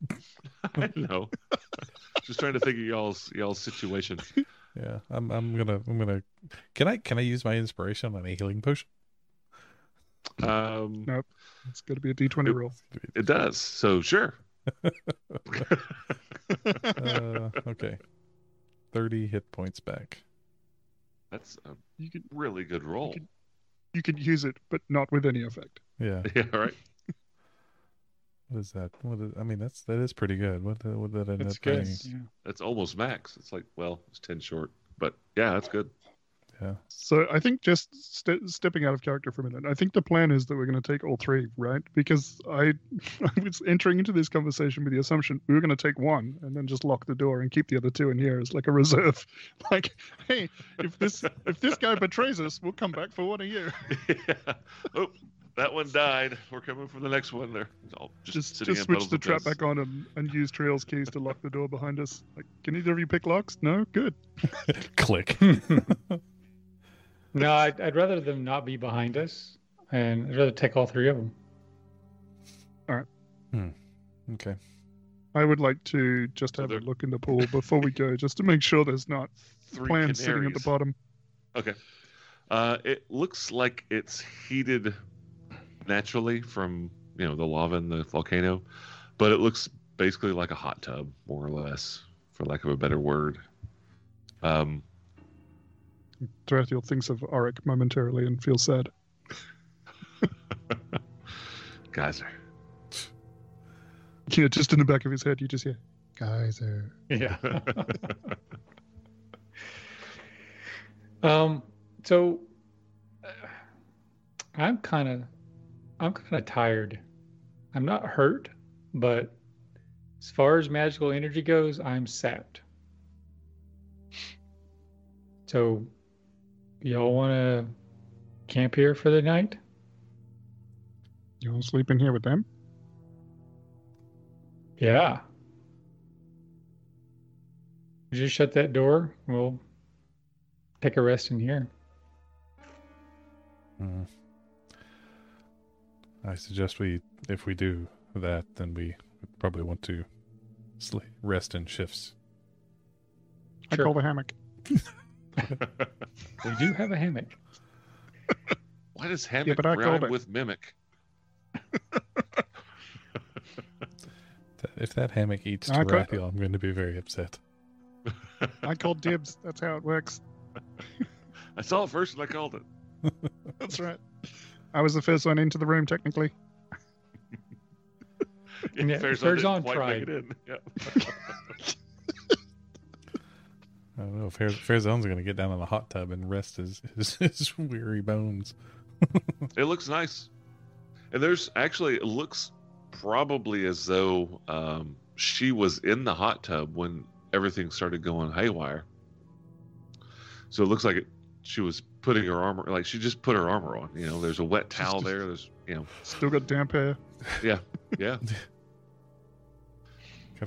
Speaker 1: I know. Just trying to think of y'all's y'all's situation.
Speaker 2: yeah, I'm I'm gonna I'm gonna. Can I can I use my inspiration on a healing potion?
Speaker 1: Um,
Speaker 3: No. It's going to be a D20 roll.
Speaker 1: It does. So sure.
Speaker 2: Uh, okay, thirty hit points back.
Speaker 1: That's a
Speaker 3: You could
Speaker 1: really good roll.
Speaker 3: could- you could use it, but not with any effect.
Speaker 2: Yeah,
Speaker 1: Yeah, right.
Speaker 2: what is that? What is, I mean, that's that is pretty good. What the, what did that end
Speaker 4: That's
Speaker 2: up
Speaker 4: good.
Speaker 2: being?
Speaker 4: Yeah.
Speaker 1: That's almost max. It's like, well, it's ten short. But yeah, that's good.
Speaker 3: So I think just ste stepping out of character for a minute. I think the plan is that we're going to take all three, right? Because I, I was entering into this conversation with the assumption we were going to take one and then just lock the door and keep the other two in here as like a reserve. Like, hey, if this if this guy betrays us, we'll come back for one of you.
Speaker 1: yeah. Oh, that one died. We're coming for the next one. There. Oh, just
Speaker 3: Just
Speaker 1: sitting
Speaker 3: just
Speaker 1: in
Speaker 3: switch the trap
Speaker 1: puddles of
Speaker 3: back on and, and use Trail's keys to lock the door behind us. Like, can either of you pick locks? No, good.
Speaker 2: Click.
Speaker 4: No, I'd, I'd rather them not be behind us, and I'd rather take all three of them.
Speaker 2: Okay.
Speaker 3: I would like to just
Speaker 1: So
Speaker 3: have a
Speaker 1: there-
Speaker 3: look in the pool before we go, just to make sure there's not
Speaker 1: Three
Speaker 3: plans sitting at the
Speaker 1: canaries.
Speaker 3: bottom.
Speaker 1: Uh, it looks like it's heated naturally from you know the lava in the volcano, but it looks basically like a hot tub, more or less, for lack of a better word. Um,
Speaker 3: Tarathiel thinks of Auric momentarily and feels sad.
Speaker 1: geyser.
Speaker 3: Yeah, just in the back of his head, you just hear, Geyser.
Speaker 4: Yeah. um. So, uh, I'm kind of, I'm kind of tired. I'm not hurt, but as far as magical energy goes, I'm sapped. So, y'all want to camp here for the night?
Speaker 3: You want to sleep in here with them?
Speaker 4: Yeah. Just shut that door. We'll take a rest in here.
Speaker 2: Mm. I suggest we, if we do that, then we would probably want to sleep, rest in shifts.
Speaker 3: I
Speaker 4: Sure.
Speaker 3: call the hammock.
Speaker 4: We do have a hammock.
Speaker 1: Why does hammock
Speaker 3: but I called
Speaker 1: rhyme
Speaker 3: it.
Speaker 1: with mimic?
Speaker 2: Th- If that hammock eats
Speaker 3: I put-
Speaker 2: Tarathiel, I'm going to be very upset.
Speaker 3: I call dibs. That's how it works.
Speaker 1: I saw it first and I called it.
Speaker 3: That's right. I was the first one into the room, technically.
Speaker 4: Yeah,
Speaker 1: Farazan
Speaker 4: Farazan
Speaker 1: didn't quite
Speaker 4: tried.
Speaker 1: make it in. Yeah.
Speaker 2: I don't know. Fair, Fairzone's going to get down in the hot tub and rest his, his, his weary bones.
Speaker 1: It looks nice. And there's actually, it looks probably as though um, she was in the hot tub when everything started going haywire. So it looks like it, she was putting her armor, like she just put her armor on. You know, there's a wet towel there. There's, you know,
Speaker 3: Still got damp hair.
Speaker 1: yeah.
Speaker 2: Got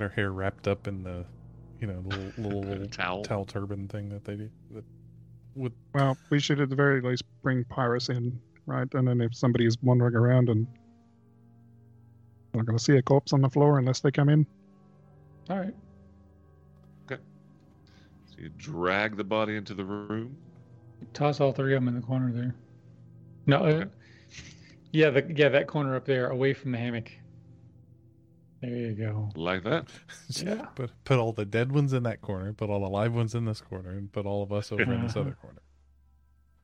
Speaker 2: her hair wrapped up in the, you know, little, little
Speaker 1: towel.
Speaker 2: towel turban thing that they do. That would,
Speaker 3: Well, we should at the very least bring Pyrus in, right? And then if somebody is wandering around and we're not going to see a corpse on the floor unless they come in.
Speaker 4: All right.
Speaker 1: So you drag the body into the room.
Speaker 4: Toss all three of them in the corner there. No. Uh, yeah, the, yeah, that corner up there, away from the hammock. There you go.
Speaker 1: Like that.
Speaker 4: Yeah.
Speaker 2: Put, put all the dead ones in that corner, put all the live ones in this corner, and put all of us over in this
Speaker 4: Uh-huh.
Speaker 2: other corner.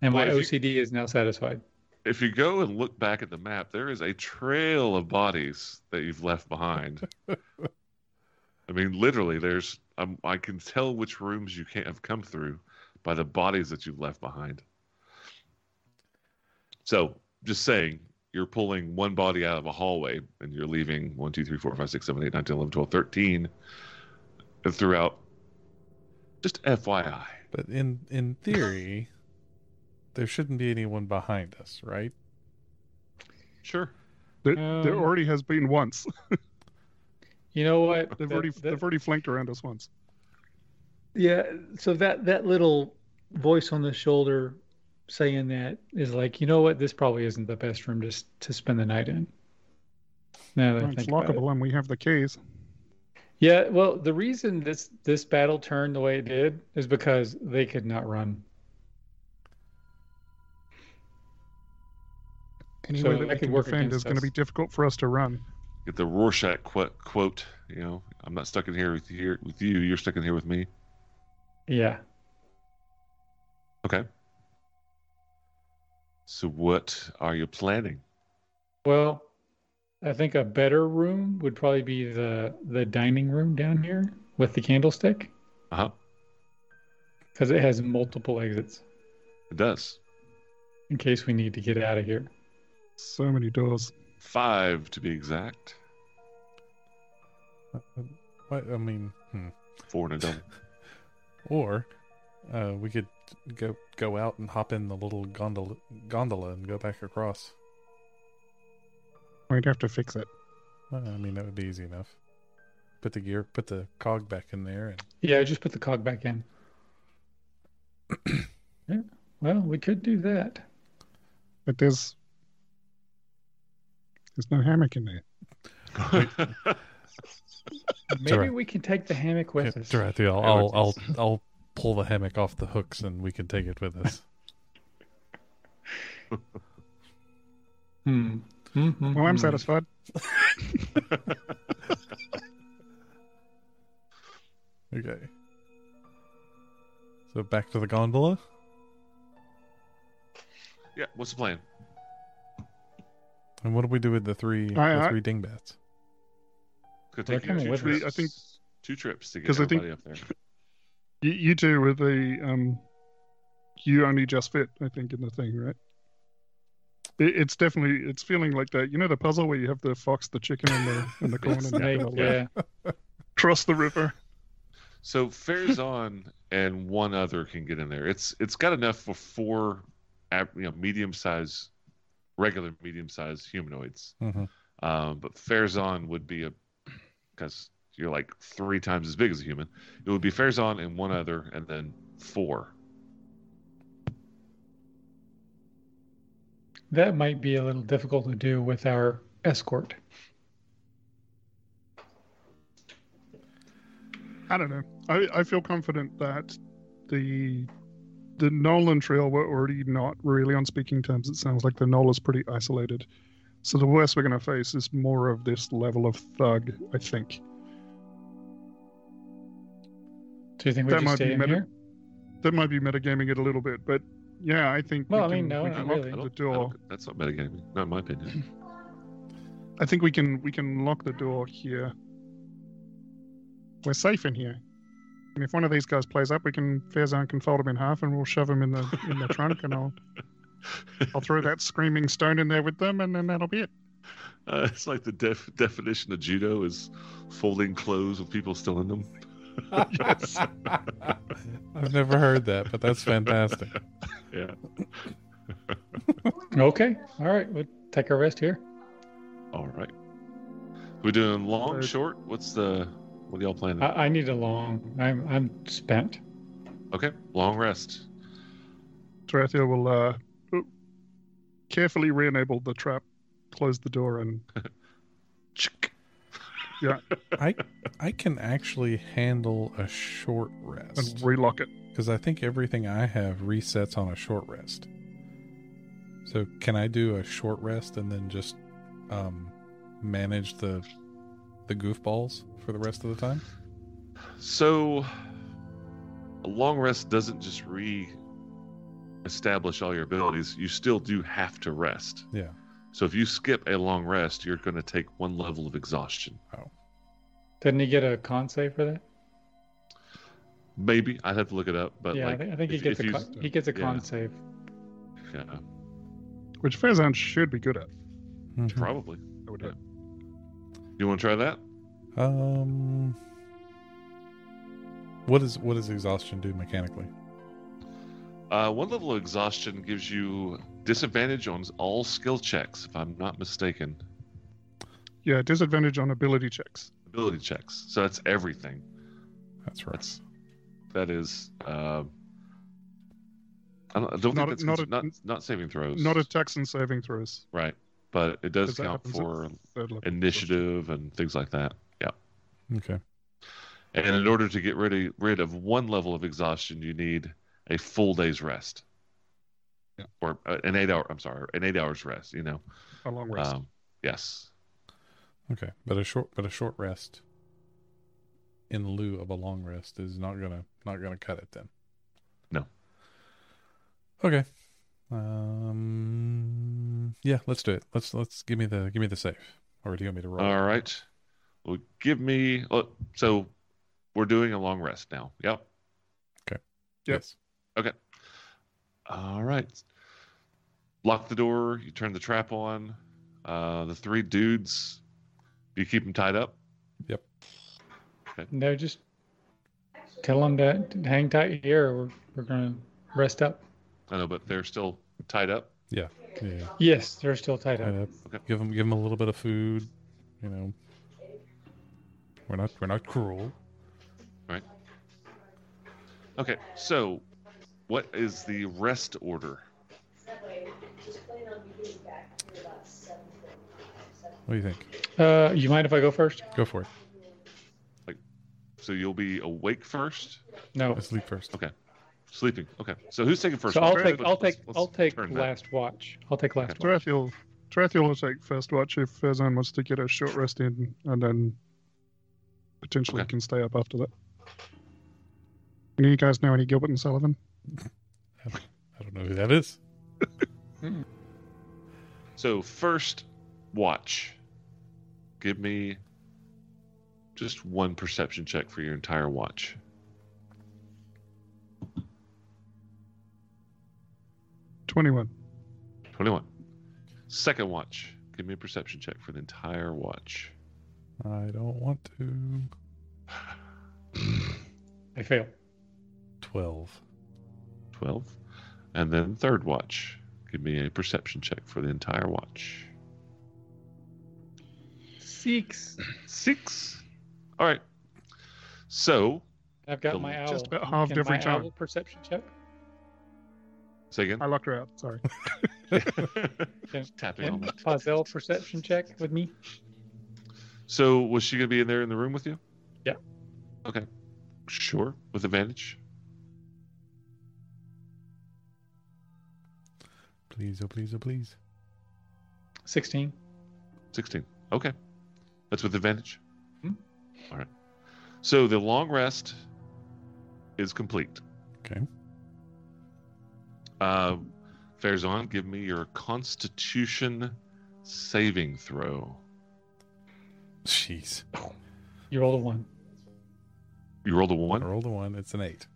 Speaker 4: And my
Speaker 1: Well, if you-
Speaker 4: OCD is now satisfied.
Speaker 1: If you go and look back at the map, there is a trail of bodies that you've left behind. I mean, literally, there's. Um, I can tell which rooms you can't have come through by the bodies that you've left behind. So, just saying, you're pulling one body out of a hallway and you're leaving 1, 2, 3, 4, 5, 6, 7, 8, 9, 10, 11, 12, 13 throughout. Just FYI.
Speaker 2: But in in theory, there shouldn't be anyone behind us, right?
Speaker 1: Sure.
Speaker 3: There, there
Speaker 4: Um,
Speaker 3: already has been once.
Speaker 4: You know what?
Speaker 3: They've
Speaker 4: That-
Speaker 3: already
Speaker 4: that-
Speaker 3: they've already flanked around us once.
Speaker 4: Yeah, so that that little voice on the shoulder saying that is like, you know what, this probably isn't the best room to s- to spend the night in. Now that I
Speaker 3: It's
Speaker 4: think about it.
Speaker 3: lockable and we have the keys.
Speaker 4: Yeah, well, the reason this this battle turned the way it did is because they could not run.
Speaker 3: Anyway,
Speaker 4: So
Speaker 3: that
Speaker 4: that
Speaker 3: we
Speaker 4: could
Speaker 3: can
Speaker 4: work
Speaker 3: defend
Speaker 4: against
Speaker 3: is going to
Speaker 4: us.
Speaker 3: be difficult for us to run.
Speaker 1: Get the Rorschach quote, quote. You know, I'm not stuck in here with here with you. You're stuck in here with me.
Speaker 4: Yeah.
Speaker 1: Okay. So what are you planning?
Speaker 4: Well, I think a better room would probably be the the dining room down here with the candlestick
Speaker 1: Uh huh.
Speaker 4: because it has multiple exits
Speaker 1: It does.
Speaker 4: in case we need to get out of here.
Speaker 3: So many doors.
Speaker 1: Five to be exact.
Speaker 2: Uh, What I mean, hmm.
Speaker 1: Four and a double.
Speaker 2: or uh, we could go go out and hop in the little gondola gondola and go back across.
Speaker 3: We'd have to fix it.
Speaker 2: Well, I mean, that would be easy enough. Put the gear, put the cog back in there, and
Speaker 4: Yeah, just put the cog back in. yeah. Well, we could do that.
Speaker 3: But there's there's no hammock in there.
Speaker 4: Maybe
Speaker 2: right.
Speaker 4: we can take the hammock with us.
Speaker 2: Dorothy, I'll,
Speaker 1: Yeah,
Speaker 2: I'll I'll
Speaker 1: let's-
Speaker 2: I'll pull the hammock off the hooks, and we can take it with us.
Speaker 4: Hmm. Mm-hmm.
Speaker 3: Well, I'm satisfied.
Speaker 2: okay. So back to the gondola.
Speaker 1: yeah. What's the plan?
Speaker 2: And what do we do with the three
Speaker 3: I-
Speaker 2: the
Speaker 3: I-
Speaker 2: three dingbats?
Speaker 1: It's gonna
Speaker 4: They're
Speaker 1: take you
Speaker 4: coming
Speaker 1: two
Speaker 4: with us.
Speaker 1: trips.
Speaker 3: I think-
Speaker 1: two trips to get
Speaker 3: 'Cause I think-
Speaker 1: everybody up there.
Speaker 3: You, you two were the um, you only just fit, I think, in the thing, right? It, it's definitely it's feeling like that. You know the puzzle where you have the fox, the chicken, and the and the corn, and you
Speaker 4: Snake,
Speaker 3: gotta, like,
Speaker 4: yeah.
Speaker 3: cross the river.
Speaker 1: So Farazan and one other can get in there. It's it's got enough for four, ab- you know, medium sized, regular medium sized humanoids.
Speaker 2: Mhm.
Speaker 1: Um, but Farazan would be a because you're like three times as big as a human. It would be Farazan and one other, and then four.
Speaker 4: That might be a little difficult to do with our escort.
Speaker 3: I don't know. I, I feel confident that the the Knoll and Trail were already not really on speaking terms. It sounds like the Knoll is pretty isolated. So the worst we're going to face is more of this level of thug, I think.
Speaker 4: Do you think we
Speaker 3: That
Speaker 4: just
Speaker 3: might
Speaker 4: stay
Speaker 3: be
Speaker 4: in
Speaker 3: meta-
Speaker 4: here?
Speaker 3: That might be metagaming it a little bit, but yeah, I think
Speaker 4: Well, I
Speaker 3: we
Speaker 4: mean,
Speaker 3: can,
Speaker 4: no,
Speaker 3: we
Speaker 4: not
Speaker 3: can
Speaker 4: really.
Speaker 3: lock
Speaker 1: I
Speaker 3: the
Speaker 1: don't- I
Speaker 3: door.
Speaker 1: don't- that's not metagaming. Not in my opinion.
Speaker 3: I, think we can we can lock the door here. We're safe in here. And if one of these guys plays up, we can Fairzone can fold him in half and we'll shove him in the in the trunk and I'll I'll throw that screaming stone in there with them and then that'll be it.
Speaker 1: Uh, it's like the def- definition of judo is folding clothes with people still in them.
Speaker 4: Oh,
Speaker 2: I've never heard that, but that's fantastic.
Speaker 1: Yeah.
Speaker 4: Okay. All right. We'll take our rest here.
Speaker 1: All right. We're doing long,
Speaker 3: Uh,
Speaker 1: short. What's the what are y'all planning?
Speaker 4: I, I need a long. I'm I'm spent.
Speaker 1: okay, long rest.
Speaker 3: Tarathia will uh, carefully re-enable the trap, close the door, and
Speaker 1: Chick.
Speaker 2: I I can actually handle a short rest
Speaker 3: and relock it.
Speaker 2: because I think everything I have resets on a short rest. So can I do a short rest and then just um, manage the the goofballs for the rest of the time?
Speaker 1: So, a long rest doesn't just re-establish all your abilities. You still do have to rest.
Speaker 2: Yeah.
Speaker 1: So if you skip a long rest, you're going to take one level of exhaustion.
Speaker 4: Didn't he get a con save for that?
Speaker 1: Maybe I'd have to look it up, but
Speaker 4: yeah, I
Speaker 1: like,
Speaker 4: think, I think he
Speaker 1: if-
Speaker 4: gets a
Speaker 1: if you-
Speaker 4: con, he gets a con
Speaker 1: yeah.
Speaker 4: save.
Speaker 1: yeah,
Speaker 3: Which Fairzan should be good at.
Speaker 2: Mhm.
Speaker 1: probably.
Speaker 3: I would
Speaker 1: Yeah.
Speaker 3: hope.
Speaker 1: You want to try that?
Speaker 2: Um, what is what does exhaustion do mechanically?
Speaker 1: Uh, one level of exhaustion gives you disadvantage on all skill checks, if I'm not mistaken.
Speaker 3: Yeah, disadvantage on ability checks.
Speaker 1: Ability checks. So that's everything.
Speaker 2: That's right.
Speaker 1: That's That is, um, I don't, I don't
Speaker 3: Not a-
Speaker 1: think that's
Speaker 3: not
Speaker 1: not,
Speaker 3: a-
Speaker 1: not not saving throws.
Speaker 3: Not attacks and saving throws.
Speaker 1: right, but it does
Speaker 3: 'cause that
Speaker 1: count
Speaker 3: happens at
Speaker 1: for
Speaker 3: third level.
Speaker 1: initiative and things like that. Yeah,
Speaker 2: Okay.
Speaker 1: and in order to get rid of, rid of one level of exhaustion, you need a full day's rest,
Speaker 3: Yeah.
Speaker 1: or uh, an eight hour. I'm sorry, an eight hours rest. You know,
Speaker 3: A long rest.
Speaker 1: Um, yes,
Speaker 2: Okay. But a short but a short rest in lieu of a long rest is not gonna not gonna cut it then.
Speaker 1: No.
Speaker 2: Okay. Um yeah, let's do it. Let's let's give me the give me the save. Or do you want me to roll?
Speaker 1: All right. Well, give me. oh, So we're doing a long rest now. Yep.
Speaker 3: Yep.
Speaker 2: Yes.
Speaker 1: All right. Lock the door. You turn the trap on. Uh, the three dudes. You keep them tied up.
Speaker 4: No, just tell them to hang tight here. Or we're, we're gonna rest up.
Speaker 1: I know, but they're still tied up.
Speaker 2: Yeah.
Speaker 4: Yes, they're still tied up.
Speaker 2: Tied up.
Speaker 1: Okay.
Speaker 2: Give them give them a little bit of food, you know. We're not we're not cruel.
Speaker 1: Okay. So, what is the rest order?
Speaker 2: What do you think?
Speaker 4: Uh, you mind if I go first?
Speaker 2: Go for it.
Speaker 1: So you'll be awake first,
Speaker 4: No.
Speaker 2: Let's sleep first.
Speaker 1: sleeping. Okay. So who's taking first?
Speaker 4: So I'll
Speaker 1: watch?
Speaker 4: take
Speaker 1: Let's-
Speaker 4: I'll take
Speaker 1: let's- let's
Speaker 4: I'll take
Speaker 1: turn that.
Speaker 4: last watch. I'll take last watch.
Speaker 3: Tarathiel, Tarathiel will take first watch if Fairzone wants to get a short rest in, and then potentially
Speaker 1: Okay.
Speaker 3: can stay up after that. Do you guys know any Gilbert and Sullivan?
Speaker 2: I don't know who that is.
Speaker 1: So first watch. Give me just one perception check for your entire watch.
Speaker 3: Twenty-one.
Speaker 1: 21. Second watch. Give me a perception check for the entire watch.
Speaker 2: I don't want to.
Speaker 4: I fail.
Speaker 2: 12.
Speaker 1: 12. And then third watch. Give me a perception check for the entire watch.
Speaker 4: Six.
Speaker 1: 6. All right. So,
Speaker 4: I've got
Speaker 1: The-
Speaker 4: my owl.
Speaker 3: Just about halved
Speaker 4: Can
Speaker 3: every
Speaker 4: my
Speaker 3: time.
Speaker 4: owl perception check.
Speaker 1: say again.
Speaker 3: I locked her out. Sorry.
Speaker 1: Just tapping on
Speaker 4: Can
Speaker 1: my-
Speaker 4: Pazel perception check with me.
Speaker 1: So, was she going to be in there in the room with you?
Speaker 4: Yeah.
Speaker 1: Okay. Sure. With advantage.
Speaker 2: Please, oh, please, oh, please.
Speaker 4: Sixteen.
Speaker 1: 16. Okay. That's with advantage.
Speaker 4: Hmm.
Speaker 1: All right. So the long rest is complete.
Speaker 2: Okay.
Speaker 1: Uh, Fairzon, give me your constitution saving throw.
Speaker 2: Jeez.
Speaker 4: You rolled a one.
Speaker 1: You rolled a
Speaker 2: I
Speaker 1: one.
Speaker 2: rolled a one. It's an eight.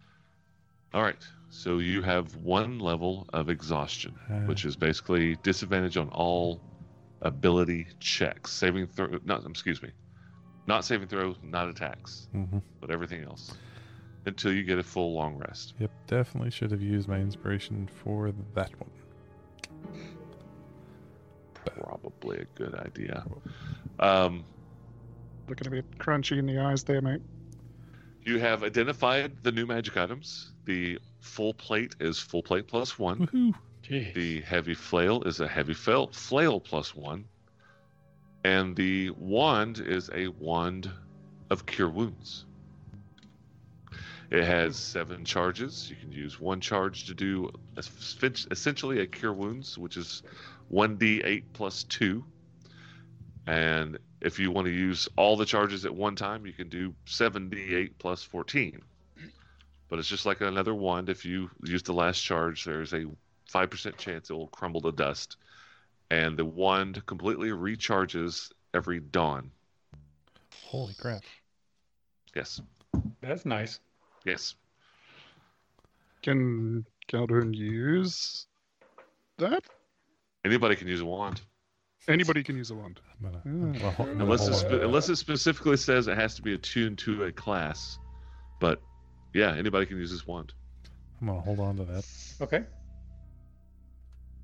Speaker 1: All right. So you have one level of exhaustion,
Speaker 2: Uh,
Speaker 1: which is basically disadvantage on all ability checks. Saving throw, not, um, excuse me, not saving throws, not attacks.
Speaker 2: Mhm.
Speaker 1: but everything else until you get a full long rest.
Speaker 2: Yep, definitely should have used my inspiration for that one.
Speaker 1: Probably a good idea. Um,
Speaker 3: Looking a bit crunchy in the eyes there, mate.
Speaker 1: you have identified the new magic items. The full plate is full plate plus one.
Speaker 2: Woohoo!
Speaker 4: Jeez.
Speaker 1: The heavy flail is a heavy fail, flail plus one. And the wand is a wand of cure wounds. It has seven charges. You can use one charge to do es- essentially a cure wounds, which is 1d8 plus 2. And if you want to use all the charges at one time, you can do 7d8 plus 14. But it's just like another wand. If you use the last charge, there's a five percent chance it will crumble to dust, and the wand completely recharges every dawn.
Speaker 2: Holy crap.
Speaker 1: Yes,
Speaker 4: That's nice.
Speaker 1: yes.
Speaker 3: Can Caldoon use that?
Speaker 1: Anybody can use a wand
Speaker 3: Anybody can use a wand.
Speaker 2: I'm gonna, I'm
Speaker 3: Yeah.
Speaker 2: gonna ho- I'm gonna
Speaker 1: unless it,
Speaker 2: hold
Speaker 1: spe-
Speaker 2: on.
Speaker 1: unless it specifically says it has to be attuned to a class. But yeah, anybody can use this wand.
Speaker 2: I'm gonna hold on to that.
Speaker 4: Okay.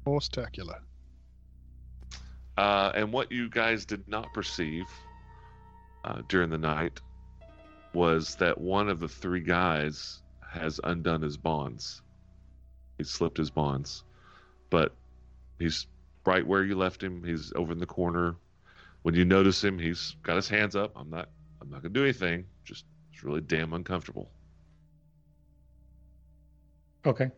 Speaker 3: Or stacular.
Speaker 1: Uh, and what you guys did not perceive uh, during the night was that one of the three guys has undone his bonds. He slipped his bonds, but he's right where you left him. He's over in the corner. When you notice him, he's got his hands up. I'm not. I'm not gonna do anything. Just it's really damn uncomfortable.
Speaker 4: Okay.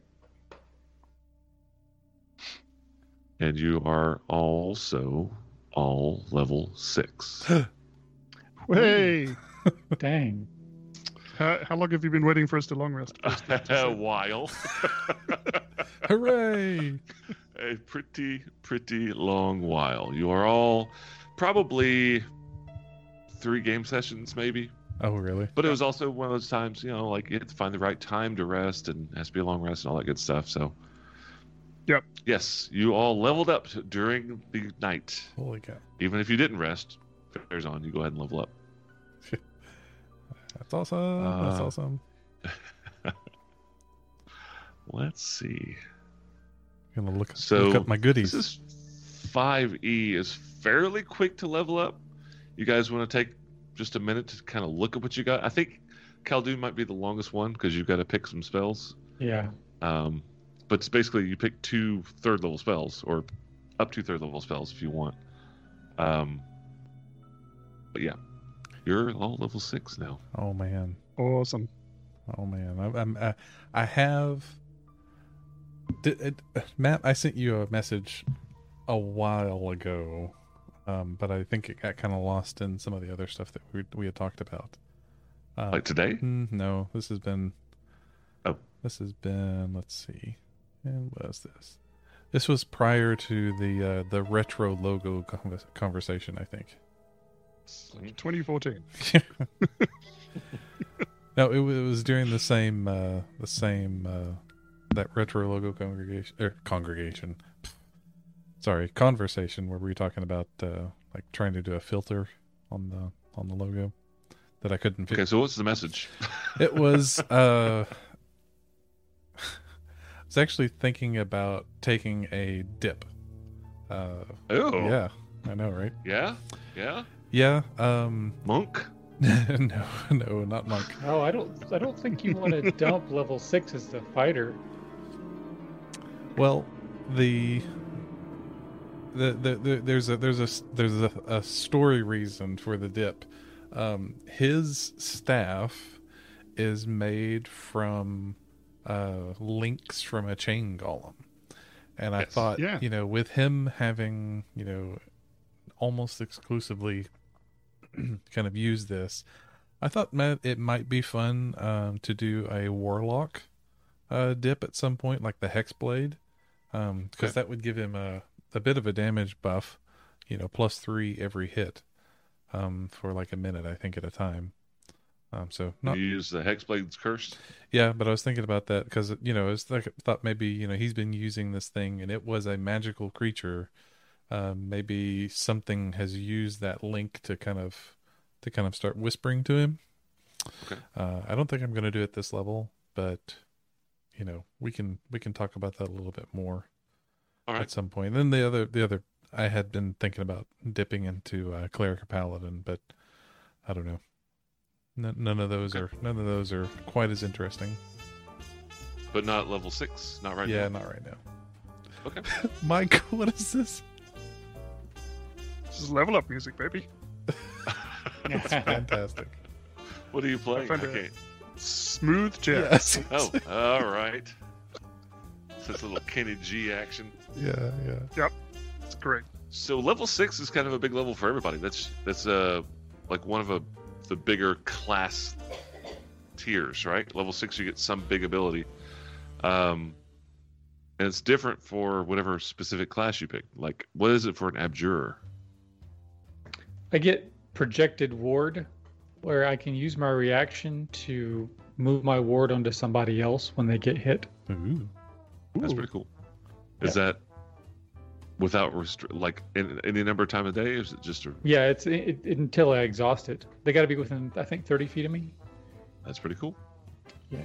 Speaker 1: And you are also all level six.
Speaker 3: Hey,
Speaker 4: Dang.
Speaker 3: how, how long have you been waiting for us to long rest?
Speaker 1: While
Speaker 2: Hooray!
Speaker 1: a pretty, pretty long while. You are all probably three game sessions, maybe.
Speaker 2: Oh, really?
Speaker 1: But it was also one of those times, you know, like you have to find the right time to rest and it has to be a long rest and all that good stuff. So,
Speaker 3: Yep.
Speaker 1: Yes, you all leveled up during the night.
Speaker 2: Holy cow!
Speaker 1: Even if you didn't rest, fair's on. You go ahead and level up.
Speaker 2: That's awesome. That's
Speaker 1: Uh,
Speaker 2: awesome.
Speaker 1: Let's see.
Speaker 2: I'm gonna look,
Speaker 1: so
Speaker 2: look up my goodies.
Speaker 1: This is 5e is fairly quick to level up. You guys want to take just a minute to kind of look at what you got? I think Khaldun might be the longest one because you've got to pick some spells.
Speaker 4: Yeah.
Speaker 1: Um, but it's basically you pick two third level spells or up to third level spells if you want. Um, but yeah, you're all level six now.
Speaker 2: Oh man.
Speaker 3: Awesome.
Speaker 2: Oh man, I, I'm I, I have. Did, it, Matt, I sent you a message a while ago, um, but I think it got kind of lost in some of the other stuff that we we had talked about. Uh,
Speaker 1: Like today?
Speaker 2: mm, no, this has been.
Speaker 1: Oh.
Speaker 2: This has been. Let's see, and what is this? This was prior to the uh, the retro logo convers conversation, I think. Mm.
Speaker 3: 2014.
Speaker 2: No, it, wa- it was during the same uh, the same uh, that retro logo congregation er, congregation. Pff. Sorry, conversation where we were talking about uh, like trying to do a filter on the on the logo that I couldn't fix.
Speaker 1: Okay, so what's the message?
Speaker 2: It was uh, I was actually thinking about taking a dip. Uh,
Speaker 1: Oh, yeah.
Speaker 2: Yeah, I know, right?
Speaker 1: Yeah? Yeah?
Speaker 2: Yeah. Um,
Speaker 1: Monk?
Speaker 2: no, no, not monk.
Speaker 4: Oh, I don't. I don't think you want to dump level six as the fighter.
Speaker 2: Well, the the, the, the there's a there's a s- there's a, a story reason for the dip. Um, his staff is made from uh, links from a chain golem, and I
Speaker 1: Yes.
Speaker 2: thought,
Speaker 3: Yeah.
Speaker 2: you know, with him having you know almost exclusively kind of used this, I thought ma- it might be fun um, to do a warlock uh, dip at some point, like the hex blade, because
Speaker 1: Okay.
Speaker 2: Um, that would give him a a bit of a damage buff, you know, plus three every hit, um, for like a minute, I think, at a time. Um, so not
Speaker 1: You use the Hexblade's Curse?
Speaker 2: yeah, but I was thinking about that because you know, I was like, thought maybe you know he's been using this thing, and it was a magical creature. Um, maybe something has used that link to kind of to kind of start whispering to him.
Speaker 1: Okay.
Speaker 2: Uh, I don't think I'm going to do it this level, but you know, we can we can talk about that a little bit more
Speaker 1: All right.
Speaker 2: at some point. Then the other the other I had been thinking about dipping into uh, cleric or paladin, but I don't know. N- none of those
Speaker 1: Okay.
Speaker 2: are none of those are quite as interesting.
Speaker 1: But not level six, not right
Speaker 2: yeah,
Speaker 1: now.
Speaker 2: not right now.
Speaker 1: Okay.
Speaker 2: Mike, what is this?
Speaker 3: This is level up music, baby.
Speaker 2: Fantastic.
Speaker 1: What are you playing?
Speaker 3: found
Speaker 1: I
Speaker 3: a-
Speaker 1: can't-
Speaker 3: Smooth jazz.
Speaker 2: Yes.
Speaker 1: Oh, all right. So it's a little Kenny G action.
Speaker 2: Yeah, yeah.
Speaker 3: It's great.
Speaker 1: So level six is kind of a big level for everybody. That's that's uh like one of a, the bigger class tiers, right? Level six, you get some big ability, um, and it's different for whatever specific class you pick. Like, what is it for an abjurer?
Speaker 4: I get projected ward, where I can use my reaction to move my ward onto somebody else when they get hit.
Speaker 2: Ooh.
Speaker 1: That's pretty cool. Is that without restri- like in, any number of time of day? Or is it just a,
Speaker 4: Yeah, it's it, it, until I exhaust it. They got to be within, I think, thirty feet of me.
Speaker 1: that's pretty cool?
Speaker 4: Yeah.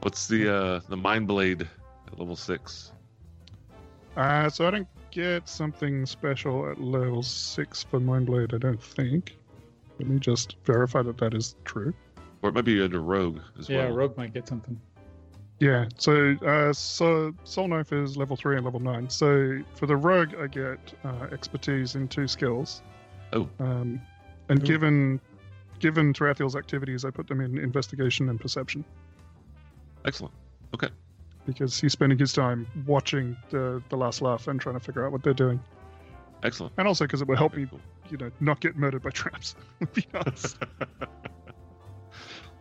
Speaker 1: What's the uh the mind blade at level six?
Speaker 3: Uh, so I don't get something special at level 6 for Mindblade, I don't think. Let me just verify that that is true.
Speaker 1: Or it might be under Rogue as
Speaker 4: yeah,
Speaker 1: well.
Speaker 4: Rogue might get something.
Speaker 3: Yeah, so uh, so Soul Knife is level three and level nine. So for the rogue, I get uh, expertise in two skills.
Speaker 1: Oh.
Speaker 3: Um, and
Speaker 4: Ooh.
Speaker 3: given given Tarathiel's activities, I put them in investigation and perception
Speaker 1: Excellent.
Speaker 3: because he's spending his time watching the the last laugh and trying to figure out what they're doing,
Speaker 1: Excellent.
Speaker 3: and also because it will help
Speaker 1: Okay,
Speaker 3: me,
Speaker 1: cool.
Speaker 3: you know, not get murdered by traps. would be nice.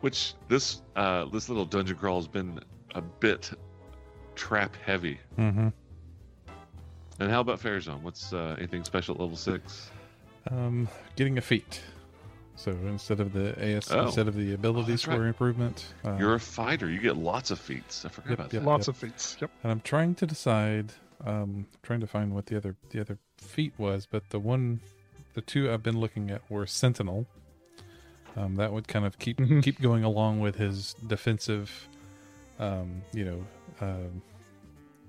Speaker 1: Which this uh, this little dungeon crawl has been a bit trap heavy.
Speaker 2: Mm-hmm.
Speaker 1: And how about Fair Zone? What's uh, anything special at level six?
Speaker 2: Um, getting a feat. So instead of the AS,
Speaker 1: Oh.
Speaker 2: instead of the ability
Speaker 1: that's right.
Speaker 2: score improvement, uh,
Speaker 1: You're a fighter. You get lots of feats. I forgot
Speaker 2: Yep,
Speaker 1: about
Speaker 2: yep.
Speaker 1: that.
Speaker 3: Lots of feats. Yep.
Speaker 2: and I'm trying to decide. Um, trying to find what the other the other feat was, but the one, the two I've been looking at were Sentinel. Um, that would kind of keep
Speaker 3: Mhm.
Speaker 2: keep going along with his defensive, um, you know, um,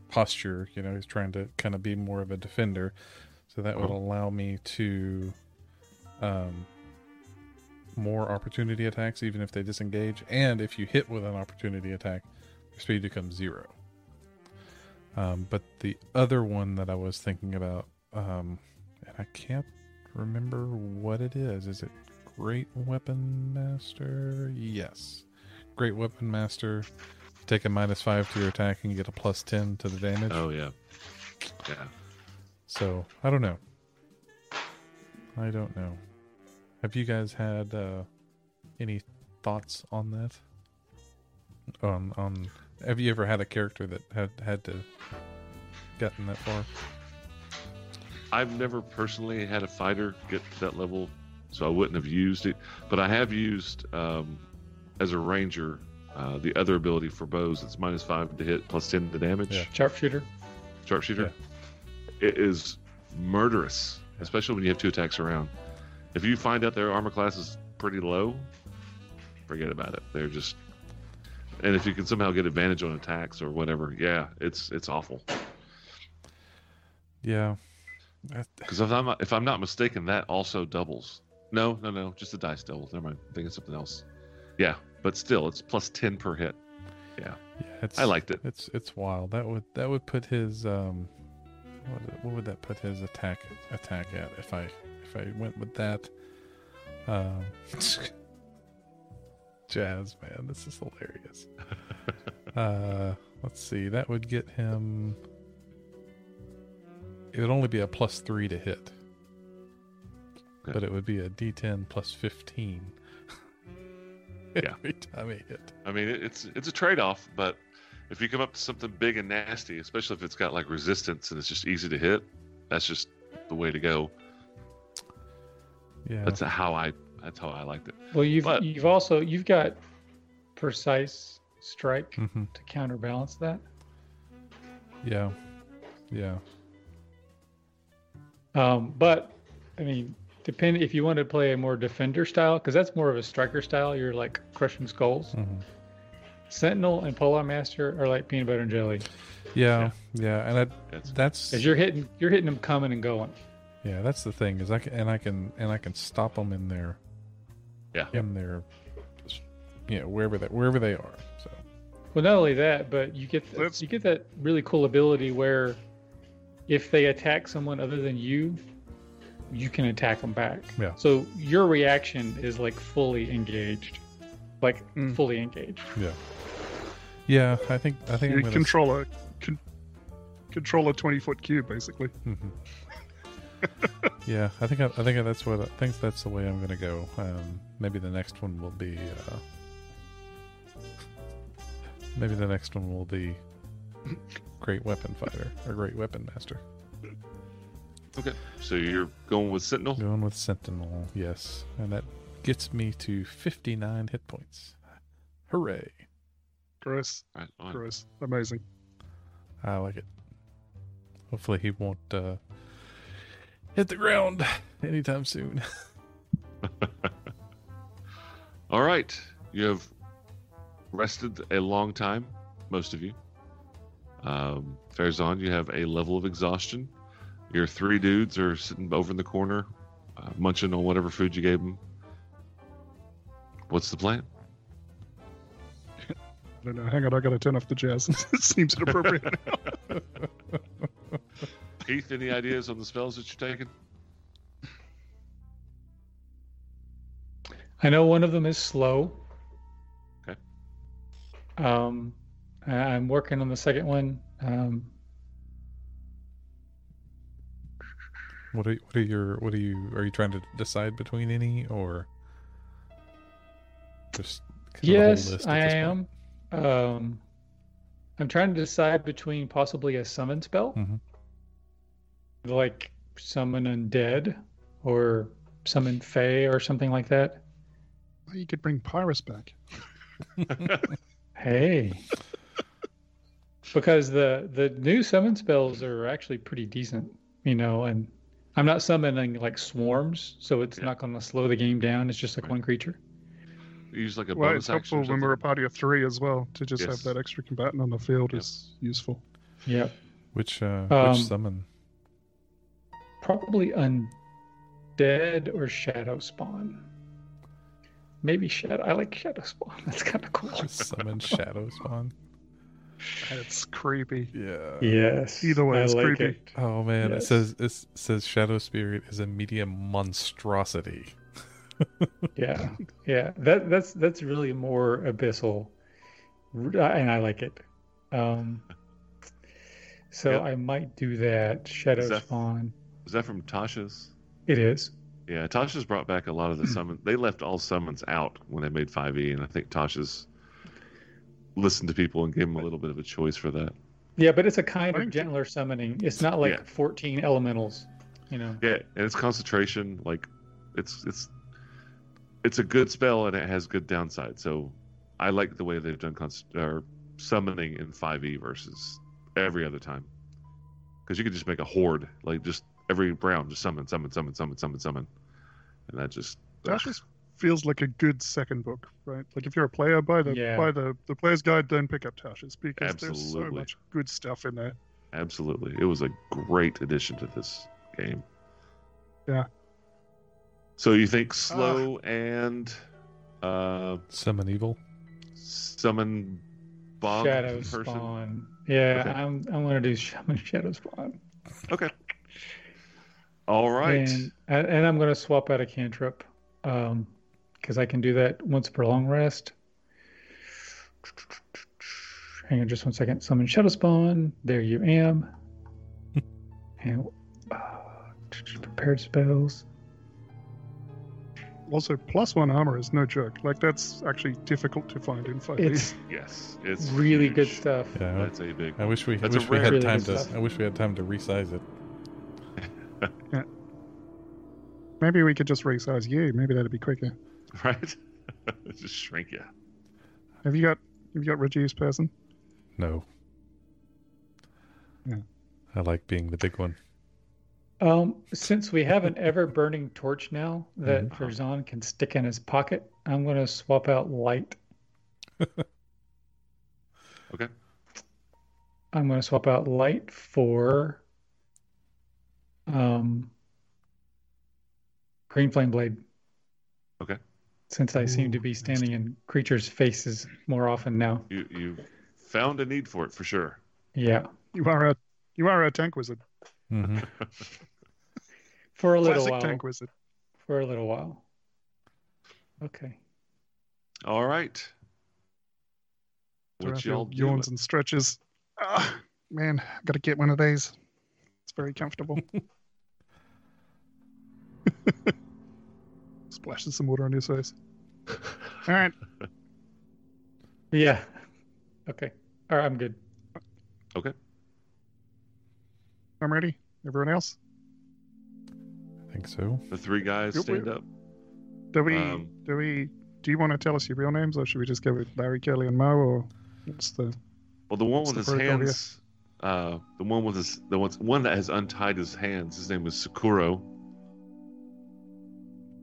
Speaker 2: posture. You know, he's trying to kind of be more of a defender, so that would
Speaker 1: Oh.
Speaker 2: allow me to, um, more opportunity attacks even if they disengage, and if you hit with an opportunity attack, your speed becomes zero. Um, but the other one that I was thinking about, um, and I can't remember what it is. Is it Great Weapon Master? Yes. Great Weapon Master. Take a minus five to your attack and you get a plus 10 to the damage.
Speaker 1: Oh yeah, yeah.
Speaker 2: So, I don't know. I don't know. Have you guys had uh, any thoughts on that? On, on have you ever had a character that had had to gotten that far?
Speaker 1: I've never personally had a fighter get to that level, so I wouldn't have used it. But I have used um, as a ranger uh, the other ability for bows. It's minus five to hit, plus ten to damage.
Speaker 2: Yeah.
Speaker 4: Sharpshooter.
Speaker 1: Sharpshooter. It is murderous, especially when you have two attacks around. If you find out their armor class is pretty low, forget about it. They're just and if you can somehow get advantage on attacks or whatever, yeah, it's it's awful.
Speaker 2: Yeah. I-
Speaker 1: Because if I'm if I'm not mistaken, that also doubles. No, no, no, just the dice doubles. Never mind, I'm thinking something else. Yeah, but still, it's plus ten per hit.
Speaker 2: Yeah, it's,
Speaker 1: I liked it.
Speaker 2: It's it's wild. That would that would put his um, what, what would that put his attack attack at if I if I went with that? Um, jazz man, this is hilarious. uh, let's see. That would get him. It would only be a plus three to hit,
Speaker 1: Okay.
Speaker 2: but it would be a D10 plus fifteen.
Speaker 1: Yeah.
Speaker 2: Every time he hit.
Speaker 1: I mean, it, it's it's a trade off, but if you come up to something big and nasty, especially if it's got like resistance and it's just easy to hit, that's just the way to go.
Speaker 2: Yeah.
Speaker 1: That's how I that's how I liked it.
Speaker 4: Well, you've
Speaker 1: But-
Speaker 4: you've also you've got precise strike
Speaker 2: hmm
Speaker 4: to counterbalance that.
Speaker 2: Yeah. Yeah.
Speaker 4: Um, but I mean, depend if you want to play a more defender style, because that's more of a striker style. You're like crushing skulls.
Speaker 2: hmm
Speaker 4: Sentinel and Polar Master are like peanut butter and jelly.
Speaker 2: Yeah, yeah, and I,
Speaker 1: That's
Speaker 2: that's
Speaker 4: As you're hitting, you're hitting them coming and going.
Speaker 2: yeah, that's the thing is I can, and I can and I can stop them in their
Speaker 1: Yeah.
Speaker 2: in their yeah wherever that wherever they are. So
Speaker 4: Well, not only that, but you get
Speaker 3: That's-
Speaker 4: you get that really cool ability where if they attack someone other than you, you can attack them back.
Speaker 2: Yeah.
Speaker 4: So your reaction is like fully engaged, like
Speaker 3: Mm.
Speaker 4: fully engaged.
Speaker 2: yeah, I think I think I'm
Speaker 3: You
Speaker 2: gonna,
Speaker 3: control a con- control a twenty foot cube basically.
Speaker 2: Mhm. yeah, I think I, I think that's what I think that's the way I'm gonna go. Um, maybe the next one will be uh, maybe the next one will be great weapon fighter or great weapon master.
Speaker 1: so you're going with Sentinel.
Speaker 2: Going with Sentinel, yes. And that gets me to 59 hit points. Hooray.
Speaker 3: Gross,
Speaker 1: Right on.
Speaker 3: gross, amazing.
Speaker 2: I like it. Hopefully he won't uh, hit the ground anytime soon.
Speaker 1: All right, you have rested a long time, most of you. Um, Farazan, you have a level of exhaustion. Your three dudes are sitting over in the corner, uh, munching on whatever food you gave them. What's the plan?
Speaker 3: don't know. Hang on, I gotta turn off the jazz. it seems inappropriate.
Speaker 1: Keith, any ideas on the spells that you're taking?
Speaker 4: I know one of them is slow.
Speaker 1: Okay.
Speaker 4: Um, I- I'm working on the second one. Um,
Speaker 2: What are what are your what are you are you trying to decide between any or just kind of the whole
Speaker 4: yes,
Speaker 2: list
Speaker 4: I
Speaker 2: at this
Speaker 4: am. Um, I'm trying to decide between possibly a summon spell,
Speaker 2: Mhm. Mm-hmm.
Speaker 4: like summon undead, or summon fey, or something like that.
Speaker 3: you could bring Pyrus back.
Speaker 4: Hey. because the the new summon spells are actually pretty decent, you know, and I'm not summoning like swarms, so it's
Speaker 1: Yeah.
Speaker 4: not going to slow the game down. It's just like
Speaker 1: Right.
Speaker 4: one creature.
Speaker 1: You use like a
Speaker 3: well,
Speaker 1: bonus
Speaker 3: it's helpful
Speaker 1: action. or
Speaker 3: when we're a
Speaker 1: something?
Speaker 3: party of three as well to just
Speaker 1: Yes.
Speaker 3: have that extra combatant on the field
Speaker 1: Yep.
Speaker 3: is useful.
Speaker 4: Yeah,
Speaker 2: Which uh,
Speaker 4: Um,
Speaker 2: which summon?
Speaker 4: probably undead or shadow spawn. Maybe shadow. I like shadow spawn. That's kind of cool.
Speaker 2: summon shadow spawn.
Speaker 3: It's creepy.
Speaker 2: Yeah.
Speaker 4: Yes.
Speaker 3: Either way,
Speaker 4: I
Speaker 3: it's
Speaker 4: like
Speaker 3: creepy.
Speaker 4: it.
Speaker 2: Oh man, it
Speaker 4: Yes.
Speaker 2: says it says shadow spirit is a media monstrosity.
Speaker 4: Yeah, yeah. That that's that's really more abyssal, R- and I like it. Um, so
Speaker 1: Yep.
Speaker 4: I might do that. Shadow
Speaker 1: Is that-
Speaker 4: spawn.
Speaker 1: Is that from Tasha's?
Speaker 4: It is.
Speaker 1: Yeah, Tasha's brought back a lot of the summon. They left all summons out when they made 5e, and I think Tasha's listened to people and gave them a little bit of a choice for that.
Speaker 4: Yeah, but it's a kind
Speaker 3: Why
Speaker 4: of
Speaker 3: don't you-
Speaker 4: gentler summoning. It's not like
Speaker 1: Yeah.
Speaker 4: 14 elementals, you know.
Speaker 1: Yeah, and it's concentration. Like, it's it's it's a good spell and it has good downside. So, I like the way they've done con- or summoning in 5e versus every other time, because you could just make a horde, like just every round, just summon, summon, summon, summon, summon, summon, and that just
Speaker 3: That just feels like a good second book, right? Like if you're a player, buy the
Speaker 4: Yeah.
Speaker 3: buy the the player's guide, then pick up Tasha's because there's so
Speaker 1: Absolutely.
Speaker 3: much good stuff in there.
Speaker 1: Absolutely. It was a great addition to this game.
Speaker 3: Yeah.
Speaker 1: So you think slow and uh
Speaker 2: Summon evil.
Speaker 1: summon Bob
Speaker 4: Shadow
Speaker 1: person?
Speaker 4: spawn. Yeah,
Speaker 1: Okay.
Speaker 4: I'm I'm gonna do sh- I'm gonna shadow spawn.
Speaker 1: All right.
Speaker 4: And and and I'm gonna swap out a cantrip, um, because I can do that once per long rest. Hang on just one second. Summon shadow spawn. There you am. and uh, prepared spells.
Speaker 3: Also, plus one armor is no joke. Like that's actually difficult to find in five.
Speaker 4: It's
Speaker 1: Yes. It's
Speaker 4: really
Speaker 1: huge.
Speaker 4: good stuff.
Speaker 2: Yeah.
Speaker 1: That's a big
Speaker 2: I wish we I
Speaker 1: That's a
Speaker 2: wish we
Speaker 1: rare-
Speaker 2: had
Speaker 4: Really
Speaker 2: time
Speaker 4: good
Speaker 2: to
Speaker 4: stuff.
Speaker 2: I wish we had time to resize it.
Speaker 3: Maybe we could just resize you. Maybe that'd be quicker.
Speaker 1: right? Just shrink you.
Speaker 3: Have you got have you got reduced person?
Speaker 2: No.
Speaker 3: Yeah.
Speaker 2: I like being the big one.
Speaker 4: Um, since we have an ever burning torch now that Verzon can stick in his pocket, I'm gonna swap out light.
Speaker 1: Okay.
Speaker 4: I'm gonna swap out light for um green flame blade.
Speaker 1: Okay.
Speaker 4: Since I seem to be standing in creatures' faces more often now.
Speaker 1: You you found a need for it for sure.
Speaker 4: Yeah.
Speaker 3: You are a you are a tank wizard.
Speaker 1: Mm-hmm.
Speaker 2: hmm
Speaker 4: For a little
Speaker 3: Classic
Speaker 4: while.
Speaker 3: tank wizard.
Speaker 4: For a little while. Okay.
Speaker 1: All right. What
Speaker 3: Raphael
Speaker 1: y'all
Speaker 3: yawns
Speaker 1: doing?
Speaker 3: and stretches. Ah, man, I've got to get one of these. It's very comfortable. Splashes some water on his face. All right,
Speaker 4: Yeah. Okay. All right, I'm good.
Speaker 3: I'm ready. Everyone else?
Speaker 2: I think so.
Speaker 1: The three guys
Speaker 3: Yep,
Speaker 1: stand
Speaker 3: we-
Speaker 1: up.
Speaker 3: Do we?
Speaker 1: Um,
Speaker 3: do we? Do you want to tell us your real names, or should we just go with Larry, Kelly, and Mo, or what's the?
Speaker 1: Well, the one
Speaker 3: What's
Speaker 1: with his
Speaker 3: the protocol here?
Speaker 1: hands, uh, the one with his, the one, one that has untied his hands. His name is Sakuro.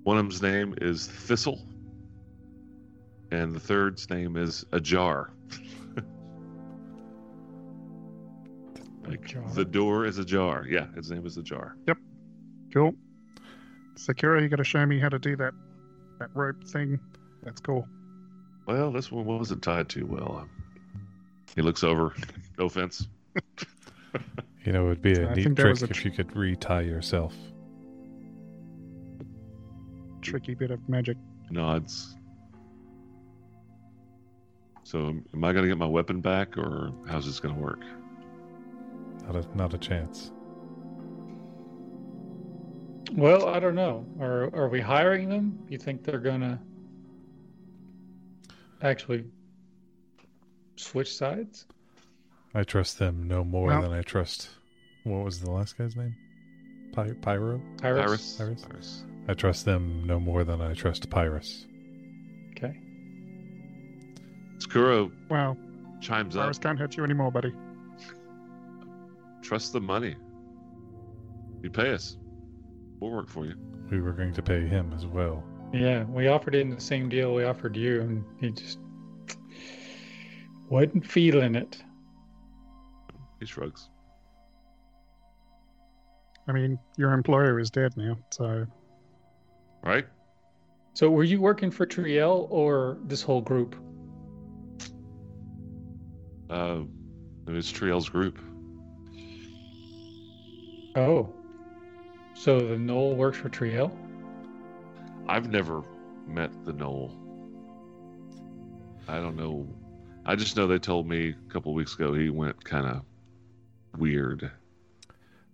Speaker 1: One of them's name is Thistle, and the third's name is Ajar. like
Speaker 4: Ajar.
Speaker 1: the door is ajar. Yeah, his name is Ajar.
Speaker 3: Cool. Sakura, you got to show me how to do that that rope thing. That's cool.
Speaker 1: Well, this one wasn't tied too well. He looks over. No offense.
Speaker 2: You know, it would be a
Speaker 3: I
Speaker 2: neat
Speaker 3: think that
Speaker 2: trick
Speaker 3: was a
Speaker 2: if
Speaker 3: tr-
Speaker 2: you could retie yourself.
Speaker 3: Tricky bit of magic.
Speaker 1: Nods. So, am I going to get my weapon back, or how's this going to work?
Speaker 2: Not a not a chance.
Speaker 4: Well, I don't know. Are are we hiring them? You think they're gonna actually switch sides?
Speaker 2: I trust them no more
Speaker 3: Well-
Speaker 2: than I trust. What was the last guy's name? Py- Pyro.
Speaker 4: Tyrus?
Speaker 2: Iris.
Speaker 1: Iris.
Speaker 2: I trust them no more than I trust Pyrus.
Speaker 4: Okay.
Speaker 1: Skuro
Speaker 3: Wow.
Speaker 1: chimes up.
Speaker 3: Virus can't hurt you anymore, buddy.
Speaker 1: Trust the money. You pay us. We'll work for you.
Speaker 2: We were going to pay him as well.
Speaker 4: Yeah, we offered him the same deal we offered you, and he just wasn't feeling it.
Speaker 1: He shrugs.
Speaker 3: I mean, your employer is dead now, so
Speaker 1: Right?
Speaker 4: So, were you working for Triel or this whole group?
Speaker 1: Uh, it was Triel's group.
Speaker 4: Oh, so the Knoll works for Triel?
Speaker 1: I've never met the Knoll. I don't know. I just know they told me a couple weeks ago he went kind of weird.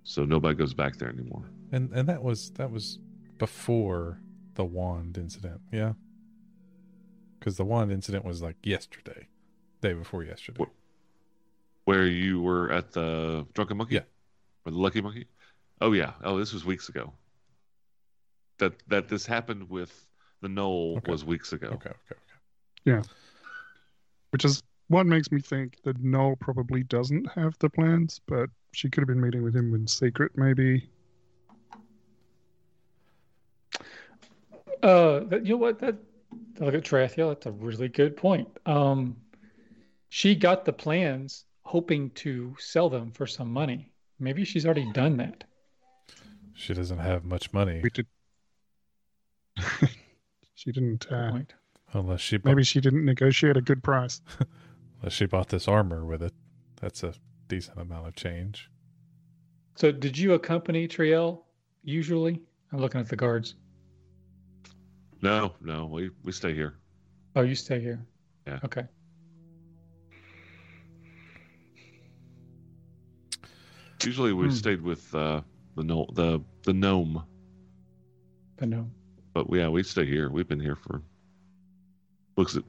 Speaker 1: So nobody goes back there anymore.
Speaker 2: And and that was that was before the wand incident, yeah. Because the wand incident was like yesterday, day before yesterday.
Speaker 1: What- Where you were at the Drunken Monkey?
Speaker 2: Yeah.
Speaker 1: Or the Lucky Monkey? Oh, yeah. Oh, this was weeks ago. That that this happened with the Knoll
Speaker 2: Okay.
Speaker 1: was weeks ago.
Speaker 2: Okay, okay, okay.
Speaker 3: which is what makes me think that Noel probably doesn't have the plans, but she could have been meeting with him in secret, maybe.
Speaker 4: Uh, that, you know what? That I look at Trathiel. That's a really good point. Um, she got the plans hoping to sell them for some money. Maybe she's already done that.
Speaker 2: She doesn't have much money
Speaker 3: We did. she didn't.
Speaker 4: Good
Speaker 3: Uh,
Speaker 4: point.
Speaker 2: unless she bought,
Speaker 3: maybe she didn't negotiate a good price.
Speaker 2: unless she bought this armor with it. That's a decent amount of change.
Speaker 4: So, did you accompany Triel usually? I'm looking at the guards.
Speaker 1: No, no, we, we stay here.
Speaker 4: Oh, you stay here.
Speaker 1: Yeah.
Speaker 4: Okay.
Speaker 1: Usually we
Speaker 4: Hmm.
Speaker 1: stayed with uh, the gno- the the gnome,
Speaker 4: But no.
Speaker 1: but yeah, we stay here. We've been here for looks at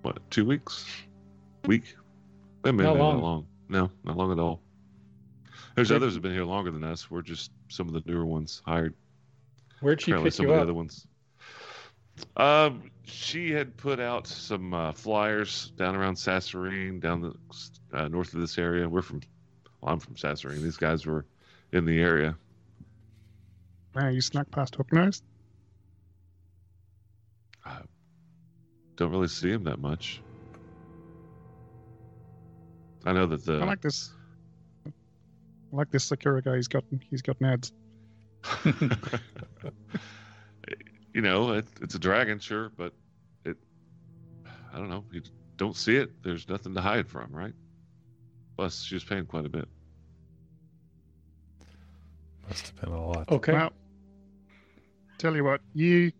Speaker 1: what two weeks, week. We haven't been
Speaker 4: Not
Speaker 1: here
Speaker 4: long.
Speaker 1: that long. No, not long at all. There's
Speaker 4: Where-
Speaker 1: others who've been here longer than us. We're just some of the newer ones hired.
Speaker 4: Where'd she
Speaker 1: Apparently,
Speaker 4: pick
Speaker 1: some
Speaker 4: you
Speaker 1: of the
Speaker 4: up?
Speaker 1: other ones. Um, she had put out some uh, flyers down around Sassarine, down the uh, north of this area. We're from, well, I'm from Sassarine. These guys were in the area.
Speaker 3: Wow, you snuck past Hook Nose?
Speaker 1: Don't really see him that much. I know that the
Speaker 3: I like this. I like this Sakura guy. He's got he's got nads.
Speaker 1: you know, it, it's a dragon, sure, but it, I don't know. You don't see it. There's nothing to hide from, right? Plus, she was paying quite a bit.
Speaker 2: Must have been a lot.
Speaker 4: Okay.
Speaker 3: Well, tell you what, you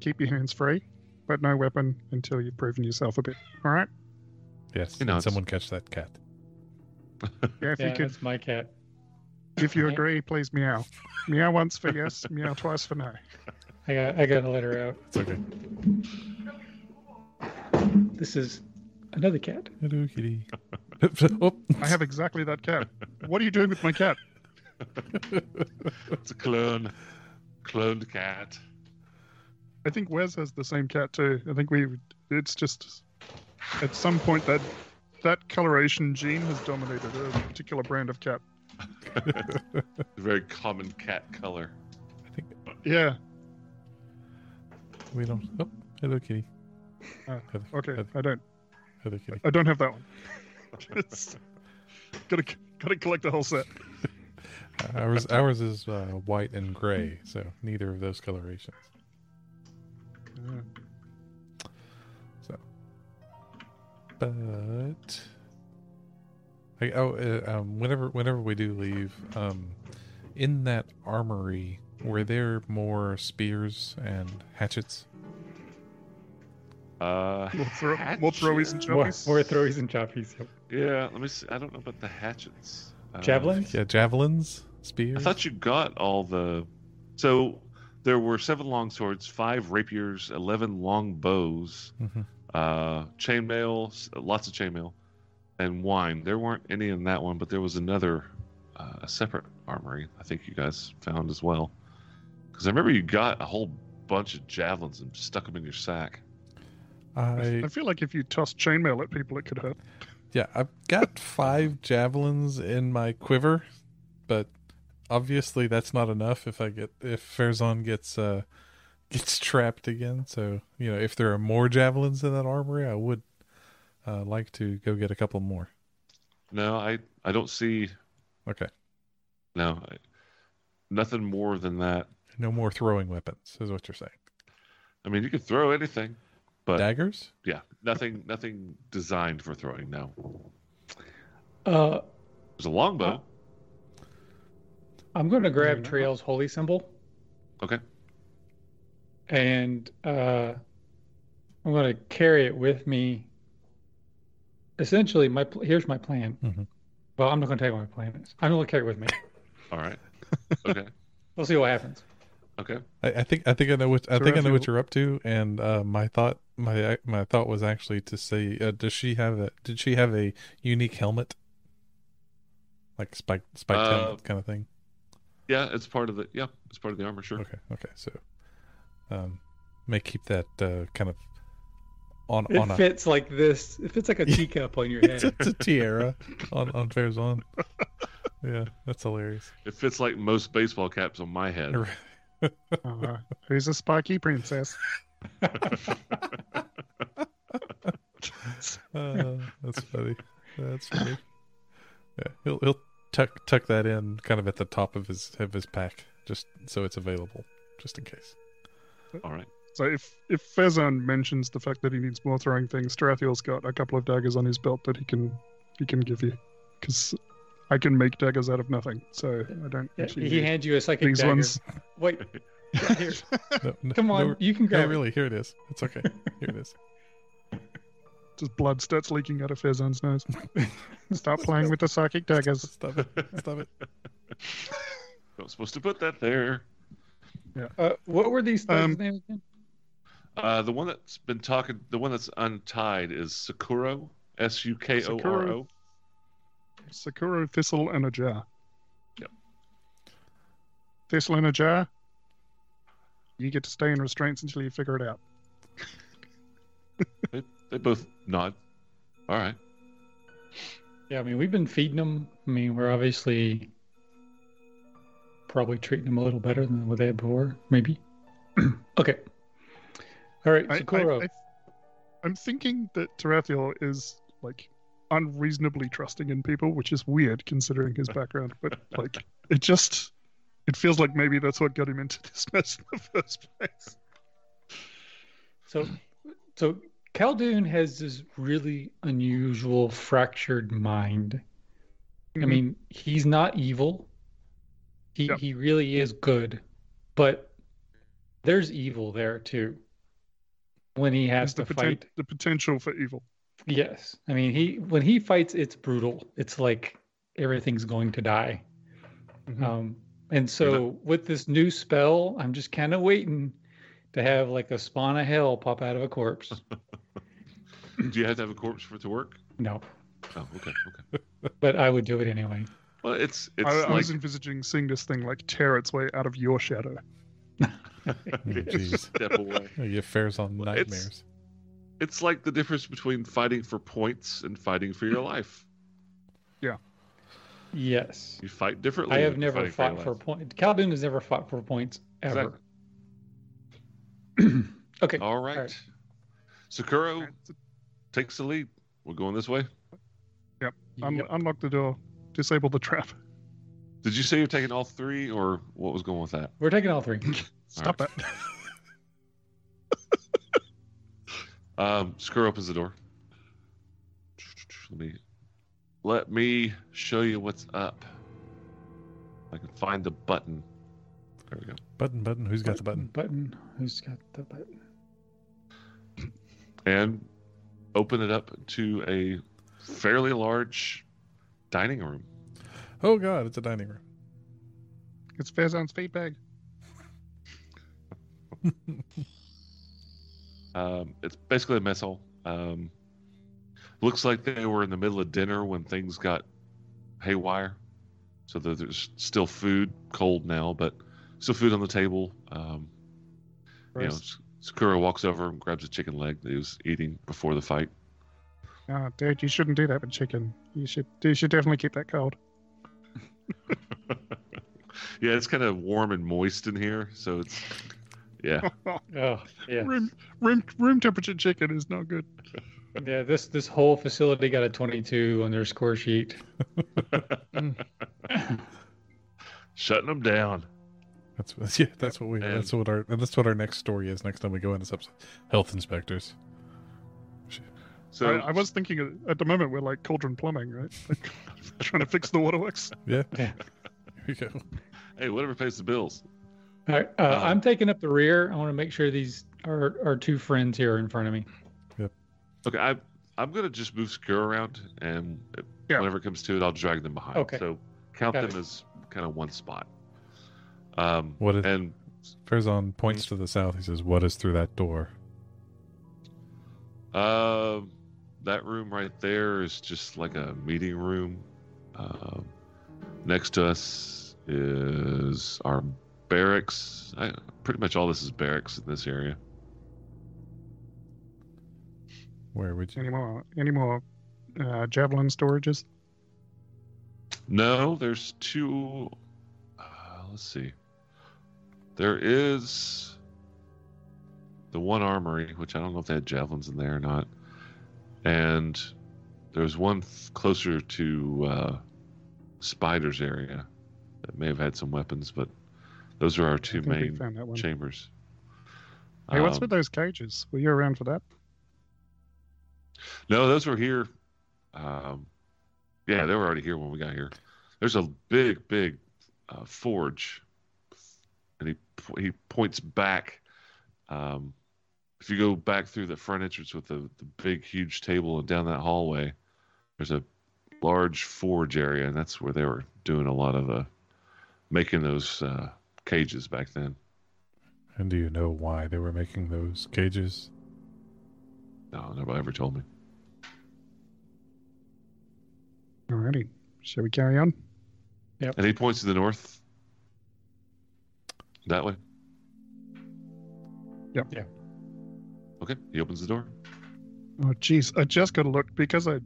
Speaker 3: keep your hands free, but no weapon until you've proven yourself a bit. All right?
Speaker 2: yes.
Speaker 1: You know,
Speaker 2: did
Speaker 1: it's-
Speaker 2: someone catch that cat?
Speaker 3: Yeah, if
Speaker 4: yeah,
Speaker 3: you could,
Speaker 4: that's my cat.
Speaker 3: if you
Speaker 4: Yeah.
Speaker 3: agree, please meow. Meow once for yes, meow twice for no.
Speaker 4: I got. I gotta let her out.
Speaker 2: It's okay.
Speaker 4: This is another cat.
Speaker 2: Hello, kitty. oh.
Speaker 3: I have exactly that cat. What are you doing with my cat?
Speaker 1: It's a clone, cloned cat.
Speaker 3: I think Wes has the same cat too. I think we. It's just at some point that that coloration gene has dominated a particular brand of cat.
Speaker 1: A very common cat color.
Speaker 2: I think
Speaker 3: Yeah.
Speaker 2: we don't. Oh, hello, kitty.
Speaker 3: Ah,
Speaker 2: Hello-
Speaker 3: Okay.
Speaker 2: hello-
Speaker 3: I don't.
Speaker 2: hello, kitty.
Speaker 3: I don't have that one. It's gotta gotta collect the whole set.
Speaker 2: Ours, ours is uh, white and gray, so neither of those colorations.
Speaker 1: Mm.
Speaker 3: Yeah.
Speaker 2: So, but I, oh, uh, um, whenever whenever we do leave, um, in that armory were there more spears and hatchets?
Speaker 1: Uh,
Speaker 3: We'll throw, we'll throw his and
Speaker 1: hatchet?
Speaker 4: More, more
Speaker 3: choppies.
Speaker 4: throwies and choppies. Yep.
Speaker 1: Yeah, let me see. I don't know about the hatchets. Uh,
Speaker 4: Javelins?
Speaker 2: Yeah, javelins, spears.
Speaker 1: I thought you got all the. So there were seven longswords, five rapiers, eleven long bows,
Speaker 2: Mhm.
Speaker 1: uh, chainmail, s- lots of chainmail, and wine. There weren't any in that one, but there was another, uh, a separate armory. I think you guys found as well, because I remember you got a whole bunch of javelins and stuck them in your sack.
Speaker 2: I
Speaker 3: I feel like if you toss chainmail at people, it could hurt.
Speaker 2: Yeah, I've got five javelins in my quiver, but obviously that's not enough if I get if Farazan gets uh gets trapped again. So, you know, if there are more javelins in that armory, I would uh like to go get a couple more.
Speaker 1: No, I I don't see
Speaker 2: Okay.
Speaker 1: no, I, nothing more than that.
Speaker 2: No more throwing weapons, is what you're saying.
Speaker 1: I mean, you could throw anything, but
Speaker 2: Daggers?
Speaker 1: yeah, nothing nothing designed for throwing. No,
Speaker 4: Uh,
Speaker 1: there's a longbow.
Speaker 4: I'm going to grab
Speaker 2: Maybe not.
Speaker 4: Trail's holy symbol.
Speaker 1: Okay.
Speaker 4: And uh, I'm going to carry it with me. Essentially, my pl- here's my plan.
Speaker 2: Mhm.
Speaker 4: Well, I'm not going to tell you what my plan is. I'm going to carry it with me.
Speaker 3: Oh.
Speaker 1: All right. Okay.
Speaker 4: We'll see what happens.
Speaker 1: Okay.
Speaker 2: I, I think I think I know what I
Speaker 3: So
Speaker 2: think I
Speaker 3: if
Speaker 2: know
Speaker 3: you-
Speaker 2: what you're up to, and uh, my thought my my thought was actually to say, uh, does she have a did she have a unique helmet, like spike spiked
Speaker 1: Uh,
Speaker 2: helmet kind of thing?
Speaker 1: Yeah, it's part of the yeah, it's part of the armor. Sure.
Speaker 2: Okay, okay, so um, may keep that uh, kind of on
Speaker 4: It
Speaker 2: on a
Speaker 4: fits like this. It fits like a
Speaker 2: Yeah.
Speaker 4: teacup on your
Speaker 2: it's,
Speaker 4: head.
Speaker 2: it's a tiara on on Farazan. yeah, that's hilarious.
Speaker 1: It fits like most baseball caps on my head.
Speaker 3: Uh, who's a spiky princess?
Speaker 2: Uh, that's funny. That's funny. Yeah, he'll he'll tuck tuck that in kind of at the top of his of his pack, just so it's available, just in case.
Speaker 1: All right.
Speaker 3: So if if Fezan mentions the fact that he needs more throwing things, Tarathiel's got a couple of daggers on his belt that he can he can give you, because I can make daggers out of nothing. So I don't
Speaker 4: Yeah,
Speaker 3: actually
Speaker 4: he
Speaker 3: need
Speaker 4: hands you a psychic
Speaker 3: these
Speaker 4: dagger.
Speaker 3: ones.
Speaker 4: Wait, here,
Speaker 2: No, no,
Speaker 4: come on,
Speaker 2: no,
Speaker 4: you can
Speaker 2: no,
Speaker 4: grab
Speaker 2: really, here it is. It's okay. Here it is.
Speaker 3: Just blood starts leaking out of Fezan's nose. Stop playing with the psychic daggers.
Speaker 2: Stop it. Stop it.
Speaker 1: Not supposed to put that there.
Speaker 4: it. Uh, what were these things?
Speaker 3: Um,
Speaker 4: named again?
Speaker 1: Uh, the one that's been talking, the one that's untied is Sakuro. S U K O R O.
Speaker 3: Sakuro. Sakura thistle and a jar.
Speaker 1: Yep.
Speaker 3: Thistle in a jar. You get to stay in restraints until you figure it out.
Speaker 1: They, they both nod. All right.
Speaker 4: Yeah, I mean, we've been feeding them. I mean, we're obviously probably treating them a little better than what they had before, maybe. okay. All right,
Speaker 3: I-
Speaker 4: Sakura.
Speaker 3: I, am thinking that Tarathiel is like unreasonably trusting in people, which is weird considering his background. But like, it just it feels like maybe that's what got him into this mess in the first place.
Speaker 4: So, so Caldoun has this really unusual fractured mind. I
Speaker 3: Mhm.
Speaker 4: mean, he's not evil. He
Speaker 3: Yep.
Speaker 4: he really is good, but there's evil there too. When he has
Speaker 3: There's the,
Speaker 4: to
Speaker 3: poten-
Speaker 4: fight,
Speaker 3: the potential for evil.
Speaker 4: yes. I mean, he when he fights, it's brutal. It's like everything's going to die.
Speaker 2: Mm-hmm.
Speaker 3: Mhm.
Speaker 4: Um, and so with this new spell, I'm just kind of waiting to have like a spawn of hell pop out of a corpse.
Speaker 1: Do you have to have a corpse for it to work?
Speaker 4: no.
Speaker 1: Oh, okay. Okay.
Speaker 4: but I would do it anyway.
Speaker 1: Well, it's
Speaker 3: I,
Speaker 1: it's
Speaker 3: I
Speaker 1: like
Speaker 3: was envisaging seeing this thing like tear its way out of your shadow.
Speaker 2: jeez. Oh,
Speaker 1: step away.
Speaker 2: You have fares on
Speaker 1: Well, it's-
Speaker 2: nightmares.
Speaker 1: It's like the difference between fighting for points and fighting for your life.
Speaker 4: Yes.
Speaker 1: You fight differently.
Speaker 4: I have
Speaker 1: when
Speaker 4: never
Speaker 1: you're fighting
Speaker 4: fought
Speaker 1: your
Speaker 4: for
Speaker 1: life.
Speaker 4: points. Caldoun has never fought for points ever.
Speaker 1: Exactly.
Speaker 4: okay.
Speaker 2: Oh,
Speaker 1: All right.
Speaker 4: right. Oh,
Speaker 1: Sakuro takes the lead. We're going this way.
Speaker 3: Un-
Speaker 4: Yep.
Speaker 3: Unlock the door, disable the trap.
Speaker 1: Did you say you're taking all three, or what was going with that?
Speaker 4: We're taking all three.
Speaker 3: Stop
Speaker 1: right.
Speaker 3: it.
Speaker 1: Um, Sakura opens the door. Let me let me show you what's up. I can find the button. There we go.
Speaker 2: Button, button. Who's got the button?
Speaker 4: Button. Who's got the button?
Speaker 1: And open it up to a fairly large dining room.
Speaker 2: Oh God, it's a dining room.
Speaker 3: It's Fazan's feedback.
Speaker 1: Um, it's basically a mess hall. Um, looks like they were in the middle of dinner when things got haywire. So there- there's still food, cold now, but still food on the table. Um, you know, S- Sakura walks over and grabs a chicken leg that he was eating before the fight.
Speaker 3: Ah, dude, you shouldn't do that with chicken. You should you should definitely keep that cold.
Speaker 1: yeah, it's kind of warm and moist in here, so it's yeah.
Speaker 4: Oh yeah,
Speaker 3: room room room temperature chicken is not good.
Speaker 4: yeah. This this whole facility got a 22 on their score sheet.
Speaker 1: Shutting them down.
Speaker 2: That's what, yeah. That's what we.
Speaker 1: And-
Speaker 2: that's what our. and That's what our next story is. Next time we go in this episode, health inspectors.
Speaker 1: So
Speaker 3: I, I was thinking at- at the moment we're like cauldron plumbing, right? Like, trying to fix the waterworks.
Speaker 2: Here we go.
Speaker 1: hey, whatever pays the bills.
Speaker 4: All right, uh,
Speaker 2: Um,
Speaker 1: Uh,
Speaker 4: I'm taking up the rear. I want to make sure these our our two friends here are in front of me.
Speaker 1: Okay, I I'm gonna just move Secure around, and
Speaker 3: Yeah.
Speaker 1: whenever it comes to it, I'll drag them behind.
Speaker 4: Okay.
Speaker 1: So count
Speaker 4: Got
Speaker 1: them
Speaker 4: it.
Speaker 1: as kind of one spot. Um,
Speaker 2: What is-
Speaker 1: and
Speaker 2: Farazan points
Speaker 1: Mm.
Speaker 2: to the south. He says, "What is through that door?"
Speaker 1: uh, that room right there is just like a meeting room. Um, next to us is our barracks. I, pretty much all this is barracks in this area.
Speaker 2: Where would you?
Speaker 3: Any more any more uh, javelin storages?
Speaker 1: No, there's two. Uh, let's see. There is the one armory, which I don't know if they had javelins in there or not, and there's one f- closer to uh, spiders area that may have had some weapons, but those are our two
Speaker 3: I think we
Speaker 1: main
Speaker 3: found that one.
Speaker 1: chambers.
Speaker 3: Hey, what's
Speaker 1: Um,
Speaker 3: with those cages? Were you around for that?
Speaker 1: No, those were here. Um, yeah, they were already here when we got here. There's a big, big uh, forge, and he he points back. Um, if you go back through the front entrance with the, the big, huge table and down that hallway, there's a large forge area, and that's where they were doing a lot of the making those uh, cages back then.
Speaker 2: And do you know why they were making those cages?
Speaker 1: No, nobody ever told me.
Speaker 3: Alrighty. Shall we carry on?
Speaker 1: And he points to the north. That way.
Speaker 3: Yep.
Speaker 4: Yeah.
Speaker 1: Okay. He opens the door.
Speaker 3: Oh, jeez. I just got to look because I, I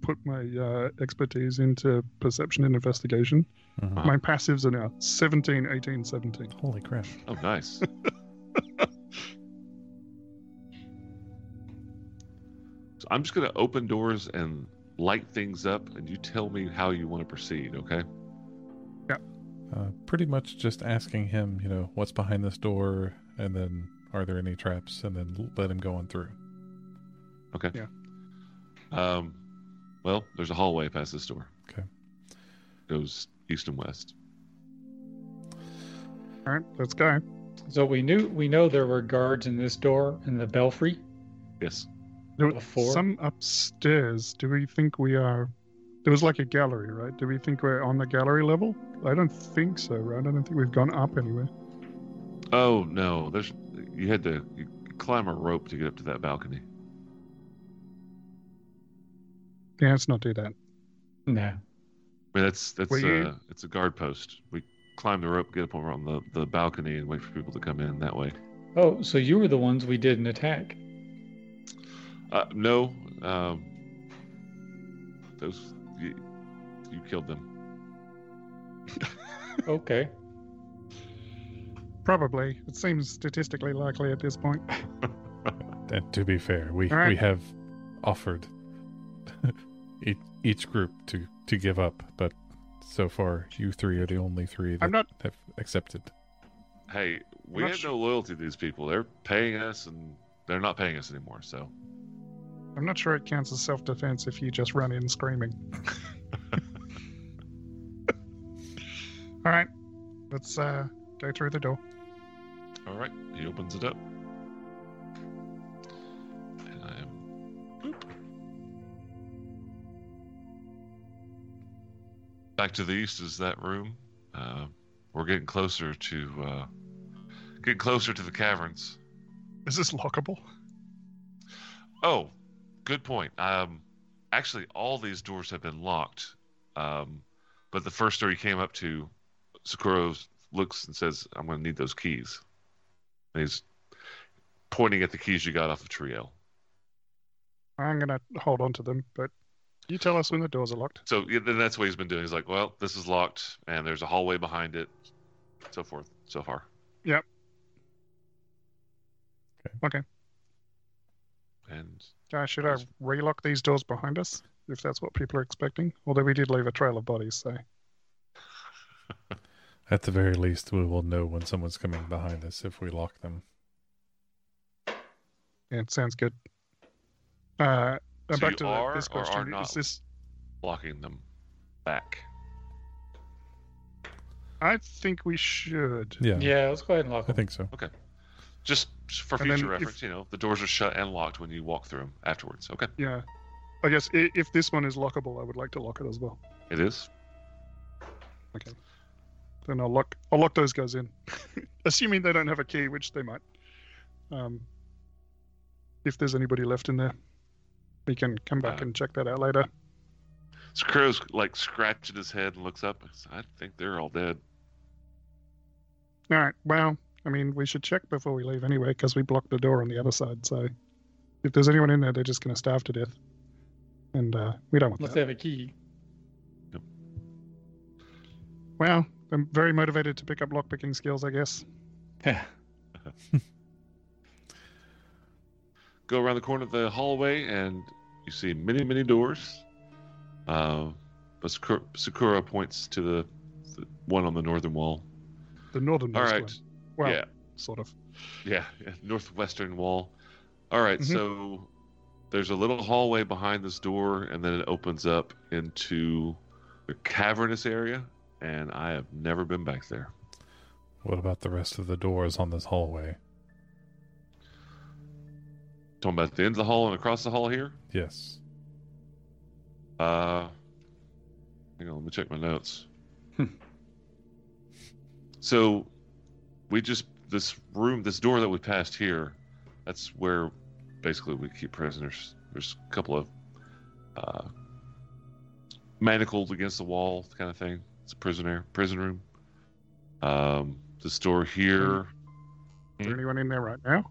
Speaker 3: put my uh, expertise into perception and investigation.
Speaker 2: Mhm.
Speaker 1: Wow.
Speaker 3: My passives are now 17, 18, 17.
Speaker 2: Holy crap!
Speaker 1: Oh, nice. so I'm just going to open doors and light things up, and you tell me how you want to proceed. Okay.
Speaker 2: Uh, pretty much just asking him, you know, what's behind this door, and then are there any traps, and then l- let him go on through.
Speaker 1: Um, well, there's a hallway past this door.
Speaker 2: Okay.
Speaker 1: Goes east and west.
Speaker 3: All right, let's go.
Speaker 4: So we knew we know there were guards in this door in the belfry.
Speaker 1: Yes.
Speaker 3: There were
Speaker 4: Before-
Speaker 3: some upstairs. Do we think we are? There was like a gallery, right? Do we think we're on the gallery level? I don't think so, right? I don't think we've gone up anywhere.
Speaker 1: Oh no, there's you had to you climb a rope to get up to that balcony.
Speaker 3: Yeah, let's not do that.
Speaker 4: No.
Speaker 1: I mean, that's that's
Speaker 3: Were you-
Speaker 1: uh, it's a guard post. We climb the rope, get up over on the, the balcony, and wait for people to come in that way.
Speaker 4: Oh, so you were the ones we didn't attack.
Speaker 1: Uh, no, um, those you, you killed them.
Speaker 4: Okay.
Speaker 3: Probably. It seems statistically likely at this point.
Speaker 2: And to be fair, we
Speaker 3: All right.
Speaker 2: we have offered each, each group to to give up, but so far you three are the only three that
Speaker 3: I'm not.
Speaker 2: have accepted.
Speaker 1: Hey, we
Speaker 3: Not
Speaker 1: have
Speaker 3: sure.
Speaker 1: no loyalty to these people. They're paying us, and they're not paying us anymore. So
Speaker 3: I'm not sure it counts as self defense if you just run in screaming. All right, let's uh, go through the door.
Speaker 1: All right, he opens it up. And I am. boop. Back to the east is that room. Uh, we're getting closer to uh, getting closer to the caverns.
Speaker 3: Is this lockable?
Speaker 1: Oh, good point. Um, actually, all these doors have been locked, um, but the first door you came up to, Sakura looks and says, "I'm going to need those keys." And he's pointing at the keys you got off of Triel.
Speaker 3: I'm gonna hold on to them, but you tell us when the doors are locked.
Speaker 1: So yeah, then that's what he's been doing. He's like, "Well, this is locked, and there's a hallway behind it, so forth, so far." And
Speaker 3: Uh, should I relock these doors behind us if that's what people are expecting? Although we did leave a trail of bodies, so
Speaker 2: At the very least, we will know when someone's coming behind us if we lock them.
Speaker 3: yeah, it sounds good. Uh, and
Speaker 1: So you
Speaker 3: back to the-
Speaker 1: are
Speaker 3: this
Speaker 1: or are
Speaker 3: question:
Speaker 1: not?
Speaker 3: Is this?
Speaker 1: locking them back.
Speaker 3: I think we should.
Speaker 2: Yeah,
Speaker 4: Yeah, let's go ahead and lock
Speaker 2: I
Speaker 4: them.
Speaker 2: think so.
Speaker 1: Just for
Speaker 3: And then
Speaker 1: future
Speaker 3: if-
Speaker 1: reference, you know, the doors are shut and locked when you walk through them afterwards. Okay,
Speaker 3: Yeah, I guess i- if this one is lockable, I would like to lock it as well.
Speaker 1: it is.
Speaker 3: Then I'll lock. I'll lock those guys in, assuming they don't have a key, which they might. Um, if there's anybody left in there, we can come back
Speaker 1: Uh,
Speaker 3: and check that out later.
Speaker 1: Sakura's like scratching his head and looks up. He's, I think they're all dead.
Speaker 3: All right. Well, I mean, we should check before we leave anyway, because we blocked the door on the other side. So if there's anyone in there, they're just going to starve to death. And uh, we don't want that.
Speaker 4: Unless they have a key.
Speaker 3: Well, I'm very motivated to pick up lockpicking skills, I guess.
Speaker 4: Yeah.
Speaker 1: Go around the corner of the hallway and you see many, many doors. Uh, but Sakura, Sakura points to the, the one on the northern wall.
Speaker 3: The northern
Speaker 1: All right.
Speaker 3: Well,
Speaker 1: yeah. Mm-hmm.
Speaker 3: sort of.
Speaker 1: Yeah, yeah, northwestern wall. All right,
Speaker 3: Mhm.
Speaker 1: so there's a little hallway behind this door, and then it opens up into the cavernous area, and I have never been back there.
Speaker 2: What about the rest of the doors on this hallway?
Speaker 1: Talking about the end of the hall and across the hall here.
Speaker 2: Yes.
Speaker 1: Uh, hang on, let me check my notes. so, we just this room, this door that we passed here, that's where basically we keep prisoners. There's a couple of uh, manacled against the wall kind of thing. It's a prisoner prison room. Um, this door here
Speaker 3: Is there anyone in there right now?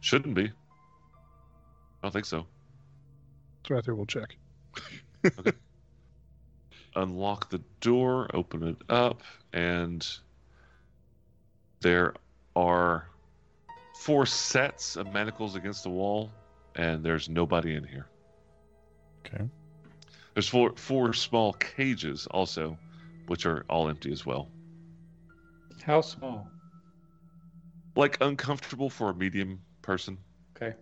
Speaker 1: shouldn't be. I don't think so.
Speaker 3: Throther will check.
Speaker 1: unlock the door, open it up, and there are four sets of manacles against the wall, and there's nobody in here.
Speaker 2: Okay.
Speaker 1: There's four four small cages also, which are all empty as well.
Speaker 4: How small?
Speaker 1: Like uncomfortable for a medium person.
Speaker 4: Okay.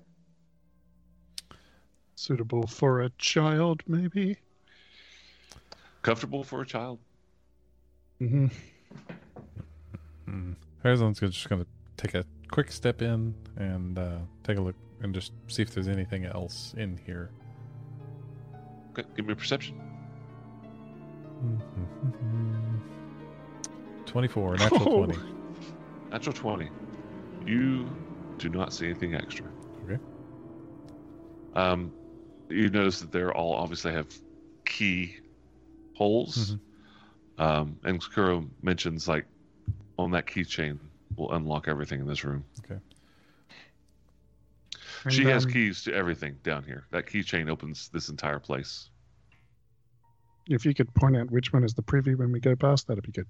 Speaker 3: Suitable for a child, maybe?
Speaker 1: Comfortable for a child.
Speaker 3: Mm-hmm.
Speaker 2: Hmm. Horizon's gonna- just going to take a quick step in and uh, take a look and just see if there's anything else in here.
Speaker 1: Okay, give me a perception.
Speaker 3: Mm-hmm.
Speaker 2: 24, natural
Speaker 3: Oh.
Speaker 2: 20.
Speaker 1: Natural twenty. You do not see anything extra.
Speaker 2: Okay.
Speaker 1: Um, you notice that they're all obviously have key holes.
Speaker 3: Mm-hmm.
Speaker 1: Um, and Kuro mentions like on that keychain will unlock everything in this room. she
Speaker 3: um,
Speaker 1: has keys to everything down here. That keychain opens this entire place.
Speaker 3: If you could point out which one is the privy when we go past, that'd be good.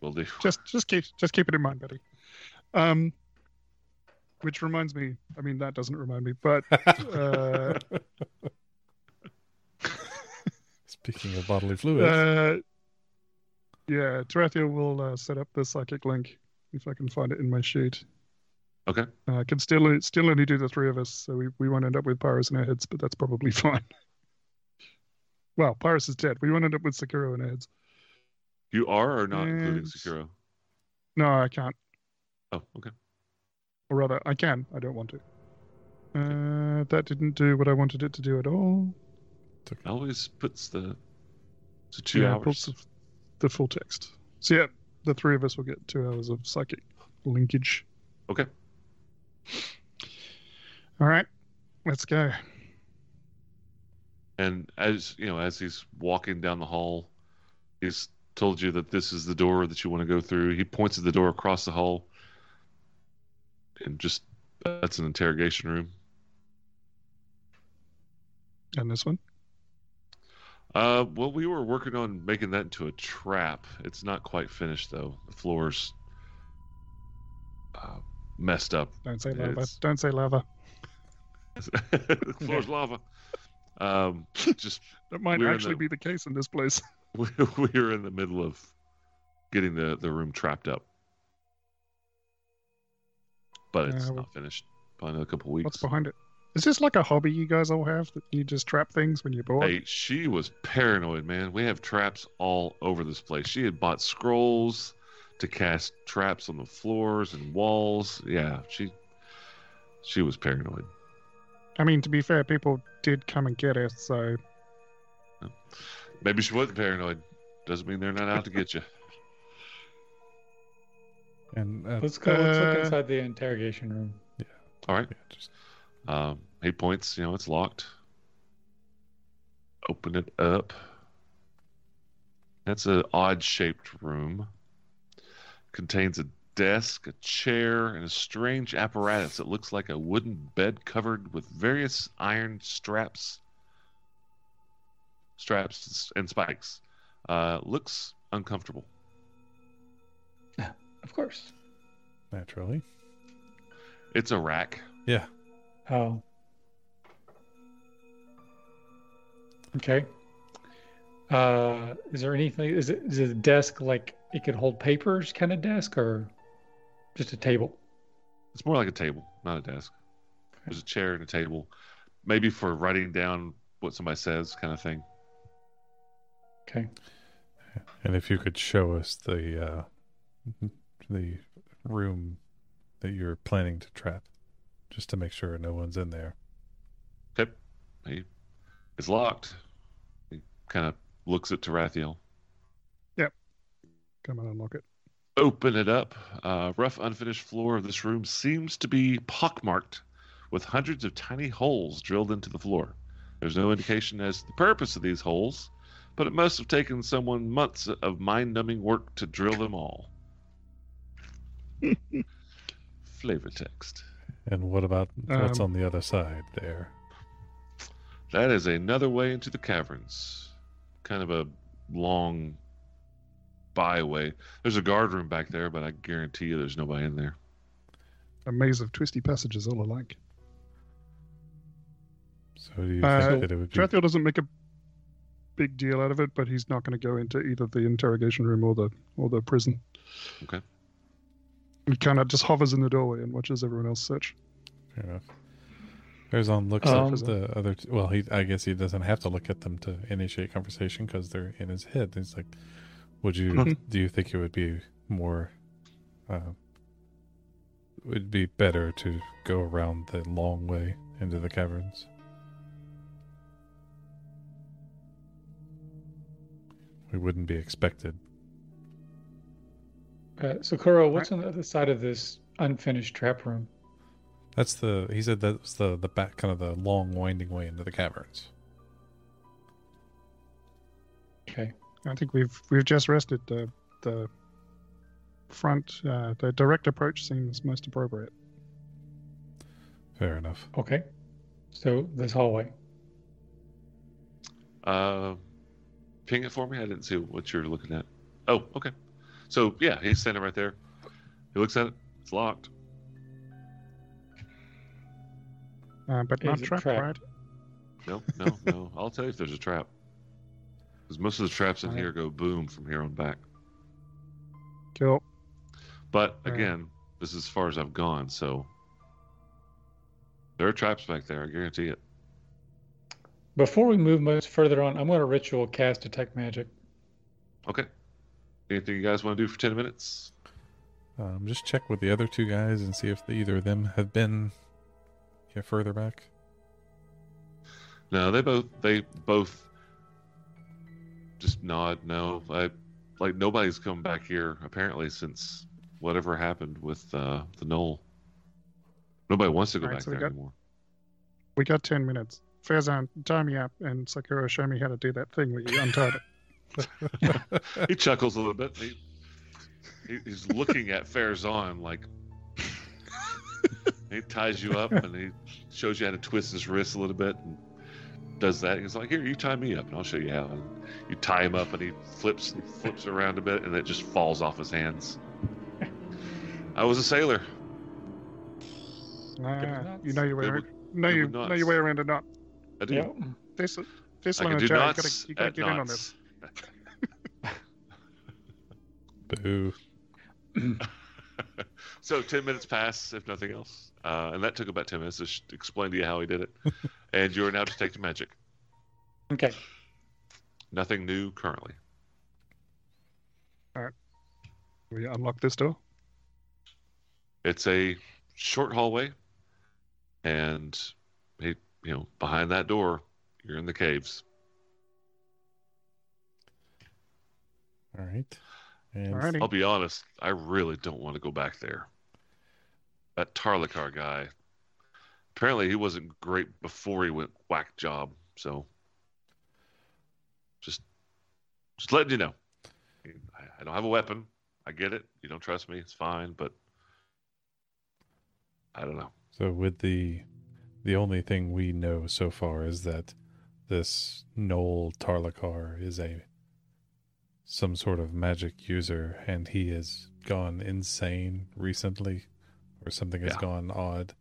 Speaker 1: Will do.
Speaker 3: just just keep just keep it in mind, buddy. Um, which reminds me, I mean that doesn't remind me, but uh,
Speaker 2: Speaking of bodily fluids,
Speaker 3: uh, yeah, Tarathia will uh, set up the psychic link if I can find it in my sheet.
Speaker 1: Okay.
Speaker 3: Uh, I can still still only do the three of us, so we, we won't end up with Pyrus in our heads, but that's probably fine. well, Pyrus is dead. We won't end up with Sekiro in our heads.
Speaker 1: You are or not including
Speaker 3: And-
Speaker 1: Sekiro?
Speaker 3: No, I can't.
Speaker 1: Oh, okay.
Speaker 3: Or rather, I can. I don't want to. Uh, that didn't do what I wanted it to do at all.
Speaker 2: It's okay.
Speaker 1: Always puts the it's a two
Speaker 3: Yeah, it pulls
Speaker 1: hours.
Speaker 3: the, the full text. So yeah, the three of us will get two hours of psychic linkage.
Speaker 1: Okay.
Speaker 3: All right, let's go.
Speaker 1: And as you know, as he's walking down the hall, he's told you that this is the door that you want to go through. He points at the door across the hall, and just that's an interrogation room.
Speaker 3: And this one.
Speaker 1: Uh, well, we were working on making that into a trap. It's not quite finished though. The floor's uh, messed up.
Speaker 3: Don't say lava.
Speaker 1: It's-
Speaker 3: Don't say lava.
Speaker 1: the floor's lava. Um, just
Speaker 3: That might
Speaker 1: We're in
Speaker 3: actually
Speaker 1: the-
Speaker 3: be the case in this place.
Speaker 1: we we were in the middle of getting the the room trapped up, but it's
Speaker 3: Yeah, well-
Speaker 1: not finished. Probably another couple weeks.
Speaker 3: What's behind it? Is this like a hobby you guys all have that you just trap things when you're bored?
Speaker 1: Hey, she was paranoid, man. We have traps all over this place. She had bought scrolls to cast traps on the floors and walls. Yeah, she she was paranoid.
Speaker 3: I mean, to be fair, people did come and get us, so
Speaker 1: Maybe she wasn't paranoid. Doesn't mean they're not out to get you.
Speaker 2: And uh,
Speaker 4: Let's go. let's look
Speaker 3: Uh,
Speaker 4: inside the interrogation room.
Speaker 1: All right.
Speaker 2: yeah, just
Speaker 1: Um, he points. You know, it's locked. Open it up. That's an odd-shaped room. Contains a desk, a chair, and a strange apparatus that looks like a wooden bed covered with various iron straps, straps and spikes. Uh, looks uncomfortable.
Speaker 4: Of course.
Speaker 2: naturally.
Speaker 1: It's a rack.
Speaker 2: Yeah.
Speaker 4: Oh. Okay. Uh, is there anything? Is it is it a desk like it could hold papers kind of desk or just a table?
Speaker 1: It's more like a table, not a desk. There's a chair and a table, maybe for writing down what somebody says, kind of thing.
Speaker 4: Okay.
Speaker 2: And if you could show us the uh, the room that you're planning to trap, just to make sure no one's in there.
Speaker 1: Okay. He is locked. He kind of looks at Tarathiel.
Speaker 3: come and unlock it.
Speaker 1: Open it up. Uh, rough, unfinished floor of this room seems to be pockmarked with hundreds of tiny holes drilled into the floor. There's no indication as to the purpose of these holes, but it must have taken someone months of mind numbing work to drill them all. Flavor text.
Speaker 2: And what about what's
Speaker 3: Um,
Speaker 2: on the other side there?
Speaker 1: That is another way into the caverns. Kind of a long byway. There's a guard room back there, but I guarantee you there's nobody in there.
Speaker 3: A maze of twisty passages, all alike.
Speaker 2: So do you
Speaker 3: Uh,
Speaker 2: think that it
Speaker 1: Hmm.
Speaker 2: would be?
Speaker 3: Trathiel doesn't make a big deal out of it, but he's not going to go into either the interrogation room or the or the prison.
Speaker 1: Okay.
Speaker 3: He kind of just hovers in the doorway and watches everyone else search.
Speaker 2: Fair enough. Arizon looks
Speaker 4: Um,
Speaker 2: at the other. T- well, he I guess he doesn't have to look at them to initiate conversation because they're in his head. He's like, "Would you? do you think it would be more? Uh, would be better to go around the long way into the caverns?" We wouldn't be expected.
Speaker 4: Uh, so, Kuro, what's on the other side of this unfinished trap room?
Speaker 2: That's the. He said that was the the back kind of the long winding way into the caverns.
Speaker 4: Okay.
Speaker 3: I think we've we've just rested the the front. Uh, the direct approach seems most appropriate.
Speaker 2: Fair enough.
Speaker 4: Okay. So this hallway.
Speaker 1: Uh, ping it for me. I didn't see what you're looking at. Oh, okay. So yeah, he's standing right there. He looks at it. It's locked.
Speaker 3: Uh, but not
Speaker 4: Is it
Speaker 3: trapped,
Speaker 4: trapped?
Speaker 3: right?
Speaker 1: No, no, no. I'll tell you if there's a trap. Because most of the traps in
Speaker 4: Alright.
Speaker 1: here go boom from here on back.
Speaker 3: Cool.
Speaker 1: But
Speaker 3: Alright.
Speaker 1: again, this is as far as I've gone, so There are traps back there. I guarantee it.
Speaker 4: Before we move much further on, I'm going to ritual cast detect magic.
Speaker 1: Okay. Anything you guys want to do for 10 minutes?
Speaker 2: Um, just check with the other two guys and see if the, either of them have been yeah, further back.
Speaker 1: No, they both they both just nod no. I like nobody's come back here apparently since whatever happened with uh, the knoll. Nobody wants to go
Speaker 3: Alright,
Speaker 1: back
Speaker 3: so we
Speaker 1: there
Speaker 3: got-
Speaker 1: anymore.
Speaker 3: We got 10 minutes. Fazan, tie me up, and Sakura, show me how to do that thing where you untied it.
Speaker 1: He chuckles a little bit. He, he- he's looking at Farazan like he ties you up and he shows you how to twist his wrist a little bit and does that. He's like, "Here, you tie me up, and I'll show you how." And you tie him up, and he flips flips around a bit, and it just falls off his hands. I was a sailor.
Speaker 3: Ah,
Speaker 4: knots.
Speaker 3: you know your way
Speaker 1: Good
Speaker 3: around.
Speaker 1: with-
Speaker 3: Know,
Speaker 1: good
Speaker 3: you,
Speaker 1: with
Speaker 3: know
Speaker 1: knots.
Speaker 3: your way around a knot.
Speaker 1: I do.
Speaker 4: Yeah.
Speaker 3: This, this
Speaker 1: I
Speaker 3: one,
Speaker 1: can
Speaker 3: Joe,
Speaker 1: do
Speaker 3: you gotta,
Speaker 1: knots
Speaker 3: you gotta
Speaker 1: at
Speaker 3: get in on this.
Speaker 1: knots.
Speaker 2: Boo.
Speaker 1: so 10 minutes pass, if nothing else. Uh, and that took about 10 minutes to sh- explain to you how he did it. and you are now detecting magic.
Speaker 4: Okay.
Speaker 1: Nothing new currently.
Speaker 3: We unlock this door.
Speaker 1: It's a short hallway. And, he, you know, behind that door, you're in the caves.
Speaker 2: All right. And
Speaker 3: Alrighty.
Speaker 1: I'll be honest, I really don't want to go back there. That Tarlikar guy, apparently he wasn't great before he went whack job. So just, just letting you know, I, I don't have a weapon. I get it. You don't trust me. It's fine, but I don't know.
Speaker 2: So with the the only thing we know so far is that this Noel Tarlakar is a some sort of magic user and he has gone insane recently or something has
Speaker 1: Yeah.
Speaker 2: gone odd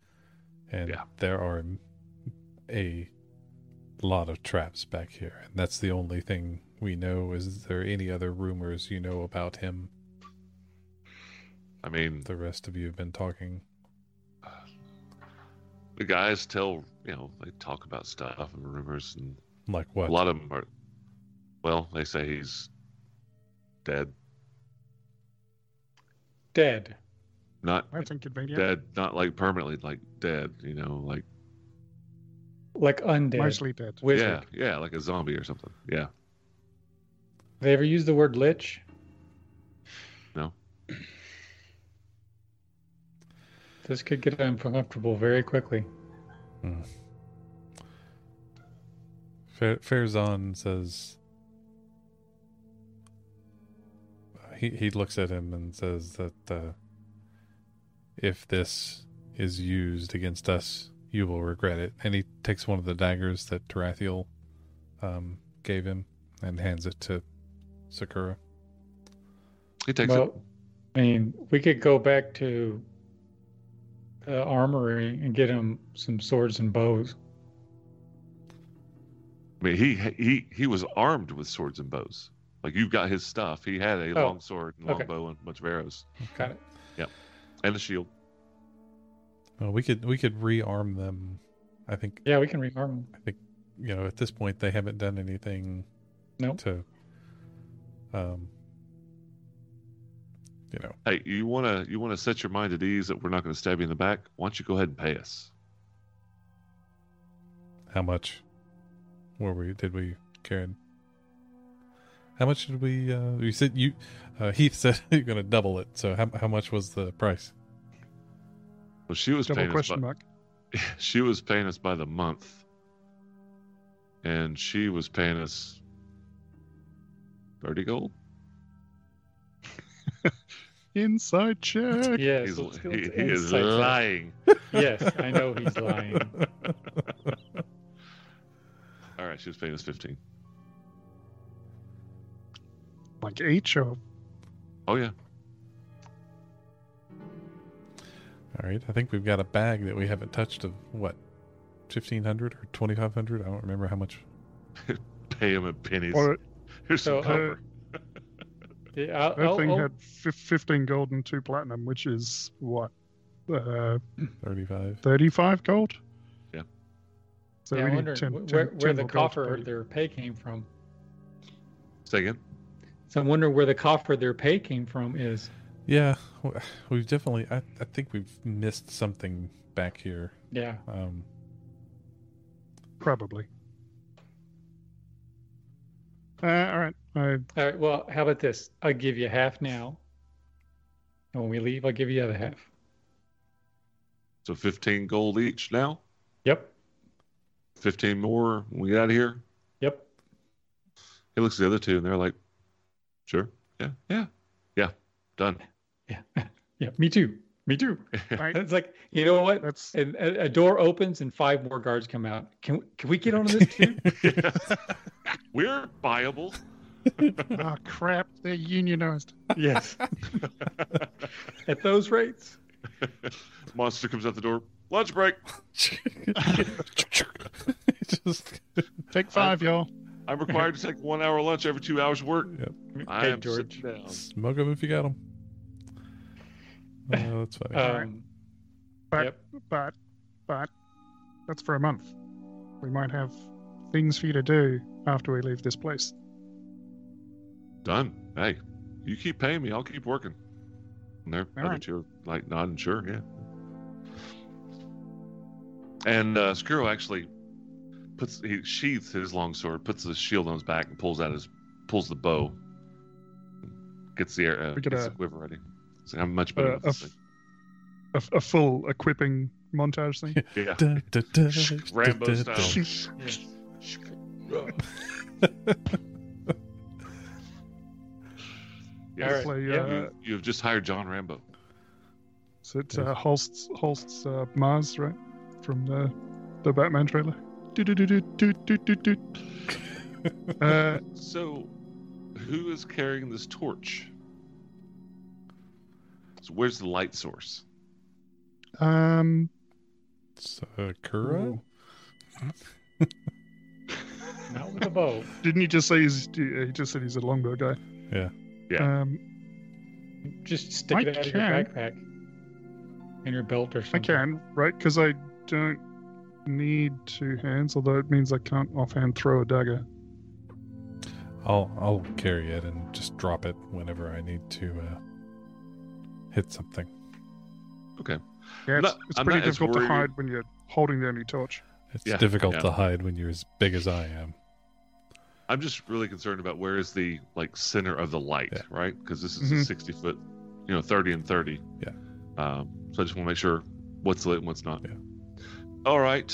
Speaker 2: and
Speaker 1: Yeah.
Speaker 2: there are a lot of traps back here and that's the only thing we know is there any other rumors you know about him
Speaker 1: I mean,
Speaker 2: the rest of you have been talking
Speaker 1: the guys tell, you know, they talk about stuff and rumors and
Speaker 2: like what
Speaker 1: A lot of them are. Well, they say he's dead.
Speaker 4: Dead.
Speaker 1: Not
Speaker 3: That's inconvenient.
Speaker 1: dead, not like permanently, like dead. You know, like
Speaker 4: Like undead.
Speaker 3: Mostly dead.
Speaker 4: Wizard.
Speaker 1: yeah, yeah, like a zombie or something. Yeah,
Speaker 4: They ever use the word lich?
Speaker 1: No.
Speaker 4: This could get uncomfortable very quickly.
Speaker 2: Fa- Farazan says he he looks at him and says that uh, if this is used against us, you will regret it. And he takes one of the daggers that Tarathiel um, gave him and hands it to Sakura.
Speaker 1: he takes it.
Speaker 4: Well, I mean, we could go back to the armory and get him some swords and bows.
Speaker 1: I mean, he he he was armed with swords and bows. Like you got his stuff. He had a
Speaker 4: Oh,
Speaker 1: long sword and long
Speaker 4: okay.
Speaker 1: bow and a bunch of arrows
Speaker 4: Got it.
Speaker 1: and a shield.
Speaker 2: Well, we could we could rearm them. I think
Speaker 4: Yeah, we can rearm him.
Speaker 2: you know, at this point, they haven't done anything
Speaker 4: Nope.
Speaker 2: to, um, you know,
Speaker 1: Hey, you wanna you wanna set your mind at ease that we're not gonna stab you in the back? Why don't you go ahead and pay us?
Speaker 2: how much were we, did we, Karen? How much did we, uh, you said you, uh, Heath said you're going to double it. So how, how much was the price?
Speaker 1: Well, she was
Speaker 3: Double
Speaker 1: paying us. by-
Speaker 3: question mark.
Speaker 1: she was paying us by the month and she was paying us 30 gold
Speaker 3: Inside check.
Speaker 4: Yes.
Speaker 1: He's-
Speaker 4: let's go
Speaker 1: he,
Speaker 4: to
Speaker 1: he is
Speaker 4: insight check.
Speaker 1: lying
Speaker 4: Yes, I know he's lying.
Speaker 1: all right she was paying us 15
Speaker 3: Like each or
Speaker 1: oh yeah
Speaker 2: All right. I think we've got a bag that we haven't touched of what, 1500 or 2500? I don't remember how much.
Speaker 1: pay him in pennies
Speaker 3: or
Speaker 1: here's some
Speaker 4: So, uh,
Speaker 1: copper
Speaker 4: Yeah, I'll-
Speaker 3: that
Speaker 4: I'll-
Speaker 3: thing
Speaker 4: I'll-
Speaker 3: had fif- 15 gold and 2 platinum, which is what? Uh,
Speaker 2: 35.
Speaker 3: 35 gold? So
Speaker 4: yeah,
Speaker 3: we
Speaker 4: I
Speaker 3: need
Speaker 4: wonder
Speaker 3: 10
Speaker 4: wh-
Speaker 3: 10
Speaker 4: where, where
Speaker 3: 10
Speaker 4: the
Speaker 3: more gold to
Speaker 4: coffer
Speaker 3: pay.
Speaker 4: their pay came from.
Speaker 1: Say again.
Speaker 4: So I wonder where the coffer their pay came from is.
Speaker 2: Yeah, w- we've definitely. I, I think we've missed something back here.
Speaker 4: Yeah.
Speaker 2: Um,
Speaker 3: Probably. Uh, all right. I,
Speaker 4: All right. Well, how about this? I'll give you half now. And when we leave, I'll give you the other half.
Speaker 1: So 15 gold each now.
Speaker 4: Yep.
Speaker 1: 15 more when we get out of here.
Speaker 4: Yep.
Speaker 1: He looks at the other two and they're like, sure. Yeah. Yeah. Yeah. Done.
Speaker 4: Yeah. Me too. Me too.
Speaker 3: I
Speaker 4: It's like you know what?
Speaker 3: that's
Speaker 4: And a, a door opens and five more guards come out. Can can we get onto this too?
Speaker 1: We're viable.
Speaker 3: oh crap. They're unionized.
Speaker 4: yes. At those rates.
Speaker 1: Monster comes out the door. Lunch break.
Speaker 2: just
Speaker 3: Take five, y'all.
Speaker 1: I'm required to take one hour lunch every two hours work.
Speaker 2: Yep.
Speaker 1: I
Speaker 4: Hey,
Speaker 1: am
Speaker 4: George.
Speaker 1: sitting down.
Speaker 2: smoke them if you got them. Uh, that's funny.
Speaker 3: Alright.
Speaker 4: Um,
Speaker 3: But-
Speaker 4: Yep.
Speaker 3: But, but that's for a month. We might have things for you to do after we leave this place.
Speaker 1: Done. Hey, you keep paying me. I'll keep working. And they're
Speaker 3: All
Speaker 1: other
Speaker 3: right.
Speaker 1: two are like nodding, sure, yeah. And uh, Skuro actually puts he sheaths his long sword, puts his shield on his back, and pulls out his pulls the bow. Gets the air, uh,
Speaker 3: We get
Speaker 1: gets
Speaker 3: a-
Speaker 1: the quiver ready. He's like, I'm much better.
Speaker 3: Uh,
Speaker 1: at
Speaker 3: a,
Speaker 1: this
Speaker 3: f- a f- a full equipping montage thing.
Speaker 1: thing." yeah.
Speaker 2: Da, da, da,
Speaker 1: Rambo
Speaker 2: da, da,
Speaker 1: style.
Speaker 2: da.
Speaker 1: Yes.
Speaker 4: Alright,
Speaker 3: Play,
Speaker 4: yeah.
Speaker 3: uh,
Speaker 1: You, you have just hired John Rambo.
Speaker 3: So it's uh, Holst's Holst's uh, Mars, right? From the the Batman trailer. Do-do-do-do-do-do-do-do. uh,
Speaker 1: So, who is carrying this torch? So, where's the light source?
Speaker 3: um,
Speaker 2: uh, Sakura.
Speaker 4: Not with a bow.
Speaker 3: didn't he just say he's? He just said he's a longbow guy.
Speaker 2: Yeah.
Speaker 1: Yeah.
Speaker 3: Um,
Speaker 4: Just stick
Speaker 3: I
Speaker 4: it out
Speaker 3: can.
Speaker 4: of your backpack. In your belt or
Speaker 3: I
Speaker 4: something.
Speaker 3: can, right? Because I don't need two hands, although it means I can't offhand throw a dagger.
Speaker 2: I'll I'll carry it and just drop it whenever I need to uh, hit something.
Speaker 3: Yeah,
Speaker 1: I'm
Speaker 3: it's,
Speaker 1: not-
Speaker 3: it's
Speaker 1: I'm
Speaker 3: pretty
Speaker 1: not as
Speaker 3: difficult to
Speaker 1: worried.
Speaker 3: hide when you're holding the only torch.
Speaker 2: It's
Speaker 1: Yeah,
Speaker 2: difficult
Speaker 1: yeah.
Speaker 2: to hide when you're as big as I am.
Speaker 1: I'm just really concerned about where is the like center of the light,
Speaker 2: Yeah. Mm-hmm.
Speaker 1: right? Because this is a
Speaker 3: Mhm.
Speaker 1: 60 foot, you know, 30 and 30.
Speaker 2: Yeah.
Speaker 1: Um, so I just want to make sure what's lit and what's not.
Speaker 2: Yeah.
Speaker 1: All right.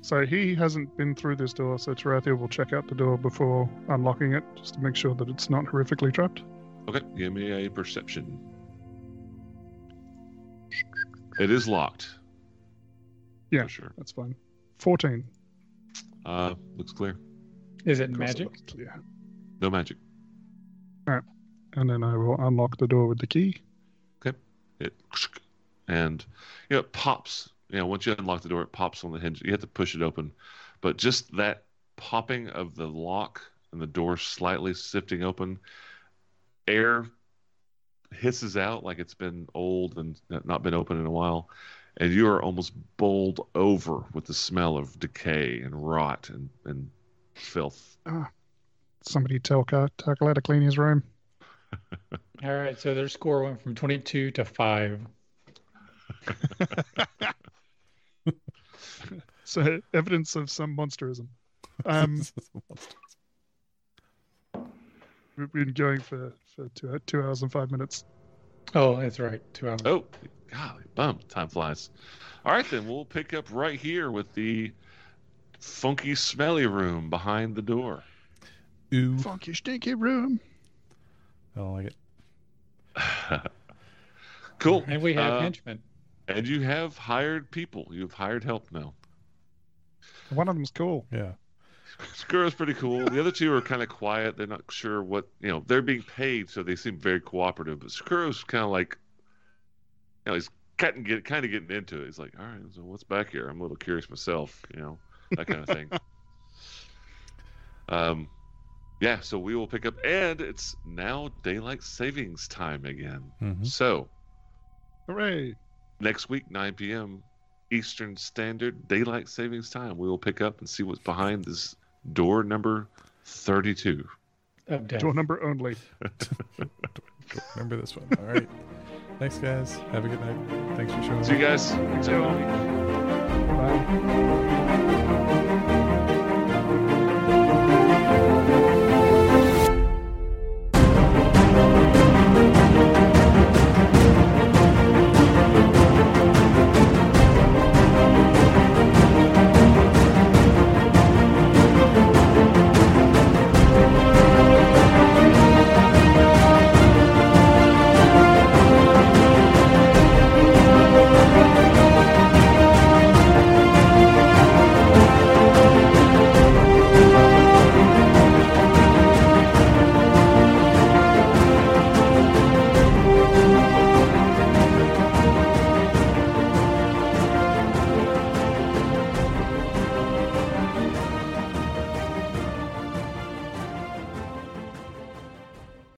Speaker 3: So he hasn't been through this door, so Tarathia will check out the door before unlocking it, just to make sure that it's not horrifically trapped.
Speaker 1: Okay. Give me a perception. It is locked.
Speaker 3: Yeah.
Speaker 1: For sure.
Speaker 3: That's fine. 14.
Speaker 1: Uh, looks clear.
Speaker 4: Is it
Speaker 3: Of course it
Speaker 4: magic?
Speaker 3: looks clear.
Speaker 1: No magic.
Speaker 3: And then I will unlock the door with the key.
Speaker 1: it and you know it pops you know once you unlock the door it pops on the hinge you have to push it open but just that popping of the lock and the door slightly sifting open air hisses out like it's been old and not been open in a while and you are almost bowled over with the smell of decay and rot and, and filth
Speaker 3: Somebody tell Car- Tarkala to clean his room.
Speaker 4: All right, so their score went from 22 to 5.
Speaker 3: So, evidence of some monsterism. Um, we've been going for, for two, two hours and five minutes.
Speaker 4: Oh, that's right. 2 hours.
Speaker 1: Oh, golly, bum. Time flies. All right, then we'll pick up right here with the funky, smelly room behind the door.
Speaker 2: Ooh,
Speaker 3: Funky, stinky room.
Speaker 2: I don't like it.
Speaker 1: cool.
Speaker 4: And we have
Speaker 1: Uh,
Speaker 4: henchmen.
Speaker 1: And you have hired people. You've hired help now.
Speaker 3: One of them's cool.
Speaker 2: Yeah,
Speaker 1: Skura's pretty cool. The other two are kind of quiet. They're not sure what you know. They're being paid, so they seem very cooperative. But Skura's kind of like, you know, he's getting get kind of getting into it. He's like, all right, so what's back here? I'm a little curious myself. You know, that kind of thing. um, yeah. So we will pick up, and it's now daylight savings time again.
Speaker 2: Mhm.
Speaker 1: So
Speaker 3: Hooray.
Speaker 1: next week, 9 p.m. Eastern Standard Daylight Savings Time. We will pick up and see what's behind this door number 32.
Speaker 4: of death.
Speaker 3: Door number only.
Speaker 2: Remember this one. All right. Thanks, guys. Have a good night. Thanks for showing up.
Speaker 1: See you guys.
Speaker 3: Thanks, everyone.
Speaker 4: Bye.